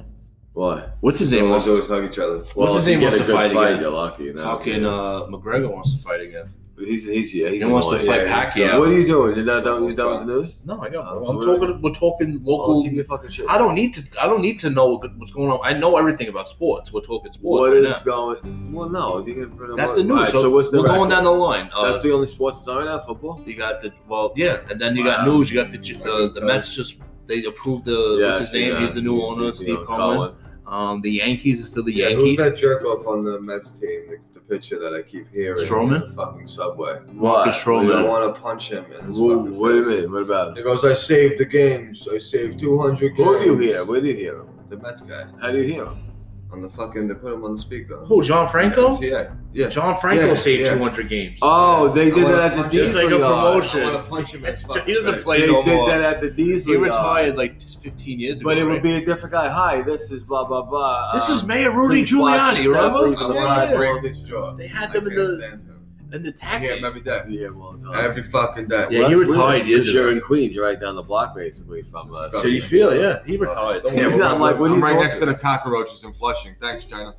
S1: What?
S2: What's his
S3: They
S2: name? Wants
S3: want to do is hug each other.
S1: Well, if
S2: his
S1: you
S2: name
S1: get
S2: wants
S1: a
S2: to
S1: good
S2: fight
S1: fight,
S2: again?
S1: You're lucky. now.
S2: fucking uh, McGregor wants to fight again.
S1: He's he's yeah. He's
S2: He wants to
S1: annoying. yeah,
S2: fight
S1: he's-
S2: Pacquiao.
S1: What are you doing? You're not done. You're done with the news.
S2: No, I got. I'm
S1: Absolutely.
S2: talking. We're talking
S1: Oh,
S2: local.
S1: keep your fucking shit.
S2: I don't need to. I don't need to know what's going on. I know everything about sports. We're talking sports.
S1: What
S2: right
S1: is
S2: now.
S1: going? Well, no. you can bring them
S2: That's
S1: up.
S2: the news.
S1: All right,
S2: so,
S1: so what's the
S2: we're going
S1: record?
S2: down the line. Uh,
S1: That's the only sports that's on right now. Football.
S2: you got the well, yeah, and then you got
S1: Wow. uh,
S2: news. You got the the, the Mets just they approved the what's his
S1: I see
S2: name.
S1: that.
S2: He's the new
S1: You
S2: owner,
S1: see
S2: Steve
S1: Steve
S2: Cohen. Um, the Yankees is still the
S3: Yeah, who's
S2: Yankees.
S3: that jerk off on the Mets team? The, the pitcher that I keep hearing.
S2: Strowman?
S3: In the fucking subway.
S1: What?
S2: Marcus Stroman.
S3: Because I
S2: Strowman.
S3: want to punch him in his
S1: Who,
S3: fucking
S1: what do you
S3: face.
S1: mean? What about
S3: He
S1: him?
S3: goes, I saved the games. I saved 200 games.
S1: Who do you hear? Where do you hear him?
S3: The Mets guy.
S1: How do you hear him?
S3: On the fucking, they put him on the speaker.
S2: Who? John Franco.
S3: Yeah. Yeah.
S2: John Franco
S3: Yeah,
S2: saved
S3: yeah.
S2: 200 games.
S1: Oh, they did
S3: I wanna
S1: that at
S3: punch
S1: the
S3: him.
S1: Diesel
S2: It's like a
S1: yard.
S2: promotion.
S3: I want to punch him in his
S2: He
S3: fucking
S2: doesn't
S3: face.
S2: play
S1: They
S2: no
S1: did
S2: more.
S1: that at the Diesel
S2: He
S1: yard.
S2: retired like 15 years ago.
S1: But it
S2: right?
S1: would be a different guy. Hi, this is blah blah blah.
S2: This
S1: Um,
S2: is Mayor Rudy
S1: please watch and
S2: Giuliani,
S1: stop
S2: remember?
S1: leaving
S3: I
S1: the
S3: want to
S1: platform.
S3: break his jaw.
S2: They
S3: I
S2: had
S3: can't
S2: them in the
S3: stand him.
S2: in the
S3: I hear him
S2: taxis.
S3: every day.
S1: Yeah, well, it's all right.
S3: Every fucking day.
S2: Yeah,
S1: Well,
S2: he
S1: that's
S2: retired
S1: weird,
S2: years
S1: 'cause You're
S2: ago.
S1: in Queens. You're right down the block, basically, from uh, us.
S3: So you
S2: feel, yeah, he
S3: retired.
S1: Uh, worry. He's not like, what are
S3: I'm
S1: you
S3: right
S1: talking
S3: next to the cockroaches in Flushing. Thanks, China.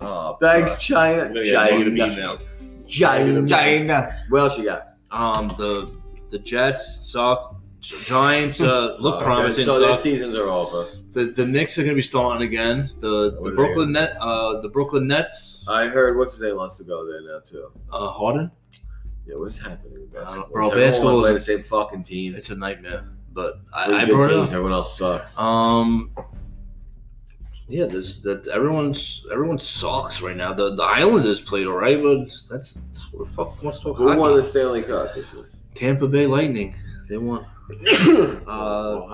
S2: Oh,
S1: Thanks, China.
S2: bro. Yeah, you're gonna be
S1: China.
S2: now.
S1: China.
S3: China.
S1: What else you got?
S2: Um, the the Jets suck. Gi- Giants uh, look
S1: Okay,
S2: promising.
S1: So their
S2: suck.
S1: seasons are over.
S2: The the Knicks are gonna be starting again. The
S1: What
S2: the
S1: are they
S2: Brooklyn Net uh the Brooklyn Nets
S1: I heard what's his name wants to go there now too.
S2: uh Harden.
S1: Yeah, what's happening? in basketball?
S2: Uh, bro,
S1: Does everyone
S2: basketball-
S1: play the same fucking team.
S2: It's a nightmare, but
S1: Three
S2: I, I
S1: good
S2: brought it
S1: teams,
S2: up.
S1: Everyone else sucks.
S2: Um. Yeah, there's that everyone's everyone sucks right now. The the Islanders played all right, but that's that's what the fuck wants to talk
S1: Who
S2: hockey.
S1: won the Stanley Cup this year?
S2: Tampa Bay Lightning. They won.
S3: Well,
S2: Uh,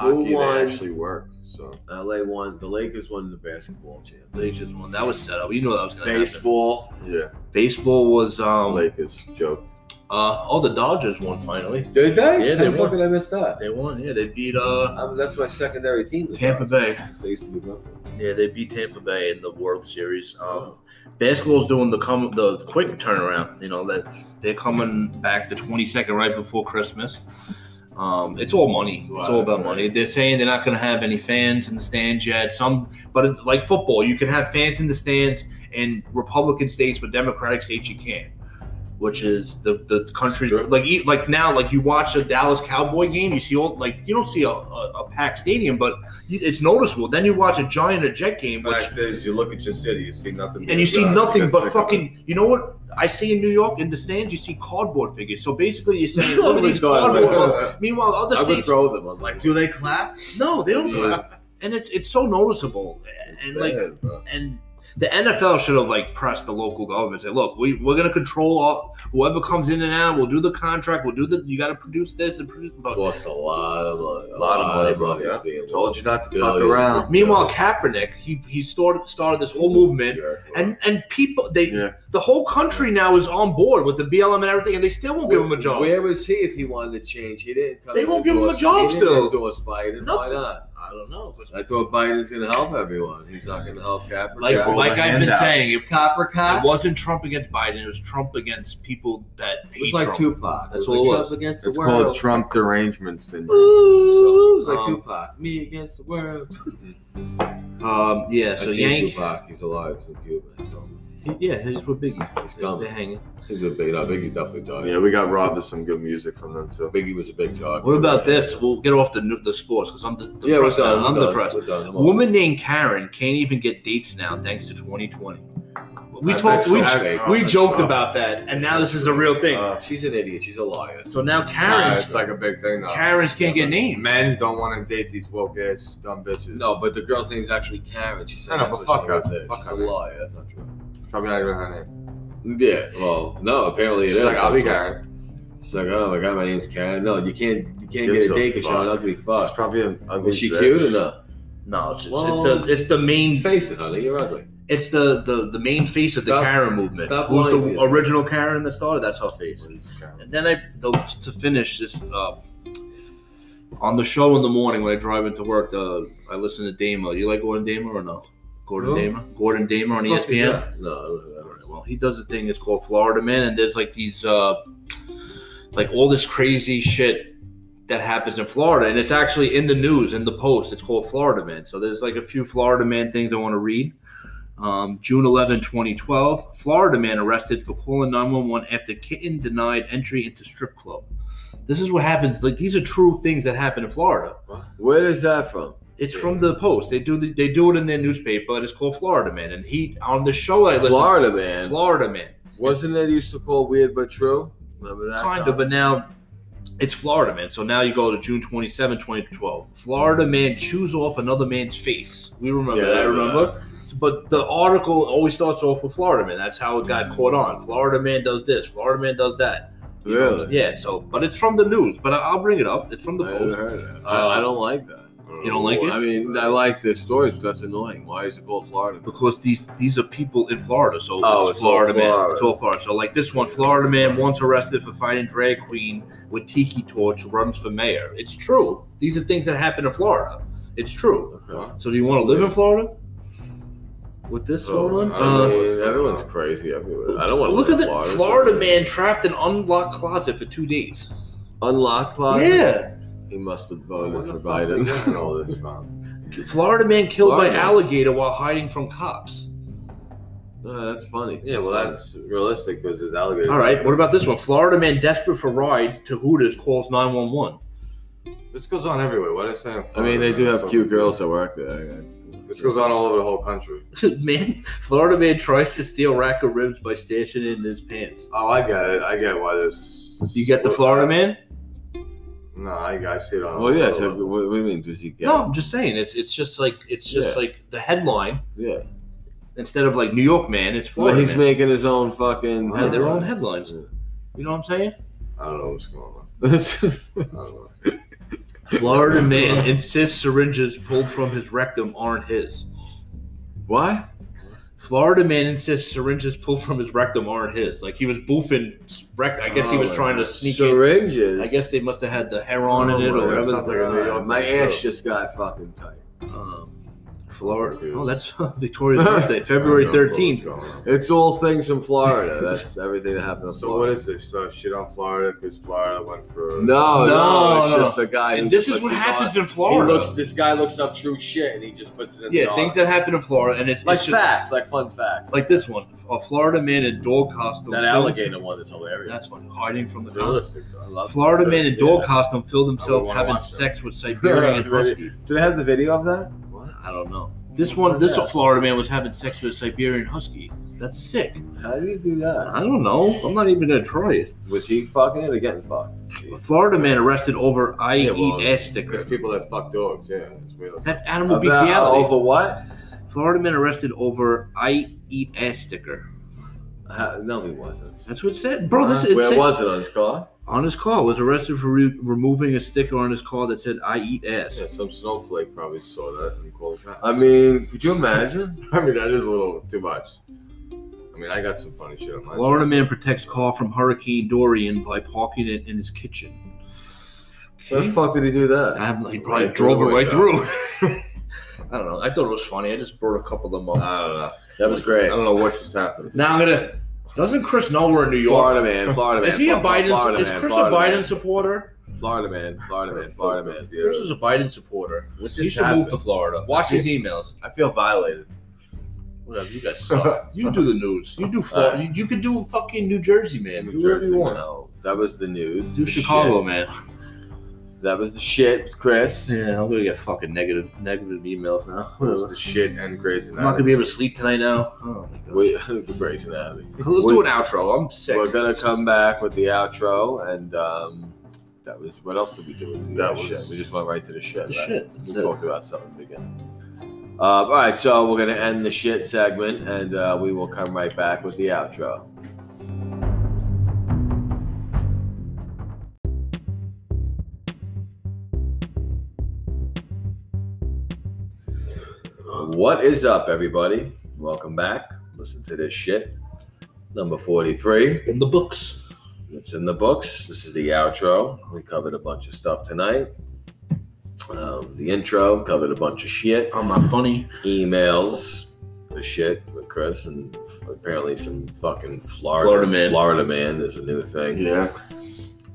S1: who
S3: hockey, they
S1: won?
S3: actually work. So
S1: LA won. The Lakers won the basketball championship.
S2: they just won. That was set up. You know that was gonna happen.
S1: Baseball.
S3: yeah,
S2: Baseball was um.
S3: Lakers joke.
S2: Uh, oh, the Dodgers won finally.
S3: Did they?
S2: Yeah, they
S1: How the fuck
S2: won.
S1: did I miss that?
S2: They won. Yeah, they beat uh.
S1: I mean, that's my secondary team. this
S2: Tampa
S1: time.
S2: Bay.
S1: They used to be good.
S2: Yeah, they beat Tampa Bay in the World Series. Um, basketball's doing the come the quick turnaround. You know that they're coming back the twenty second, right before Christmas. Um, it's all money. It's all about money. They're saying they're not going to have any fans in the stands yet. Some, but it's like football, you can have fans in the stands in Republican states, but Democratic states you can't. Which is the the country
S3: Sure.
S2: like e- like now like you watch a Dallas Cowboy game, you see all like you don't see a, a, a packed stadium, but you- it's noticeable. Then you watch a Giant or Jet game, which
S3: Fact is, you look at your city, you see nothing. but
S2: and you
S3: a
S2: see
S3: job.
S2: nothing
S3: get
S2: but
S3: sick of it.
S2: fucking. You know what I see in New York in the stands? You see cardboard figures. So basically, you're saying,
S1: Oh
S2: look at
S1: my
S2: these
S1: God.
S2: cardboard. Meanwhile, other
S1: I would
S2: states,
S1: throw them. I'm like,
S3: Like, do they clap?
S2: no, they don't.
S1: Yeah.
S2: clap. And it's it's so noticeable, and like
S3: Bad, bro.
S2: and the NFL should have like pressed the local government say, look, we we're gonna control all whoever comes in and out. We'll do the contract. We'll do the. You got to produce this and produce. But
S1: lost a lot of money. A
S3: Lot of money, bro.
S1: is
S3: Yeah.
S1: being
S3: told
S1: lost.
S3: you not to fuck
S1: Billions.
S3: around.
S2: meanwhile, Kaepernick he he started started this whole movement. And, and people they
S3: Yeah.
S2: the whole country now is on board with the BLM and everything and they still won't give him a job.
S1: Where was he if he wanted to change? He didn't. Come
S2: They
S1: and
S2: won't give him a
S1: endorse-
S2: job
S1: he didn't
S2: still.
S1: Endorse Biden. Why
S2: Nothing.
S1: not?
S2: I don't know. 'cause
S1: I thought Biden's going to help everyone. He's not going to help Kaepernick.
S2: Like,
S3: Yeah,
S2: like
S3: all the
S2: I've been
S3: handouts.
S2: saying, it,
S1: Copper
S2: it
S1: Cop.
S2: wasn't Trump against Biden. It was Trump against people that
S1: It
S2: hate
S1: was like
S2: Trump.
S1: Tupac.
S2: That's
S1: it was
S2: all it
S1: like
S2: was.
S1: Trump against the
S3: It's
S1: world.
S3: called Trump derangement syndrome.
S1: Ooh, it was like
S2: Um,
S1: Tupac. Me against the world.
S2: um, yeah.
S1: I
S2: So
S1: seen
S2: Yank,
S1: Tupac. He's alive. He's in Cuba. He's, on-
S2: yeah, he's with Biggie.
S1: he's
S2: They're
S1: coming.
S2: hanging.
S1: He's a big. No, Biggie's definitely done.
S3: Yeah, we got robbed of some good music from them too.
S1: Biggie was a big talk.
S2: What about this? We'll get off the nu- the sports because I'm de- depressed.
S1: Yeah, we're done.
S2: now.
S1: we're
S2: I'm
S1: done,
S2: depressed.
S1: We're done. I'm
S2: A woman named Karen can't even get dates now thanks to 2020. We
S3: That's
S2: talked. We,
S1: actually-
S2: we
S3: that's
S2: joked
S3: not-
S2: about that, and now this is a real thing.
S3: Uh,
S1: off. She's an idiot. She's a liar.
S2: so now
S3: yeah,
S2: Karen's
S3: it's like a big thing now.
S2: Karen's can't get names.
S3: Men don't want to date these woke ass dumb bitches.
S1: No, but the girl's name's actually Karen. She said
S3: No, no,
S1: that's
S3: but
S1: what she
S3: fuck her.
S1: wanted.
S3: Fuck
S1: She's
S3: her,
S1: a
S3: man.
S1: liar. That's not true.
S3: probably not even her name.
S1: Yeah. Well, no. Apparently it
S3: She's
S1: is.
S3: like, I'll be
S1: That's what-
S3: Karen.
S1: She's like, oh my god, my name's Karen. No, you can't. You can't
S3: Gives
S1: get a
S3: a
S1: date because she's an
S3: fuck.
S1: ugly
S3: She's
S1: fuck.
S3: probably an ugly.
S1: Is she
S3: bitch.
S1: cute or no?
S2: No, it's, it's,
S1: Well-
S2: it's, the, it's the main
S1: Face it, honey. You're ugly.
S2: It's the the, the main face of
S1: Stop-
S2: the Karen movement.
S1: stop
S2: Who's
S1: lying to
S2: the
S1: yourself.
S2: original Karen that started? That's her face.
S3: She's Karen.
S2: And then I the, to finish this uh, on the show in the morning when I drive into work. Uh, I listen to Dama. You like Gordon Dama or no? Gordon
S1: Who?
S2: Dama. Gordon Dama on
S3: E
S2: E
S1: Fuck is
S2: ESPN.
S1: that? No. I don't know.
S2: All right, Well, he does a thing. It's called Florida Man, and there's like these, uh, like all this crazy shit that happens in Florida, and it's actually in the news in the Post. It's called Florida Man. So there's like a few Florida Man things I want to read. Um, June 11, 2012, Florida man arrested for calling 911 after kitten denied entry into strip club. This is what happens. Like these are true things that happen in Florida.
S1: Where is that from?
S2: It's from the Post. They do the, they do it in their newspaper, and it's called Florida Man. And he on the show I listened
S1: Florida man.
S2: Florida Man,
S1: Wasn't it used to call weird but true? Remember that?
S2: kind of. But now it's Florida Man. So now you go to June 27, 2012. Florida Man chews off another man's face. We remember
S1: Yeah,
S2: that.
S1: yeah.
S2: Remember. But the article always starts off with Florida Man. That's how it got
S1: Mm.
S2: caught on. Florida Man does this. Florida Man does that. You know,
S1: Really?
S2: Yeah. So, but it's from the news. But I- I'll bring it up. It's from the
S1: I never
S2: Post.
S1: heard of that. I, I don't like that.
S2: You don't like it?
S1: I mean, I like the stories, but that's annoying. Why is it called Florida? Man?
S2: because these these are people in Florida. So
S1: Oh,
S2: it's,
S1: it's all
S2: Florida man.
S1: Florida.
S2: It's all Florida. So like this one, Florida man once arrested for fighting drag queen with tiki torch runs for mayor. It's true. These are things that happen in Florida. It's true.
S1: Okay.
S2: So do you want to live in Florida? With this
S3: Oh,
S2: going
S3: I
S2: on?
S3: don't know
S1: I
S2: Uh,
S3: what's
S1: mean,
S3: going
S1: everyone's
S3: on.
S1: crazy everywhere. I don't want to
S2: look
S1: live
S2: at
S1: in
S2: the
S1: Florida.
S2: Florida, man trapped in unlocked closet for two days. Uh,
S1: Unlocked closet.
S2: Yeah, Oh,
S1: He must have
S3: Where
S1: voted
S3: the
S1: for
S3: fuck they
S1: Biden.
S3: getting all this from?
S2: Florida man killed by
S1: Florida.
S2: alligator while hiding from cops.
S1: Uh, that's funny.
S3: Yeah, well, that's realistic because there's alligators.
S2: All right, what about this one? Florida man desperate for ride to Hooters calls nine one one.
S3: This goes on everywhere. What are they saying?
S1: I mean, they do have
S3: Fucking-
S1: cute girls that work there.
S3: This goes on all over the whole country.
S2: man, Florida man tries to steal rack of ribs by stashing it in his pants.
S3: Oh, I get it. I get why this.
S2: You get the Florida man?
S3: No, I, I see it on.
S1: Well, Oh, yeah.
S3: all
S1: So,
S3: over.
S1: what, what do you mean? Does he get?
S2: No, I'm just saying it's it's just like it's just
S1: Yeah.
S2: like the headline
S1: Yeah.
S2: instead of like New York man, it's
S1: Well,
S2: Florida
S1: he's
S2: man.
S1: making his own fucking.
S2: Yeah, their own
S1: headlines.
S2: you know what I'm saying?
S3: I don't know what's going on. I don't know.
S2: Florida man insists syringes pulled from his rectum aren't his.
S1: what?
S2: Florida man insists syringes pulled from his rectum aren't his. Like he was boofing rect. I guess he
S1: Oh,
S2: was
S1: my
S2: trying to
S1: God.
S2: sneak in.
S1: syringes.
S2: I guess they must have had the heroin in
S3: Oh,
S2: it
S3: my
S2: or
S3: God.
S2: whatever.
S3: Sounds like a New York
S1: my
S3: thing,
S1: ass
S3: too.
S1: just got fucking tight.
S2: Um, Florida.
S3: Jeez.
S2: Oh, that's Victoria's birthday, February
S3: I don't know what's
S2: 13th.
S3: going on.
S1: It's all things from Florida. That's everything that happened. In
S3: So what
S1: Florida.
S3: is this? Uh, shit on Florida because Florida went for
S1: No, no,
S2: No,
S1: it's
S2: no.
S1: just the guy. who
S2: And this
S1: just
S2: is what
S1: puts his
S2: happens
S1: on-
S2: in Florida.
S1: He looks. This guy looks up true shit, and he just puts it in.
S2: yeah,
S1: the
S2: things
S1: article.
S2: that happen in Florida, and it's
S1: like
S2: it's just-
S1: facts, like fun facts.
S2: like this one: a Florida man in dog costume.
S1: that
S2: filled-
S1: alligator one is hilarious.
S2: That's funny. Hiding from the
S3: It's
S2: cops.
S3: realistic. Though.
S1: I love.
S2: Florida man in dog
S1: Yeah.
S2: costume filled himself
S3: wanna
S2: having
S3: watch that.
S2: sex with Siberian husky.
S1: Do they have the video of that?
S2: I don't know. This one, this Florida man was having sex with a Siberian husky. That's sick.
S1: How do you do that?
S2: I don't know. I'm not even gonna try it.
S1: Was he fucking it or getting fucked?
S2: A Florida man arrested over IES
S3: Yeah, well,
S2: sticker.
S3: There's people that fuck dogs. Yeah, it's weird.
S2: That's animal
S1: About-
S2: bestiality.
S1: over what?
S2: Florida man arrested over I eat ass sticker.
S1: Uh, no, he wasn't.
S2: That's what it said. Bro, this is
S1: Where
S2: it.
S1: was it on his car?
S2: on his car was arrested for re- removing a sticker on his car that said I eat ass.
S3: Yeah, some snowflake probably saw that and called the cops.
S1: I mean, could you imagine?
S3: I mean, that is a little too much. I mean, I got some funny shit on my.
S2: Florida man protects car from Hurricane Dorian by parking it in his kitchen.
S1: Where the fuck did he do that?
S2: I'm like, he probably
S3: Right
S2: drove it
S3: through,
S2: right
S3: yeah.
S2: through. I don't know. I thought it was funny. I just brought a couple of them up.
S3: I don't know.
S1: That
S3: I don't know what just happened.
S2: Now I'm gonna. Doesn't Chris know we're in New York?
S1: Florida man, Florida man.
S2: is he a
S1: Florida-
S2: Biden?
S1: Florida
S2: is
S1: man,
S2: Chris
S1: Florida
S2: a Biden
S1: man.
S2: supporter?
S1: Florida man, Florida man, Florida man.
S3: Yeah.
S2: Chris is a Biden supporter.
S3: What
S2: He
S3: just
S2: should
S3: happened?
S2: move to Florida. Watch his emails.
S3: I feel violated.
S2: Whatever, you guys suck. you do the news. You do Florida. you, you could do fucking New Jersey, man.
S3: New
S2: do whatever
S3: Jersey,
S2: you want.
S1: No, that was the news.
S2: Do
S1: the
S2: Chicago, man.
S1: shit. That was the shit, Chris.
S2: Yeah, I'm gonna get fucking negative negative emails now.
S3: It was the shit and crazy.
S2: I'm not gonna be able to sleep tonight now. Oh my god.
S1: We, the Grey's Anatomy.
S2: Let's
S1: we-
S2: do an outro. I'm sick.
S1: We're gonna come back with the outro, and um, that was what else did we do? With the
S3: That
S1: that shit.
S3: was-
S1: We just went right to the shit.
S2: The
S1: right?
S2: shit.
S1: We
S2: That's it.
S1: talked about something at the beginning. Uh, all right, so we're gonna end the shit segment, and uh, we will come right back with the outro. What is up, everybody? Welcome back. Listen to this shit. Number 43.
S2: In the books.
S1: It's in the books. This is the outro. We covered a bunch of stuff tonight. Um, the intro covered a bunch of shit.
S2: I'm not funny.
S1: Emails, the shit with Chris, and f- apparently some fucking Florida
S2: Florida man.
S1: Florida man is a new thing.
S3: Yeah.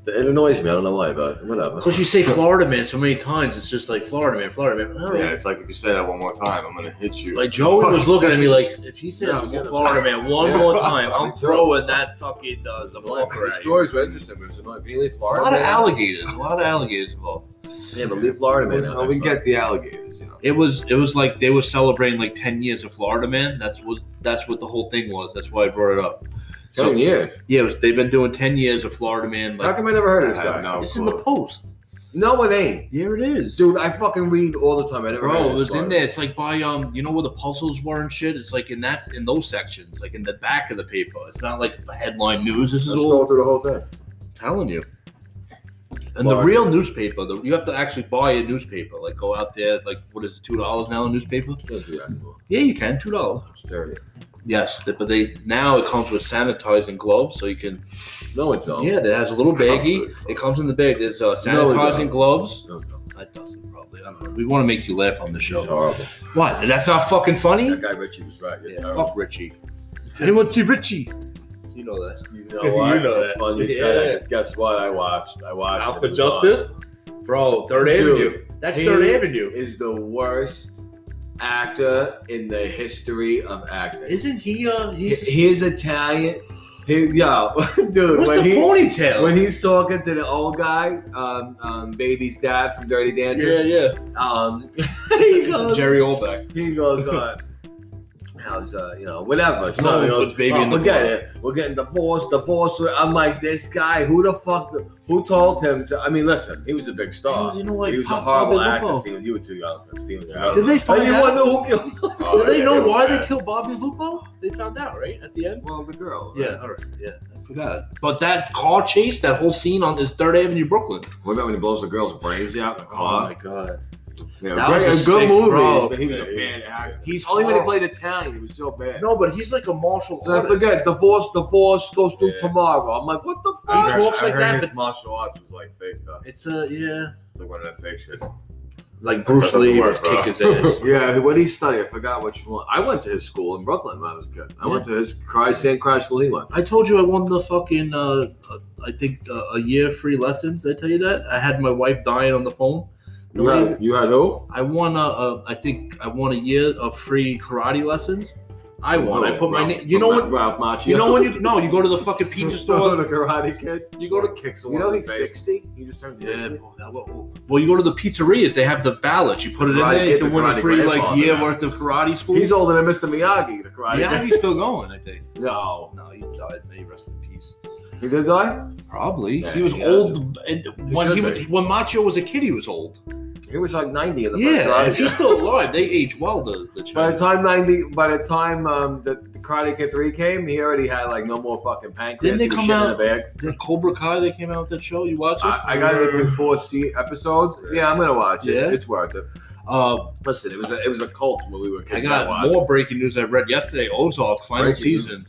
S1: It annoys me. I don't know why, but whatever.
S2: Because you say Florida man so many times, it's just like Florida man, Florida man. All right.
S3: Yeah, it's like if you say that one more time, I'm gonna hit you.
S2: Like Joey was looking at me like, if he says
S1: Yeah, I'm getting-
S2: Florida man one
S1: Yeah.
S2: more time, I'm
S1: Me too.
S2: throwing that fucking uh, the marker
S1: These
S2: at you.
S1: stories were interesting, but it's annoying. Can you leave
S2: A
S1: Florida?
S2: lot of
S1: man?
S2: alligators, a lot of alligators involved.
S1: Yeah, but leave Florida, man.
S3: Well, we get the alligators, you know.
S2: It was it was like they were celebrating like ten years of Florida man. That's what that's what the whole thing was. That's why I brought it up.
S1: Ten years.
S2: Yeah, it was, they've been doing ten years of Florida man.
S1: How
S2: Like
S1: come I never heard of this
S3: I
S1: guy?
S3: have no
S2: it's in the
S3: clue.
S2: post.
S1: No, it ain't.
S2: Here it is,
S1: Dude, I fucking read all the time. I never heard
S2: Bro,
S1: of
S2: it
S1: this
S2: was in
S1: guy.
S2: there. It's like by um, you know where the puzzles were and shit. It's like in that in those sections, like in the back of the paper. It's not like the headline news. This is
S1: I
S2: all
S1: scrolled through the whole thing.
S2: telling you. And the
S1: Florida.
S2: real newspaper, the, you have to actually buy a newspaper. Like go out there, like what is it, two dollars now a newspaper?
S1: Can't do that anymore.
S2: Yeah, you can two dollars.
S1: It's dirty.
S2: Yes, th- but they now it comes with sanitizing gloves, so you can.
S1: No, it don't.
S2: Yeah, that has a little baggie. It Oh. comes in the bag. There's uh,
S1: No, it
S2: sanitizing
S1: don't.
S2: gloves.
S1: No, it don't.
S2: That doesn't probably. I don't know. We want to make you laugh on the
S1: It's
S2: show.
S1: horrible.
S2: What? That's not fucking funny.
S1: That guy Richie was right. You're
S2: Yeah,
S1: terrible.
S2: fuck Richie. Anyone see Richie? You know that.
S1: You know
S2: You
S1: what?
S2: know
S1: That's
S2: that.
S1: funny. You said
S2: Yeah.
S1: that. 'cause Guess what? I watched. I watched.
S2: Alpha
S1: it was on.
S2: Justice? Bro, Third
S1: Dude,
S2: Avenue. That's
S1: he-
S2: Third Avenue.
S1: is the worst actor in the history of acting.
S2: Isn't he uh
S1: He-
S2: he's
S1: He's Italian. He, yo, dude,
S2: What's
S1: when
S2: the
S1: he
S2: ponytail?
S1: when he's talking to the old guy, um, um, baby's dad from Dirty Dancing,
S2: yeah.
S1: um, he goes,
S2: Jerry Olbeck.
S1: he goes, uh, how's uh, you know, whatever. So he
S2: it
S1: goes,
S2: was Baby
S1: oh,
S2: in the
S1: forget
S2: Blood.
S1: it. We're getting divorced, divorced. I'm like, this guy, who the fuck, who told him to? I mean, listen, he was a big star.
S2: You know what?
S1: He was a
S2: Pop-
S1: horrible
S2: Bobby
S1: actor,
S2: Lupo.
S1: Steven. You were too young for him, Steven.
S3: Yeah.
S1: Seagal.
S2: Did they
S1: And
S2: find
S1: you
S2: out?
S1: wonder who killed him?
S3: Oh,
S2: Did they
S3: yeah,
S2: know
S3: it was
S2: why
S3: bad.
S2: they killed Bobby Lupo? They found out, right? At the end?
S1: Well, the girl.
S2: Yeah, all right. Yeah, I forgot. But that car chase, that whole scene on this Third Avenue, Brooklyn.
S1: What about when he blows the girl's brains out in the car?
S2: Oh god.
S1: Yeah,
S2: That
S1: great-
S2: was a
S1: good
S2: sick
S1: movie,
S2: bro.
S1: but he was a
S3: Yeah,
S1: bad actor.
S2: He's
S1: Only when he
S2: horrible.
S1: played Italian, he was so bad.
S2: No, but he's like a martial
S1: So I
S2: artist.
S1: forget, divorce, divorce goes through
S3: Yeah.
S1: tomorrow. I'm like, what the
S3: I
S1: fuck?
S3: heard,
S2: Talks
S3: I
S2: Ah, like
S3: heard
S2: that,
S3: his martial arts was like fake though.
S2: It's a yeah.
S3: It's like one of that fake shit.
S2: Like Bruce
S3: doesn't
S2: Lee
S3: work,
S2: would kick
S3: bro.
S2: his ass.
S1: Yeah, what did he study? I forgot which one. I went to his school in Brooklyn when I was a kid. I went to his Christ, same Christ school he went. to.
S2: I told you I won the fucking, uh, uh, I think, uh, a year of free lessons. Did I tell you that? I had my wife dying on the phone. The
S1: You
S2: lady-
S1: had, you had who?
S2: I won, a, a, I think I won a year of free karate lessons. I won. I put my
S1: Ralph-
S2: name. You
S1: from
S2: know when,
S1: Ralph Macchio.
S2: you know when you, no, you go to the fucking pizza store.
S1: the Karate Kid.
S2: You go to,
S3: kicks
S1: You
S3: someone
S1: know
S3: in the
S1: he's
S3: face.
S1: sixty. He just turned
S2: yeah,
S1: sixty.
S2: well, well, you go to the pizzerias. They have the ballots. You put it in
S1: Karate
S2: there. You
S1: Kid's
S2: can
S1: a
S2: win a
S1: karate
S2: free, like,
S1: grandfather
S2: year
S1: now.
S2: worth of karate school.
S1: He's older than Mr. Miyagi. The Karate.
S2: yeah,
S1: Kid.
S2: he's still going, I think.
S1: No,
S2: No, he died. May he rest in peace.
S1: he did die.
S2: Probably.
S1: Yeah,
S2: he was
S1: he
S2: old. And when
S1: should
S2: he
S1: be.
S2: was, when Macho was a kid, he was old.
S1: He was like ninety in the first
S2: Yeah,
S1: Karate
S2: if he's
S1: Kid.
S2: still alive, they age well. The the
S1: By the
S2: Chinese.
S1: time ninety, by the time um, the, the Karate Kid three came, he already had like no more fucking pancreas.
S2: Didn't they
S1: He was
S2: come
S1: shit in
S2: out-
S1: the bag.
S2: The Cobra Kai, they came out with that show. You watch it?
S1: I, I got it in four C episodes. Yeah, I'm gonna watch it.
S2: Yeah?
S1: It's worth it.
S2: uh,
S1: Listen, it was a it was a cult when we were kids.
S2: I
S1: that
S2: got
S1: watched
S2: more breaking news I read yesterday. Ozark final
S1: Breaking news.
S2: season.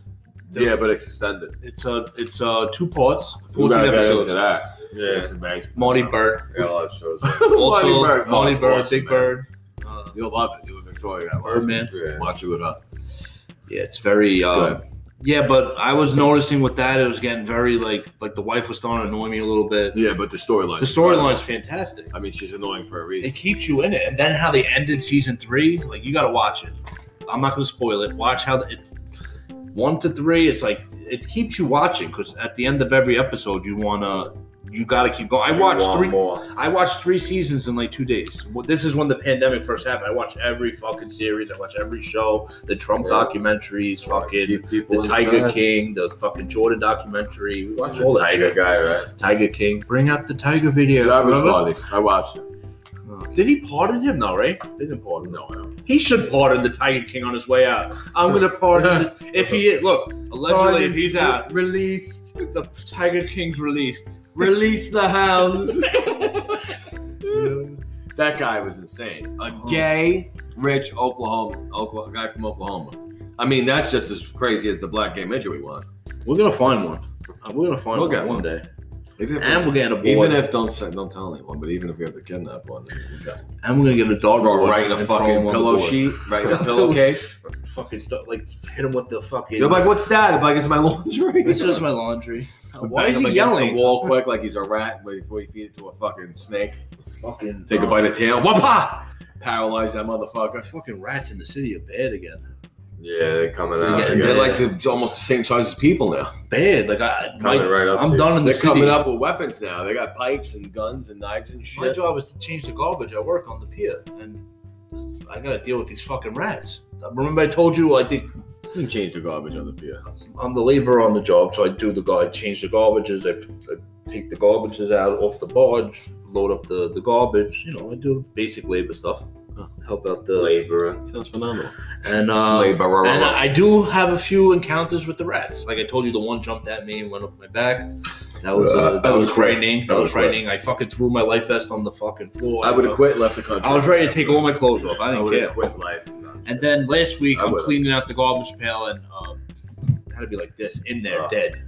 S1: it. Yeah, but it's extended.
S2: It's uh, it's uh, two parts,
S1: We
S2: fourteen
S1: gotta get
S2: episodes.
S1: into that.
S3: Yeah,
S1: Jason Banks.
S2: Marty Bird,
S3: yeah, a lot of shows.
S2: also Marty
S1: Bird.
S2: Bird,
S1: Oh, awesome,
S2: Big
S1: man.
S2: Bird. Uh,
S1: You'll love it. You and Victoria gotta watch
S2: Birdman.
S1: it.
S3: Yeah.
S1: Watch it with us.
S2: Yeah, it's very.
S1: It's
S2: uh,
S1: good.
S2: yeah, but I was noticing with that, it was getting very like like the wife was starting to annoy me a little bit.
S1: Yeah, but the storyline.
S2: The storyline's fantastic.
S1: I mean, she's annoying for a
S2: it
S1: reason.
S2: keeps you in it. And then how they ended season three, like you got to watch it. I'm not going to spoil it. Watch how the, it's one to three. It's like it keeps you watching because at the end of every episode, you wanna you got to keep going. I watched
S3: One
S2: three.
S3: more.
S2: I watched three seasons in like two days. Well, This is when the pandemic first happened. I watched every fucking series. I watched every show. The Trump
S3: Yeah.
S2: documentaries, fucking
S3: Keep people
S2: the Tiger
S3: inside.
S2: King, the fucking Jordan documentary. We
S3: Watch
S2: watched all
S3: the
S2: that
S3: tiger
S2: shit.
S3: guy, right?
S2: Tiger King. Bring out the Tiger video.
S1: That was
S2: remember?
S1: funny. I watched it.
S2: Did he pardon him? No, right? They didn't pardon. No, he should pardon the Tiger King on his way out. I'm gonna pardon the, if he look allegedly if he's out.
S1: Released.
S2: The Tiger King's released.
S1: Release the hounds. that guy was insane. A
S2: Uh-huh.
S1: gay, rich Oklahoma, Oklahoma guy from Oklahoma. I mean, that's just as crazy as the black gay midget we want.
S2: We're gonna find one. Uh, We're gonna find
S1: We'll
S2: one
S1: get
S2: one day.
S1: Even if,
S2: And we're getting a boy.
S1: even if don't say, don't tell anyone, but even if we have to kidnap one, then we got
S2: and we're gonna get a dog
S1: Or
S2: board
S1: right in a
S2: and throw him
S1: fucking
S2: on the
S1: pillow
S2: board.
S1: sheet, right in a pillowcase.
S2: Fucking stuff like hit him with the fucking.
S1: You're like, what's that? I'm like, it's my laundry.
S2: this is my laundry. Why
S1: Bang
S2: is
S1: him
S2: he
S1: against
S2: yelling?
S1: The wall quick, like he's a rat, but before you feed it to a fucking snake,
S2: Fucking uh,
S1: take a bite of tail, wapa, paralyze that motherfucker.
S2: Fucking rats in the city are bad again.
S3: Yeah, they're coming
S2: Yeah,
S3: out.
S2: they're
S1: They're
S3: together.
S1: like the, almost the same size as people now.
S2: Bad. Like I, my,
S3: coming right up.
S2: I'm
S3: to you.
S2: done in the
S1: They're
S2: city.
S1: coming up with weapons now. They got pipes and guns and knives and
S2: My
S1: shit.
S2: job is to change the garbage. I work on the pier, and I gotta deal with these fucking rats. Remember, I told you I think
S1: You can change the garbage on the pier.
S2: I'm the laborer on the job, so I do the guy change the garbages. I, I take the garbages out off the barge, load up the, the garbage. You know, I do basic labor stuff, uh, help out the
S3: laborer.
S1: Sounds phenomenal.
S2: and uh,
S1: Laborer.
S2: and I do have a few encounters with the rats. Like I told you, the one jumped at me and went up my back. That was uh, that,
S1: I
S2: was
S1: would quit.
S2: frightening. That
S1: I would
S2: was
S1: quit.
S2: frightening. I fucking threw my life vest on the fucking floor.
S1: I would have quit, left the country.
S2: I was ready to take all my clothes off. I
S3: I
S2: didn't
S3: would
S2: care.
S3: have quit life.
S2: And then last week,
S3: I
S2: I'm
S3: would've.
S2: cleaning out the garbage pail and um, had to be like this in there,
S3: Oh.
S2: dead.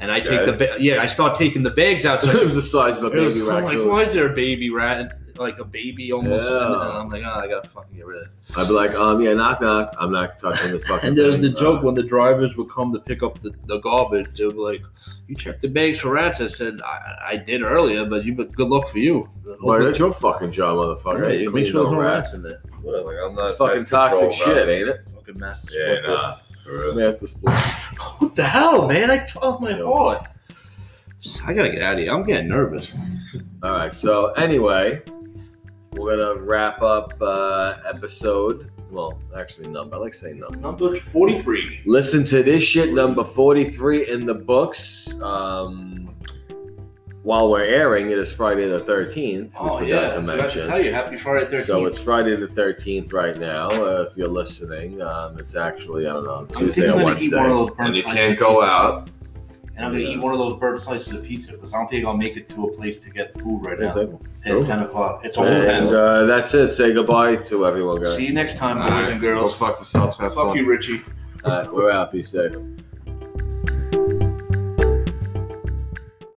S2: And I
S3: Dead?
S2: take the ba- yeah, I start taking the bags out. So I
S1: it was the size of a
S2: it was-
S1: baby
S2: I'm like,
S1: raccoon.
S2: why is there a baby rat? Like a baby almost. And,
S1: Yeah.
S2: and I'm like, oh, I gotta fucking get rid of it.
S1: I'd be like, um, yeah, knock, knock. I'm not touching this fucking.
S2: And there was the
S1: thing.
S2: joke
S1: Uh,
S2: when the drivers would come to pick up the, the garbage. They were like, "You checked the bags for rats." I said, "I, I did earlier, but you but good luck for you."
S1: Why, that's your fucking job, motherfucker.
S2: Right,
S1: You
S2: make
S1: clean
S2: sure there's
S1: no
S2: no
S1: rats.
S2: rats in there.
S3: Whatever. Like, I'm not
S1: It's fucking
S3: pest control,
S1: toxic
S3: bro.
S1: shit, ain't it?
S2: Fucking master.
S3: Yeah,
S2: sport there.
S3: nah. For real.
S1: Master sport.
S2: What the hell, man? I oh my
S1: Yo.
S2: heart. I gotta get out of here. I'm getting nervous.
S1: All right. So anyway, we're gonna wrap up uh, episode. Well, actually, number. I like saying number.
S2: Number 43.
S1: Listen to this shit, number 43 in the books. Um, while we're airing, it is Friday the 13th. We
S2: Oh
S1: forgot
S2: yeah,
S1: to
S2: I forgot to
S1: mention.
S2: tell you, happy Friday 13th.
S1: So it's Friday the 13th right now. Uh, if you're listening, um, it's actually, I don't know, Tuesday
S2: I'm
S1: or
S2: gonna eat
S1: Wednesday.
S2: one of those burnt
S3: And you
S2: slices
S3: can't
S2: of
S3: go
S2: pizza.
S3: out.
S2: And I'm gonna
S1: Yeah.
S2: eat one of those burnt slices of pizza because I don't think I'll make it to a place to get food right now.
S1: Okay.
S2: It's 10 o'clock. It's almost 10.
S1: And uh, that's it. Say goodbye to everyone, guys.
S2: See you next time,
S3: All
S2: boys
S3: right,
S2: and
S3: Go
S2: girls.
S3: fuck yourselves. Have fun.
S2: Fuck you, Richie.
S1: All right, we're out. Be safe.